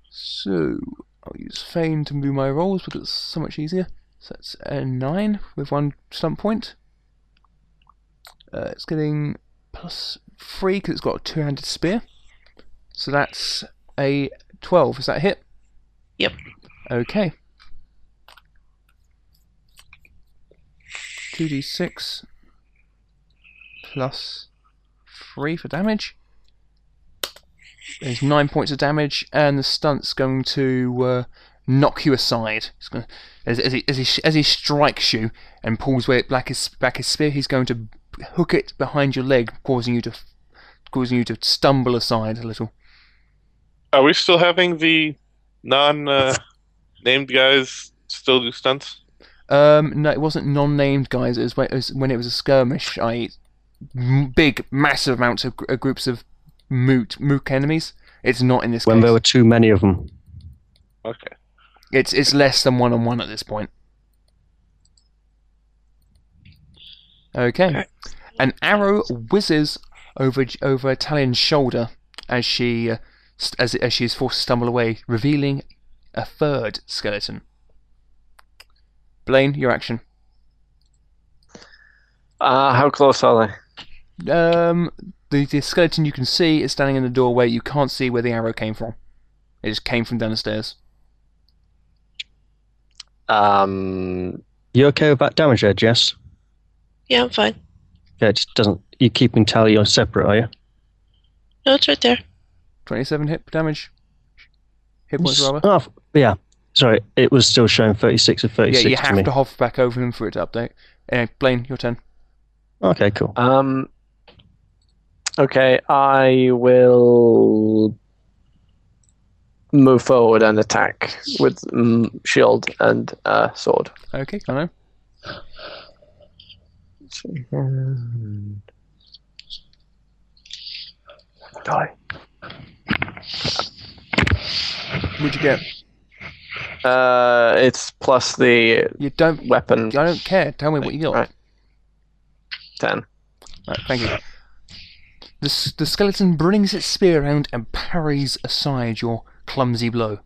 Speaker 2: So I'll use Fane to move my rolls because it's so much easier. So that's a nine with one stunt point. Uh, it's getting plus three because it's got a two-handed spear. So that's a twelve. Is that a hit?
Speaker 4: Yep.
Speaker 2: Okay. Two d six plus three for damage. There's nine points of damage, and the stunt's going to uh, knock you aside. It's gonna, as, as, he, as, he, as he strikes you and pulls away back his, back his spear, he's going to hook it behind your leg, causing you to f- causing you to stumble aside a little.
Speaker 5: Are we still having the non [LAUGHS] uh, named guys still do stunts?
Speaker 2: Um, no, it wasn't non-named guys. It was when it was, when it was a skirmish. I m- big, massive amounts of gr- uh, groups of moot mook enemies. It's not in this
Speaker 1: when
Speaker 2: case.
Speaker 1: there were too many of them.
Speaker 5: Okay.
Speaker 2: It's it's less than one on one at this point. Okay. An arrow whizzes over over Talion's shoulder as she uh, st- as as she is forced to stumble away, revealing a third skeleton. Blaine, your action.
Speaker 3: Uh, how close are they?
Speaker 2: Um, the, the skeleton you can see is standing in the doorway. You can't see where the arrow came from. It just came from down the stairs.
Speaker 3: Um,
Speaker 1: You okay with that damage there, Jess?
Speaker 4: Yeah, I'm fine.
Speaker 1: Yeah, it just doesn't. You keeping tally on separate, are you?
Speaker 4: No, it's right there.
Speaker 2: Twenty-seven hit damage. Hit points rather.
Speaker 1: Oh, f- yeah. Sorry, it was still showing 36 of
Speaker 2: Yeah,
Speaker 1: 36
Speaker 2: you
Speaker 1: to
Speaker 2: have
Speaker 1: me.
Speaker 2: to, hover back over them for it to update. Anyway, Blaine, your turn.
Speaker 1: Okay, cool.
Speaker 3: um, okay, I will move forward and attack with mm, shield and uh, sword.
Speaker 2: Okay, I know.
Speaker 3: Die.
Speaker 2: Would you get?
Speaker 3: Uh, it's plus the
Speaker 2: You don't.
Speaker 3: weapon
Speaker 2: I don't care. Tell me what you got.
Speaker 3: Right. ten.
Speaker 2: Right, thank you. The, s- the skeleton brings its spear around and parries aside your clumsy blow.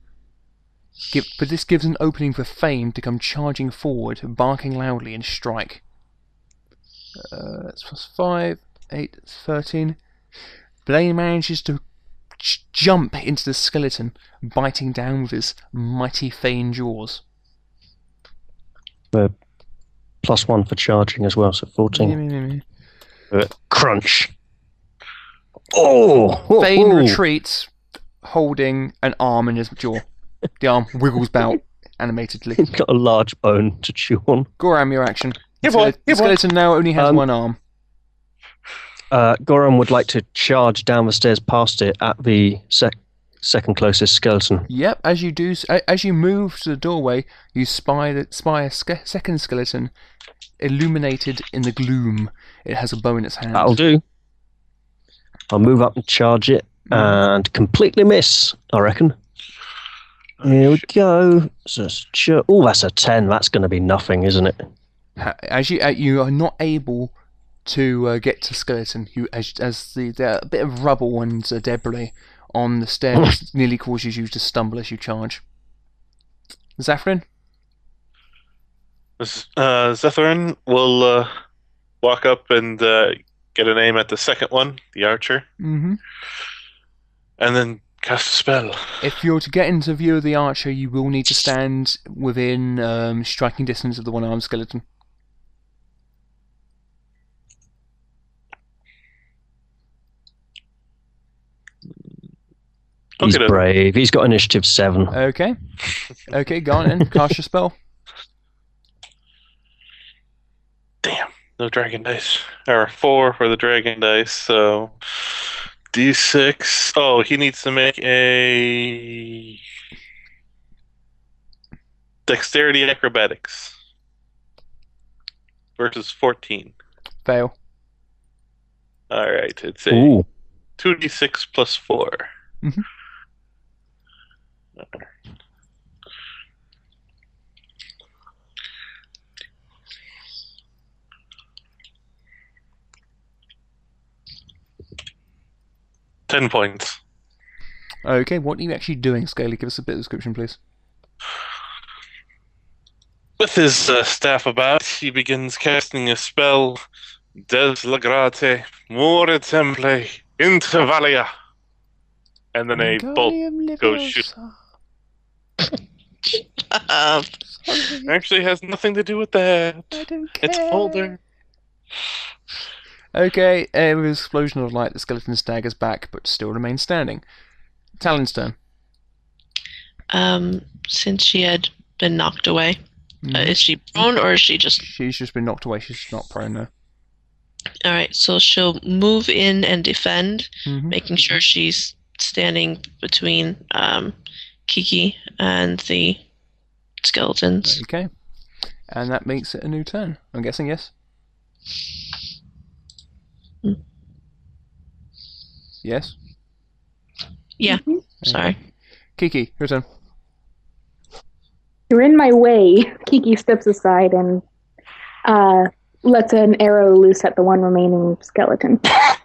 Speaker 2: Give, but this gives an opening for Fane to come charging forward, barking loudly and strike. Uh, that's plus 5, 8, that's 13. Blaine manages to j- jump into the skeleton, biting down with his mighty Fane jaws.
Speaker 1: The plus one for charging as well, so 14. Uh, Crunch. Oh! oh,
Speaker 2: Fane
Speaker 1: oh. [LAUGHS]
Speaker 2: retreats, holding an arm in his jaw. The arm wiggles about
Speaker 1: [LAUGHS]
Speaker 2: animatedly.
Speaker 1: He's got a large bone to chew on.
Speaker 2: Goram, your action. The
Speaker 5: Give one,
Speaker 2: skele- the
Speaker 5: give one.
Speaker 2: skeleton now only has
Speaker 1: Um,
Speaker 2: one arm.
Speaker 1: Uh, Goran would like to charge down the stairs past it at the sec- second closest skeleton.
Speaker 2: Yep. As you do, s- a- as you move to the doorway, you spy the, spy a ske- second skeleton, illuminated in the gloom. It has a bow in its hand.
Speaker 1: That'll do. Hmm. I'll move up and charge it and completely miss, I reckon. Here we go. So it's ju- oh, that's a 10. That's going to be nothing, isn't it?
Speaker 2: Ha- As you, uh, you are not able to uh, get to skeleton. You as as the, the a bit of rubble and uh, debris on the [LAUGHS] stairs nearly causes you to stumble as you charge. Zaffrin,
Speaker 5: Z- Uh, Zethrin will uh, walk up and uh, get an aim at the second one, the archer,
Speaker 2: mm-hmm.
Speaker 5: and then cast a spell.
Speaker 2: if you're to get into view of the archer, you will need to stand within um, striking distance of the one-armed skeleton.
Speaker 1: He's
Speaker 5: Okay, then.
Speaker 1: brave. He's got initiative 7.
Speaker 2: Okay. Okay, go on then. Cast your spell.
Speaker 5: No dragon dice. Or four for the dragon dice, so D6. Oh, he needs to make a dexterity acrobatics. versus 14.
Speaker 2: Fail.
Speaker 5: All right, it's a
Speaker 1: Ooh.
Speaker 5: 2d6 plus 4.
Speaker 2: Mhm.
Speaker 5: Ten points.
Speaker 2: Okay, what are you actually doing, Scaly? Give us a bit of description, please.
Speaker 5: With his uh, staff about, he begins casting a spell, Des Lagrate, More Temple, Intervalia. And then a bolt. goes shoot-
Speaker 4: Um,
Speaker 5: Actually has nothing to do with that.
Speaker 2: I don't care.
Speaker 5: It's older.
Speaker 2: Okay, uh, with an explosion of light, the skeleton staggers back, but still remains standing. Talon's turn.
Speaker 4: um, since she had been knocked away, uh,
Speaker 2: Mm-hmm.
Speaker 4: is she prone or is she just
Speaker 2: She's just been knocked away. She's not prone now.
Speaker 4: all right? So she'll move in and defend,
Speaker 2: Mhm.
Speaker 4: making sure she's standing between um, Kiki and the skeletons.
Speaker 2: Okay, and that makes it a new turn. I'm guessing yes.
Speaker 4: Mm.
Speaker 2: Yes,
Speaker 4: Sorry.
Speaker 2: Kiki, your turn.
Speaker 6: You're in my way. [LAUGHS] Kiki steps aside and uh, lets an arrow loose at the one remaining skeleton. [LAUGHS]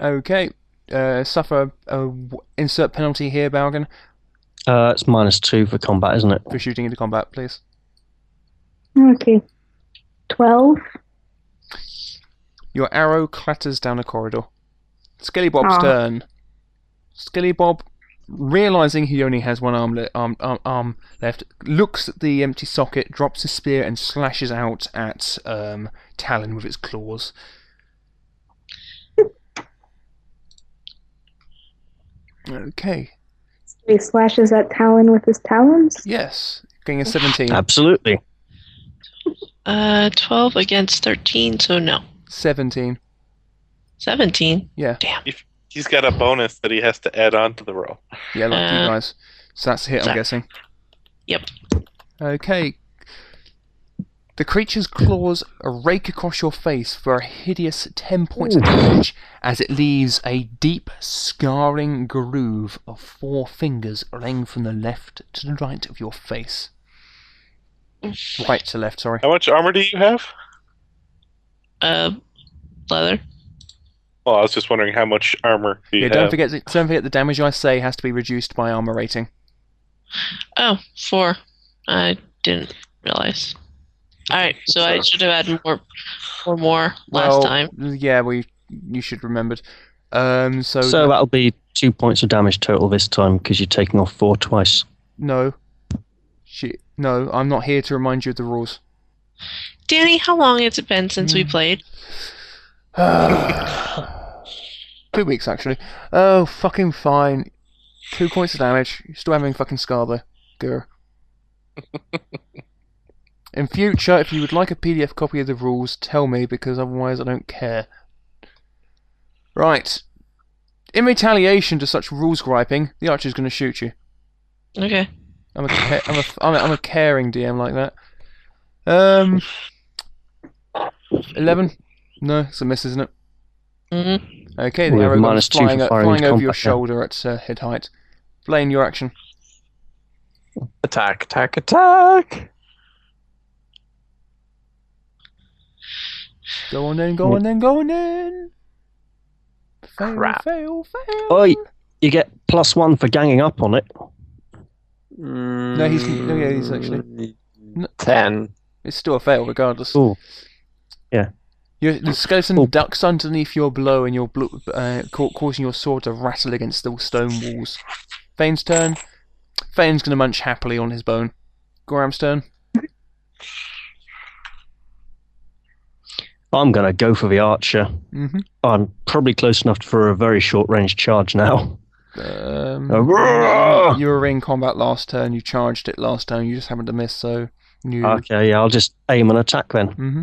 Speaker 2: Okay, uh, suffer a w- insert penalty here, Balgan,
Speaker 1: Uh, it's minus two for combat, isn't it?
Speaker 2: for shooting into combat, please.
Speaker 6: Okay. 12.
Speaker 2: Your arrow clatters down a corridor. Skilly Bob's
Speaker 6: Aw.
Speaker 2: turn. Skilly Bob, realizing he only has one arm, le- arm, arm, arm left, looks at the empty socket, drops his spear, and slashes out at um, Talon with its claws. Okay.
Speaker 6: He slashes at Talon with his talons.
Speaker 2: Yes. Getting a 17.
Speaker 1: Absolutely.
Speaker 4: Uh, twelve against thirteen, so no.
Speaker 2: 17.
Speaker 4: Seventeen.
Speaker 5: He's got a bonus that he has to add on to the roll.
Speaker 2: Yeah, like you
Speaker 4: Uh,
Speaker 2: guys. So that's a hit, I'm
Speaker 4: so-
Speaker 2: guessing.
Speaker 4: Yep.
Speaker 2: Okay. The creature's claws rake across your face for a hideous 10 points of damage as it leaves a deep, scarring groove of four fingers laying from the left to the right of your face. Right to left, sorry.
Speaker 5: How much armor do you have?
Speaker 4: Uh, leather.
Speaker 5: Well, I was just wondering how much armor do you
Speaker 2: Yeah,
Speaker 5: have.
Speaker 2: don't forget, the, don't forget the damage I say has to be reduced by armor rating.
Speaker 4: Oh, four. I didn't realize. All right, so I should have had more, four more last
Speaker 2: well,
Speaker 4: time.
Speaker 2: Yeah, we you should remembered. Um, so,
Speaker 1: So that'll be two points of damage total this time because you're taking off four twice.
Speaker 2: no, she, no, I'm not here to remind you of the rules. [SIGHS]
Speaker 4: Danny, how long has it been since we played?
Speaker 2: Two weeks actually. Oh, fucking fine. Two points of damage. You're still having fucking scar though. Guru. In future, if you would like a PDF copy of the rules, tell me because otherwise I don't care. Right. In retaliation to such rules griping, the archer's going to shoot you.
Speaker 4: Okay.
Speaker 2: I'm a, ca- I'm a, I'm a, I'm a caring DM like that. Um, eleven. No, it's a miss, isn't it?
Speaker 4: hmm
Speaker 2: Okay, the
Speaker 1: With
Speaker 2: arrow goes
Speaker 1: minus two
Speaker 2: flying,
Speaker 1: for
Speaker 2: o-
Speaker 1: firing
Speaker 2: flying
Speaker 1: into
Speaker 2: over your
Speaker 1: combat, yeah.
Speaker 2: shoulder at uh, head height. Blaine, your action.
Speaker 9: Attack, attack, attack!
Speaker 2: Go on in,
Speaker 1: Mm.
Speaker 2: go on in, go on in. Fail,
Speaker 9: Crap.
Speaker 2: fail, fail.
Speaker 1: Oi! You get plus one for ganging up on it.
Speaker 9: No,
Speaker 2: he's- no, yeah, he's actually-
Speaker 9: Ten.
Speaker 2: It's still a fail, regardless.
Speaker 1: Ooh.
Speaker 2: Your, the skeleton
Speaker 1: Oh.
Speaker 2: ducks underneath your blow, and your blo- uh, ca- causing your sword to rattle against the stone walls. Fane's turn. Fane's going to munch happily on his bone. Graham's turn.
Speaker 1: I'm going to go for the archer.
Speaker 2: Mm-hmm.
Speaker 1: I'm probably close enough for a very short range charge now.
Speaker 2: Um,
Speaker 1: Uh, roar!
Speaker 2: you were in combat last turn. You charged it last turn. You just happened to miss, so you.
Speaker 1: Okay, yeah, I'll just aim and attack then.
Speaker 2: hmm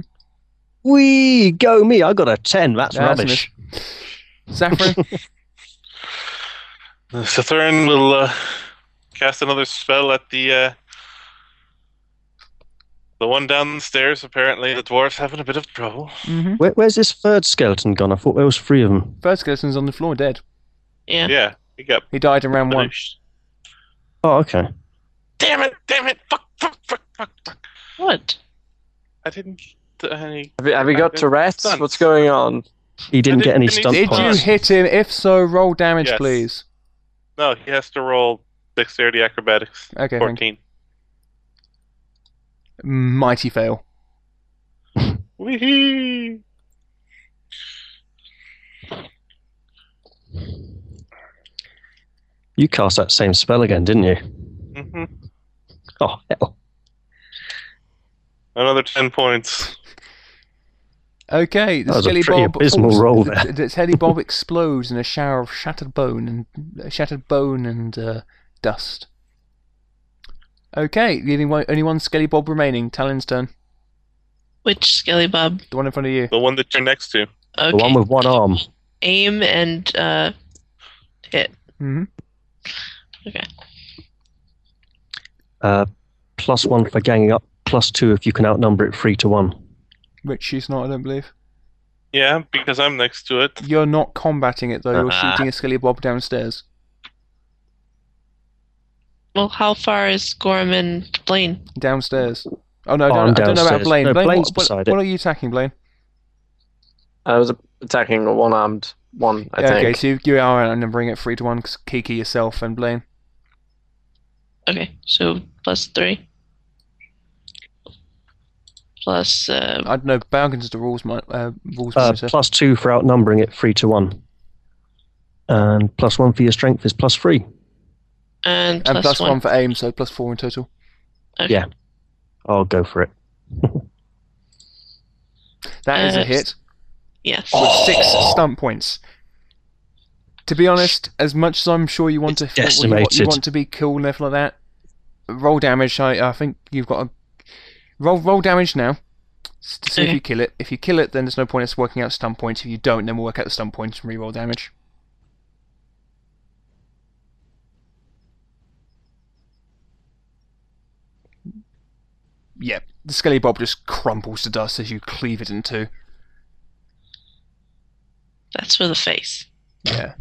Speaker 1: Wee, go me! I got a 10. That's,
Speaker 2: That's
Speaker 1: rubbish. [LAUGHS]
Speaker 2: Saffron,
Speaker 5: [LAUGHS] Sathurn will uh, cast another spell at the uh, The one down the stairs, apparently, the dwarf's having a bit of trouble.
Speaker 2: Mm-hmm.
Speaker 1: Where, where's this third skeleton gone? I thought there was three of them.
Speaker 2: First skeleton's on the floor dead.
Speaker 4: Yeah.
Speaker 5: Yeah, he got
Speaker 2: He died in round one.
Speaker 5: punished.
Speaker 1: Oh, okay.
Speaker 5: Damn it! Damn it! Fuck! Fuck! Fuck! Fuck! Fuck!
Speaker 4: What?
Speaker 5: I didn't. I,
Speaker 3: Have you, have you got
Speaker 5: I've
Speaker 3: Tourette's?
Speaker 5: done.
Speaker 3: What's going on?
Speaker 1: He didn't get any
Speaker 5: didn't
Speaker 1: stunt
Speaker 5: need-
Speaker 2: Did you
Speaker 1: points.
Speaker 2: hit him? If so, roll damage,
Speaker 5: Yes.
Speaker 2: please.
Speaker 5: no, he has to roll dexterity acrobatics.
Speaker 2: Okay, thank you.
Speaker 5: Fourteen.
Speaker 2: Mighty fail.
Speaker 5: Weehee!
Speaker 1: You cast that same spell again, didn't you?
Speaker 5: hmm
Speaker 1: Oh, hell.
Speaker 5: Another ten points.
Speaker 2: Okay, the
Speaker 1: That was a
Speaker 2: skelly
Speaker 1: pretty
Speaker 2: bob. oh,
Speaker 1: abysmal roll
Speaker 2: the-
Speaker 1: there.
Speaker 2: The, the skelly
Speaker 1: [LAUGHS]
Speaker 2: bob explodes in a shower of shattered bone and shattered bone and uh, dust. Okay, leaving one, only one skelly bob remaining. Talon's turn.
Speaker 4: Which Skelly Bob?
Speaker 2: The one in front of you.
Speaker 5: The one that you're next to.
Speaker 4: Okay.
Speaker 1: The one with one arm.
Speaker 4: Aim and uh, hit.
Speaker 2: hmm
Speaker 1: Uh, plus one for ganging up, plus two if you can outnumber it three to one.
Speaker 2: Which she's not, I don't believe.
Speaker 5: Yeah, because I'm next to it.
Speaker 2: You're not combating it though. You're
Speaker 1: Uh-huh.
Speaker 4: Ah.
Speaker 2: shooting a skelly bob downstairs.
Speaker 4: Well, how far is Gorm and Blaine?
Speaker 2: Downstairs. Oh no, I
Speaker 1: Oh,
Speaker 2: don't,
Speaker 1: I'm
Speaker 2: I don't know about
Speaker 1: downstairs.
Speaker 2: Blaine.
Speaker 1: No,
Speaker 2: Blaine,
Speaker 1: Blaine's
Speaker 2: what, what-
Speaker 1: beside it.
Speaker 2: what are you attacking, Blaine?
Speaker 3: I was attacking a one-armed one. I
Speaker 2: Yeah, okay,
Speaker 3: think.
Speaker 2: so you, you are outnumbering it three to one. 'cause Kiki, yourself, and Blaine.
Speaker 4: Okay, so plus three. Plus, uh,
Speaker 2: I don't know. Balgan's the rules, mi- uh, rules
Speaker 1: Uh,
Speaker 2: monitor.
Speaker 1: plus two for outnumbering it three to one. And plus one for your strength is plus three.
Speaker 4: and
Speaker 2: and
Speaker 4: plus
Speaker 2: plus
Speaker 4: one.
Speaker 2: one for aim, so plus four in total.
Speaker 4: Okay.
Speaker 1: Yeah. I'll go for it. [LAUGHS]
Speaker 2: That is
Speaker 4: Uh,
Speaker 2: a hit
Speaker 4: Yes.
Speaker 2: with six stunt points. To be honest, as much as I'm sure you want
Speaker 1: It's
Speaker 2: to, you want, you
Speaker 1: decimated.
Speaker 2: want to be cool and everything like that, roll damage. I, I think you've got a roll roll damage now s- to see if
Speaker 4: Okay.
Speaker 2: you kill it. If you kill it, then there's no point in us working out stun points. If you don't, then we'll work out the stun points and re-roll damage. Yep, the skelly bob just crumbles to dust as you cleave it in two.
Speaker 4: That's for the face.
Speaker 2: Yeah.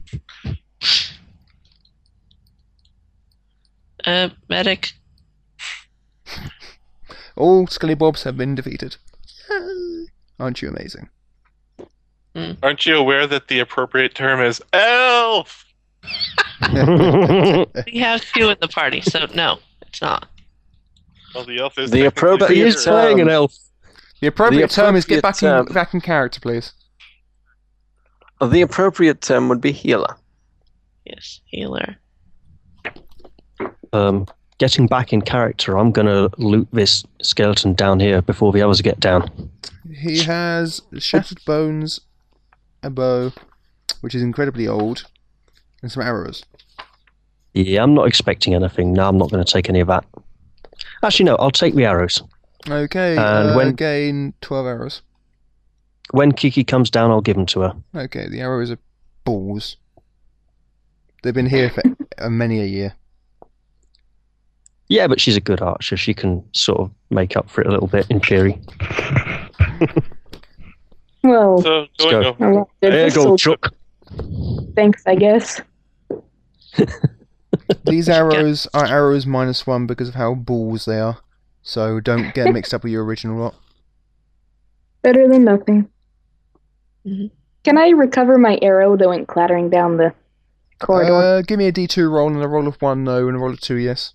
Speaker 4: Uh, medic.
Speaker 2: All Skelly Bobs have been defeated. Aren't you amazing?
Speaker 5: Aren't you aware that the appropriate term is elf?
Speaker 4: We have two in the party, so no, it's not.
Speaker 5: Well, the elf is
Speaker 3: The
Speaker 5: technically
Speaker 3: appropriate-
Speaker 1: he
Speaker 5: here.
Speaker 1: is playing an elf.
Speaker 2: The appropriate term is get
Speaker 3: appropriate
Speaker 2: back
Speaker 3: term-
Speaker 2: in back in character, please.
Speaker 3: The appropriate term would be healer.
Speaker 4: Yes, healer.
Speaker 1: Um, getting back in character, I'm going to loot this skeleton down here before the others get down.
Speaker 2: He has shattered bones, a bow, which is incredibly old, and some arrows.
Speaker 1: Yeah, I'm not expecting anything. No, I'm not going to take any of that. Actually, no, I'll take the arrows. [LAUGHS]
Speaker 2: Okay,
Speaker 1: And
Speaker 2: uh,
Speaker 1: when-
Speaker 2: gain twelve arrows.
Speaker 1: When Kiki comes down, I'll give them to her.
Speaker 2: Okay, the arrows are balls. They've been here for uh, many
Speaker 1: [LAUGHS]
Speaker 2: a year.
Speaker 1: Yeah, but she's a good archer. She can sort of make up for it a little bit in theory.
Speaker 6: Whoa.
Speaker 5: So
Speaker 1: Let's
Speaker 5: going
Speaker 1: go.
Speaker 5: over.
Speaker 6: Well, they're
Speaker 1: There you go,
Speaker 6: pistols.
Speaker 1: Chuck.
Speaker 6: Thanks, I guess.
Speaker 2: These arrows are arrows minus one because of how balls they are. So don't get mixed up with your original lot.
Speaker 6: Better than nothing.
Speaker 4: Mhm.
Speaker 6: Can I recover my arrow that went clattering down the corridor?
Speaker 2: Uh, give me a D2 roll and a roll of one no and a roll of two yes.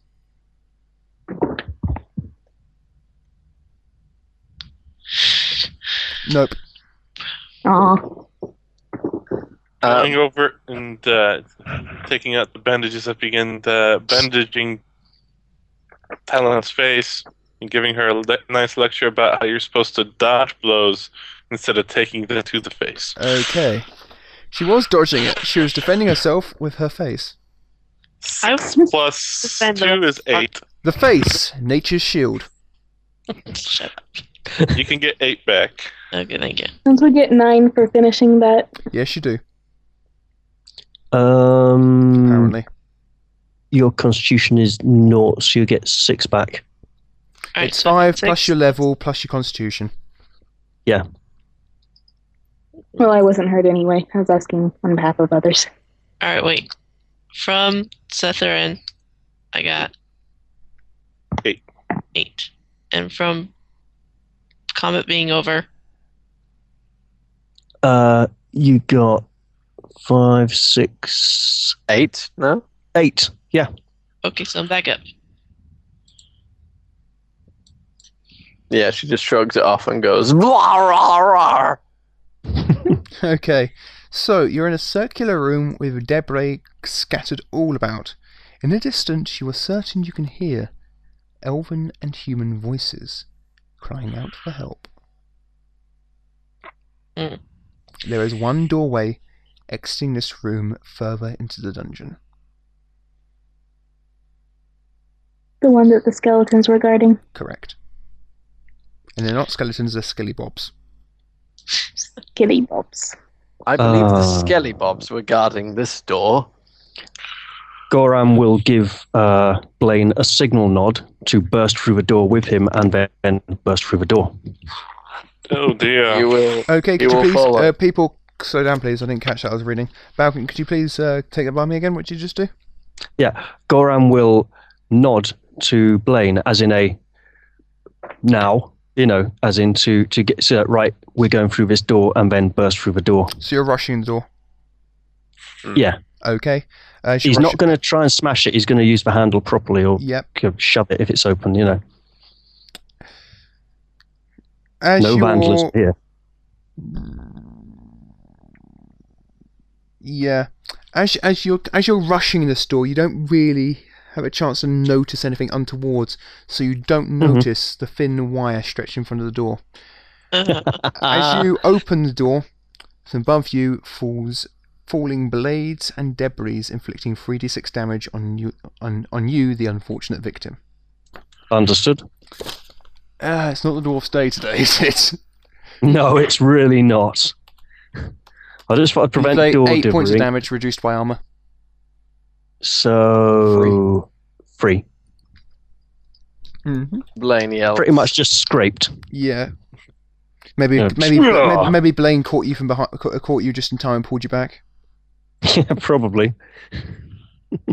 Speaker 2: Nope.
Speaker 6: Aw.
Speaker 3: Uh, Um,
Speaker 5: going over and uh, taking out the bandages I begin uh, bandaging Talon's face and giving her a le- nice lecture about how you're supposed to dodge blows instead of taking them to the face.
Speaker 2: Okay. She was dodging it. She was defending herself with her face.
Speaker 4: I
Speaker 5: Six plus
Speaker 4: defend the-
Speaker 5: two is eight.
Speaker 2: The face, nature's shield.
Speaker 4: Shut up.
Speaker 5: You can get eight back.
Speaker 4: Okay, thank you.
Speaker 6: Since we get nine for finishing that,
Speaker 2: Yes, you do.
Speaker 1: Um,
Speaker 2: Apparently,
Speaker 1: your constitution is naught, so you get six back.
Speaker 4: All right,
Speaker 7: it's
Speaker 4: so
Speaker 7: five
Speaker 4: six.
Speaker 7: plus your level plus your constitution.
Speaker 6: Well, I wasn't hurt anyway. I was asking on behalf of others.
Speaker 4: All right, wait. From Setherin, I got
Speaker 5: Eight.
Speaker 4: Eight, and from Comet being over,
Speaker 1: Uh, you got five, six,
Speaker 3: Eight? No?
Speaker 1: eight. Yeah.
Speaker 4: okay, so I'm back up.
Speaker 3: Yeah, she just shrugs it off and goes, blah, rah, rah.
Speaker 7: Okay, so you're in a circular room with debris scattered all about. In the distance, you are certain you can hear elven and human voices crying out for help.
Speaker 4: Mm.
Speaker 7: There is one doorway exiting this room further into the dungeon.
Speaker 6: The one that the skeletons were guarding.
Speaker 7: Correct. And they're not skeletons, they're skelly bobs.
Speaker 6: Giddy bobs.
Speaker 3: I believe
Speaker 1: Uh.
Speaker 3: the Skelly Bobs were guarding this door.
Speaker 1: Goram will give uh, Blaine a signal nod to burst through the door with him and then burst through the door.
Speaker 5: Oh dear.
Speaker 3: You will.
Speaker 7: Okay, could
Speaker 3: You
Speaker 7: you
Speaker 3: will
Speaker 7: please,
Speaker 3: follow.
Speaker 7: uh, people, slow down, please. I didn't catch that. I was reading. Balcon, could you please uh, take that by me again? What did you just do?
Speaker 1: Yeah. Goram will nod to Blaine as in a now, you know, as in to, to get so, right, we're going through this door and then burst through the door.
Speaker 7: So you're rushing the door.
Speaker 1: Yeah.
Speaker 7: Okay. Uh, she
Speaker 1: He's
Speaker 7: rush-
Speaker 1: not going to try and smash it. He's going to use the handle properly or
Speaker 7: Yep.
Speaker 1: shove it if it's open, you know.
Speaker 7: As
Speaker 1: no
Speaker 7: you're-
Speaker 1: vandalism here.
Speaker 7: Yeah. As as you're as you're rushing this door, you don't really have a chance to notice anything untowards. So you don't
Speaker 1: Mm-hmm.
Speaker 7: notice the thin wire stretched in front of the door.
Speaker 4: Uh,
Speaker 1: Ah.
Speaker 7: As you open the door, from above you falls falling blades and debris, inflicting 3d6 damage on you on, on you, the unfortunate victim.
Speaker 1: Understood?
Speaker 7: Ah, it's not the dwarf's day today, is it?
Speaker 1: No, it's really not. I just want to prevent
Speaker 7: Inflict
Speaker 1: door
Speaker 7: eight points of
Speaker 1: debris.
Speaker 7: damage, reduced by armor.
Speaker 1: So free.
Speaker 4: Hmm.
Speaker 1: Oh.
Speaker 7: Mm-hmm.
Speaker 3: Blaine yells.
Speaker 1: Pretty much just scraped. [LAUGHS]
Speaker 7: Yeah. Maybe,
Speaker 1: Yeah.
Speaker 7: maybe,
Speaker 5: Yeah.
Speaker 7: maybe, maybe Blaine caught you from behind, ca- caught you just in time and pulled you back.
Speaker 1: yeah, probably.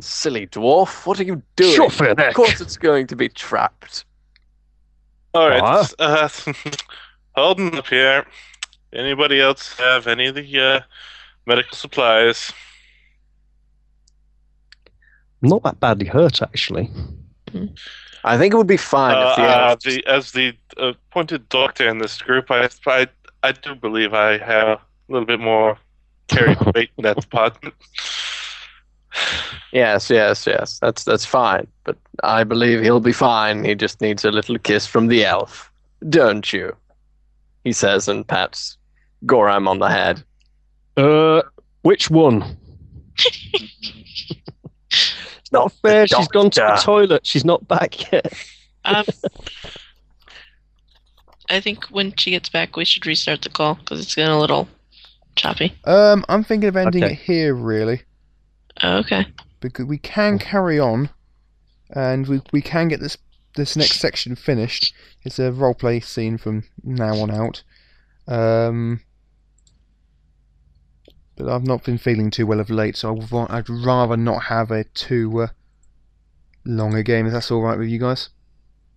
Speaker 3: Silly dwarf, what are you doing?
Speaker 1: fair
Speaker 3: Of course it's going to be trapped.
Speaker 5: All right.
Speaker 1: What?
Speaker 5: Uh, [LAUGHS] holding up here. Anybody else have any of the uh, medical supplies?
Speaker 1: Not that badly hurt actually.
Speaker 3: I think it would be fine
Speaker 5: Uh,
Speaker 3: if the,
Speaker 5: uh, the- as the appointed doctor in this group, I, I, I do believe I have a little bit more carry weight in that department.
Speaker 3: Yes, yes, yes. That's that's fine. But I believe he'll be fine. He just needs a little kiss from the elf. Don't you? He says and pats Goram on the head.
Speaker 1: Uh, which one? it's not fair. She's gone to the
Speaker 3: doctor.
Speaker 1: toilet. She's not back yet.
Speaker 4: um, I think when she gets back, we should restart the call because it's getting a little choppy.
Speaker 7: Um, I'm thinking of ending
Speaker 1: Okay.
Speaker 7: it here, really,
Speaker 4: Okay.
Speaker 7: because we can carry on, and we we can get this this next section finished. It's a roleplay scene from now on out. Um, but I've not been feeling too well of late, so I want, I'd rather not have a too uh, long a game. If that's all right with you guys,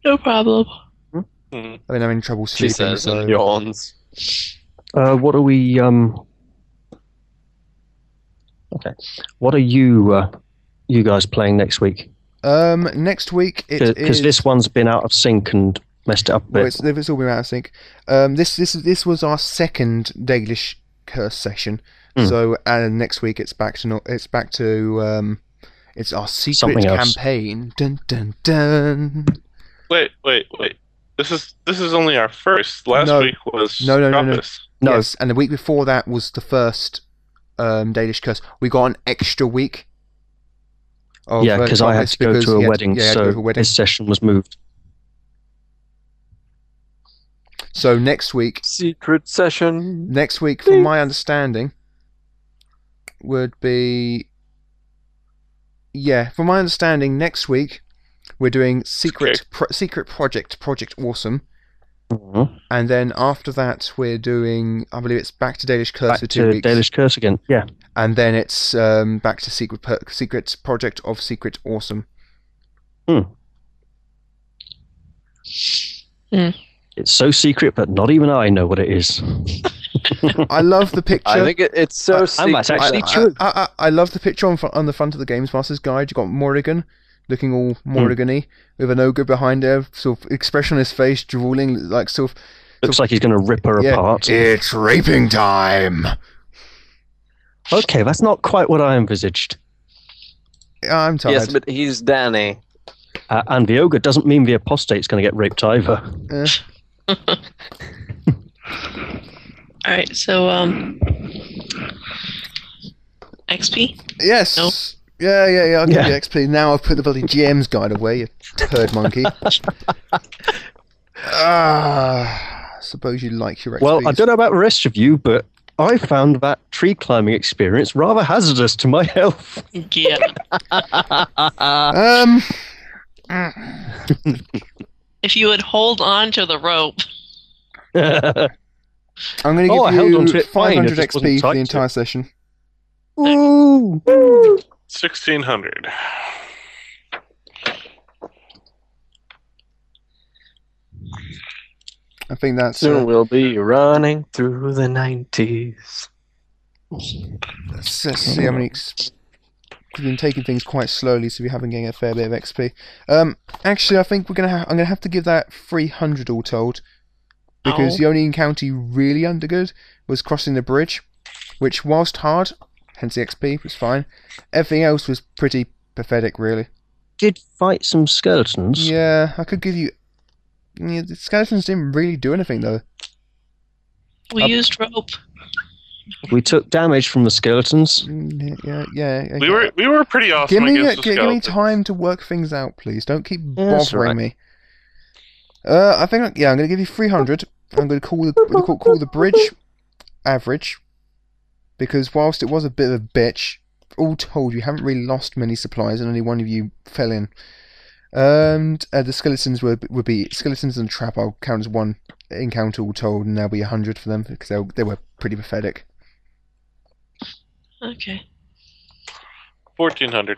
Speaker 4: No problem.
Speaker 5: Hmm.
Speaker 7: I mean I'm in trouble
Speaker 3: She
Speaker 7: sleeping.
Speaker 3: says
Speaker 7: so
Speaker 3: and yawns.
Speaker 1: Uh, what are we? Um. Okay. What are you? Uh, you guys playing next week?
Speaker 7: Um, next week it
Speaker 1: Because
Speaker 7: is.
Speaker 1: this one's been out of sync and messed it up a
Speaker 7: well,
Speaker 1: bit.
Speaker 7: it's, it's all been out of sync. Um, this this this was our second Dalish curse session.
Speaker 1: Hmm.
Speaker 7: So uh, next week it's back to no, it's back to um, it's our secret
Speaker 1: Something else.
Speaker 7: campaign. Dun dun dun.
Speaker 5: Wait, wait, wait. This is this is only our first. Last
Speaker 7: No.
Speaker 5: week was
Speaker 7: No, no, no, no.
Speaker 5: Krampus.
Speaker 1: No.
Speaker 7: Yes, and the week before that was the first um, Dalish curse. We got an extra week. Of,
Speaker 1: yeah,
Speaker 7: uh,
Speaker 1: because I had
Speaker 7: Krampus
Speaker 1: to go
Speaker 7: because
Speaker 1: to a
Speaker 7: he had-
Speaker 1: wedding,
Speaker 7: yeah, he had to
Speaker 1: so
Speaker 7: go to a wedding.
Speaker 1: this session was moved.
Speaker 7: So next week
Speaker 3: Secret session.
Speaker 7: next week, from my understanding, would be yeah. From my understanding, next week We're doing secret
Speaker 5: Okay.
Speaker 7: pro- secret project project awesome, Mm-hmm. and then after that we're doing I believe it's back to Dalish Curse
Speaker 1: Back
Speaker 7: for
Speaker 1: to
Speaker 7: two weeks,
Speaker 1: Dalish Curse again. Yeah.
Speaker 7: and then it's um, back to secret per- secret project of secret awesome.
Speaker 1: It's so secret, but not even I know what it is.
Speaker 7: I love the picture.
Speaker 3: I think it, it's so.
Speaker 1: I- I might
Speaker 3: secret.
Speaker 1: actually
Speaker 7: I, I, I, I love the picture on, fr- on the front of the Games Masters guide. You got Morrigan looking all Morrigan-y with an ogre behind her, sort of expression on his face, drooling, like sort of
Speaker 1: Looks like he's going to rip her
Speaker 7: Yeah.
Speaker 1: apart.
Speaker 7: it's raping time.
Speaker 1: Okay, that's not quite what I envisaged.
Speaker 7: I'm tired.
Speaker 3: Yes, but he's Danny.
Speaker 1: Uh, and the ogre doesn't mean the apostate's going to get raped either.
Speaker 7: Eh.
Speaker 4: All right, so um, XP.
Speaker 7: Yes.
Speaker 4: No.
Speaker 7: Yeah, yeah, yeah. I'll give
Speaker 1: Yeah.
Speaker 7: you XP. Now I've put the bloody GM's guide away, you turd
Speaker 1: [LAUGHS]
Speaker 7: monkey. Ah, suppose you like your XP.
Speaker 1: Well, I don't know about the rest of you, but I found that tree climbing experience rather hazardous to my [LAUGHS] health.
Speaker 4: Yeah.
Speaker 7: Um,
Speaker 4: if you would hold on to the rope.
Speaker 7: I'm going to give
Speaker 1: Oh, I held
Speaker 7: you
Speaker 1: onto it fine, I
Speaker 7: 500
Speaker 1: just wasn't
Speaker 7: XP for
Speaker 1: tight to
Speaker 7: the
Speaker 1: it.
Speaker 7: entire session.
Speaker 1: Ooh.
Speaker 5: Sixteen hundred.
Speaker 7: I think that's
Speaker 3: Soon
Speaker 7: uh,
Speaker 3: we'll be running through the nineties.
Speaker 7: Let's, let's see how many. Ex- we've been taking things quite slowly, so we have been getting a fair bit of XP. Um, actually, I think we're gonna. Ha- I'm gonna have to give that 300 all told, because
Speaker 5: Oh.
Speaker 4: Ow.
Speaker 7: the only encounter you really undergood was crossing the bridge, which, whilst hard, hence the XP, was fine. Everything else was pretty pathetic, really.
Speaker 1: Did fight some skeletons.
Speaker 7: Yeah, I could give you. Yeah, the skeletons didn't really do anything though.
Speaker 4: Oh, We
Speaker 7: Up.
Speaker 4: used rope.
Speaker 1: We took damage from the skeletons.
Speaker 7: Mm, Yeah, yeah. yeah
Speaker 5: We were we were pretty awesome
Speaker 7: Give me,
Speaker 5: against the
Speaker 7: gi- give me
Speaker 5: skeletons.
Speaker 7: time to work things out, please. Don't keep
Speaker 1: Yeah, that's
Speaker 7: bothering
Speaker 1: right.
Speaker 7: me. Uh, I think yeah, I'm gonna give you 300. I'm gonna call the gonna call, call the bridge average because whilst it was a bit of a bitch, all told, you haven't really lost many supplies, and only one of you fell in. And uh, the skeletons were would be skeletons and trap. I'll count as one encounter all told, and there'll be 100 for them because they were- they were pretty pathetic.
Speaker 4: Okay.
Speaker 5: Fourteen hundred.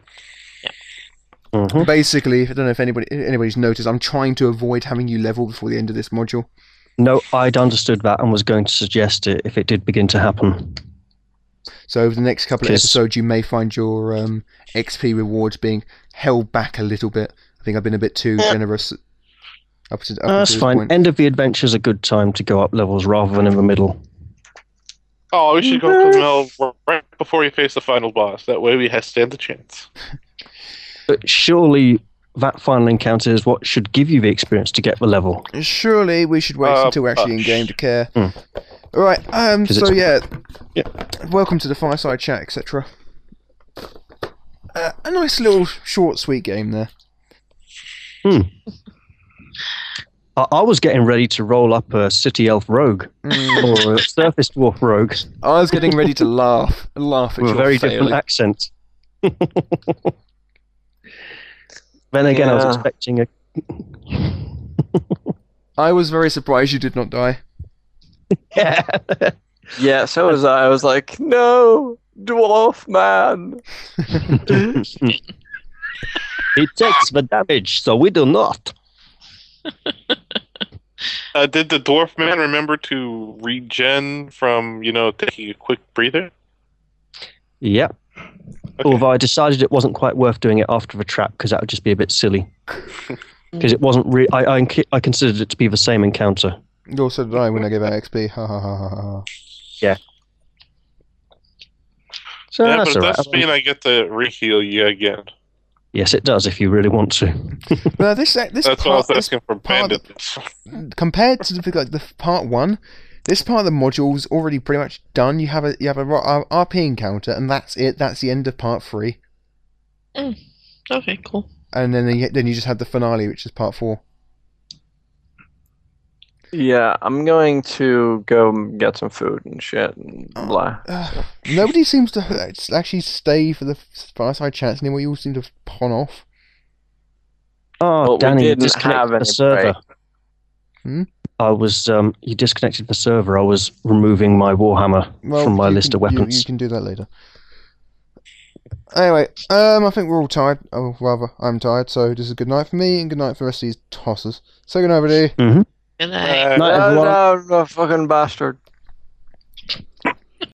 Speaker 1: Mhm.
Speaker 7: Basically, I don't know if anybody anybody's noticed. I'm trying to avoid having you level before the end of this module.
Speaker 1: No, I'd understood that and was going to suggest it if it did begin to happen.
Speaker 7: So over the next couple of
Speaker 1: Yes.
Speaker 7: episodes, you may find your um, XP rewards being held back a little bit. I think I've been a bit too generous. Up to, up
Speaker 1: Uh, that's
Speaker 7: until this
Speaker 1: fine.
Speaker 7: Point.
Speaker 1: End of the adventure is a good time to go up levels rather than in the middle.
Speaker 5: Oh, we should go
Speaker 7: Mm-hmm.
Speaker 5: up to the mill right before we face the final boss. That way we have stand a chance.
Speaker 1: But surely that final encounter is what should give you the experience to get the level.
Speaker 7: Surely we should wait
Speaker 5: Uh,
Speaker 7: until we're actually in
Speaker 5: uh,
Speaker 7: game to care.
Speaker 1: Hmm.
Speaker 7: All right. Um.
Speaker 1: 'Cause
Speaker 7: So yeah.
Speaker 5: Yeah.
Speaker 7: Welcome to the fireside chat, etc. Uh, a nice little short, sweet game there.
Speaker 1: I, I was getting ready to roll up a city elf rogue
Speaker 7: Mm.
Speaker 1: or
Speaker 7: [LAUGHS]
Speaker 1: a surface dwarf rogue
Speaker 7: I was getting ready to laugh and laugh at
Speaker 1: with a
Speaker 7: your
Speaker 1: very different
Speaker 7: failing.
Speaker 1: accent. [LAUGHS] then again, I
Speaker 3: Yeah.
Speaker 1: was expecting a. [LAUGHS]
Speaker 7: I was very surprised you did not die.
Speaker 1: Yeah.
Speaker 3: Yeah, so was I. I was like, no, dwarf man.
Speaker 1: He takes the damage, so we do not.
Speaker 5: Uh, did the dwarf man remember to regen from you know taking a quick breather?
Speaker 1: Yep. Although I decided it wasn't quite worth doing it after the trap because that would just be a bit
Speaker 3: [LAUGHS]
Speaker 1: silly. Because it wasn't really. I, I, I considered it to be the same encounter.
Speaker 7: Nor so did I when I gave out XP. Ha ha ha ha ha.
Speaker 1: So
Speaker 5: yeah,
Speaker 1: that's
Speaker 5: but
Speaker 1: alright.
Speaker 5: it does mean I get to reheal you again.
Speaker 1: Yes, it does if you really want to.
Speaker 7: Now this e, this
Speaker 5: That's what I
Speaker 7: part,
Speaker 5: was
Speaker 7: this
Speaker 5: asking for
Speaker 7: part of
Speaker 5: bandit.
Speaker 7: compared to the, like the part one, this part of the module's already pretty much done. You have a you have a ro- a RP encounter, and that's it. That's the end of part three,
Speaker 4: Mm. Okay. Cool.
Speaker 7: and then you, then you just have the finale, which is part four.
Speaker 3: Yeah, I'm going to go m- get some food and shit and blah.
Speaker 7: Ugh. nobody seems to uh, h- actually stay for the fireside chats anymore. You all seem to pawn off.
Speaker 1: Oh,
Speaker 3: But we
Speaker 1: Danny, you
Speaker 3: didn't have
Speaker 1: disconnected
Speaker 3: any
Speaker 1: the server.
Speaker 7: Hmm?
Speaker 1: I was. Um, you disconnected the server. I was removing my warhammer from my
Speaker 7: you
Speaker 1: list
Speaker 7: can-
Speaker 1: of
Speaker 7: you-
Speaker 1: weapons.
Speaker 7: You, can do that later. Anyway, um, I think we're all tired. Oh, rather, I'm tired. So this is good night for me, and good night for the rest of these tossers. So good night, everybody.
Speaker 10: Good night.
Speaker 5: [LAUGHS]
Speaker 1: Night,
Speaker 3: no,
Speaker 1: everyone.
Speaker 3: no, no, fucking bastard.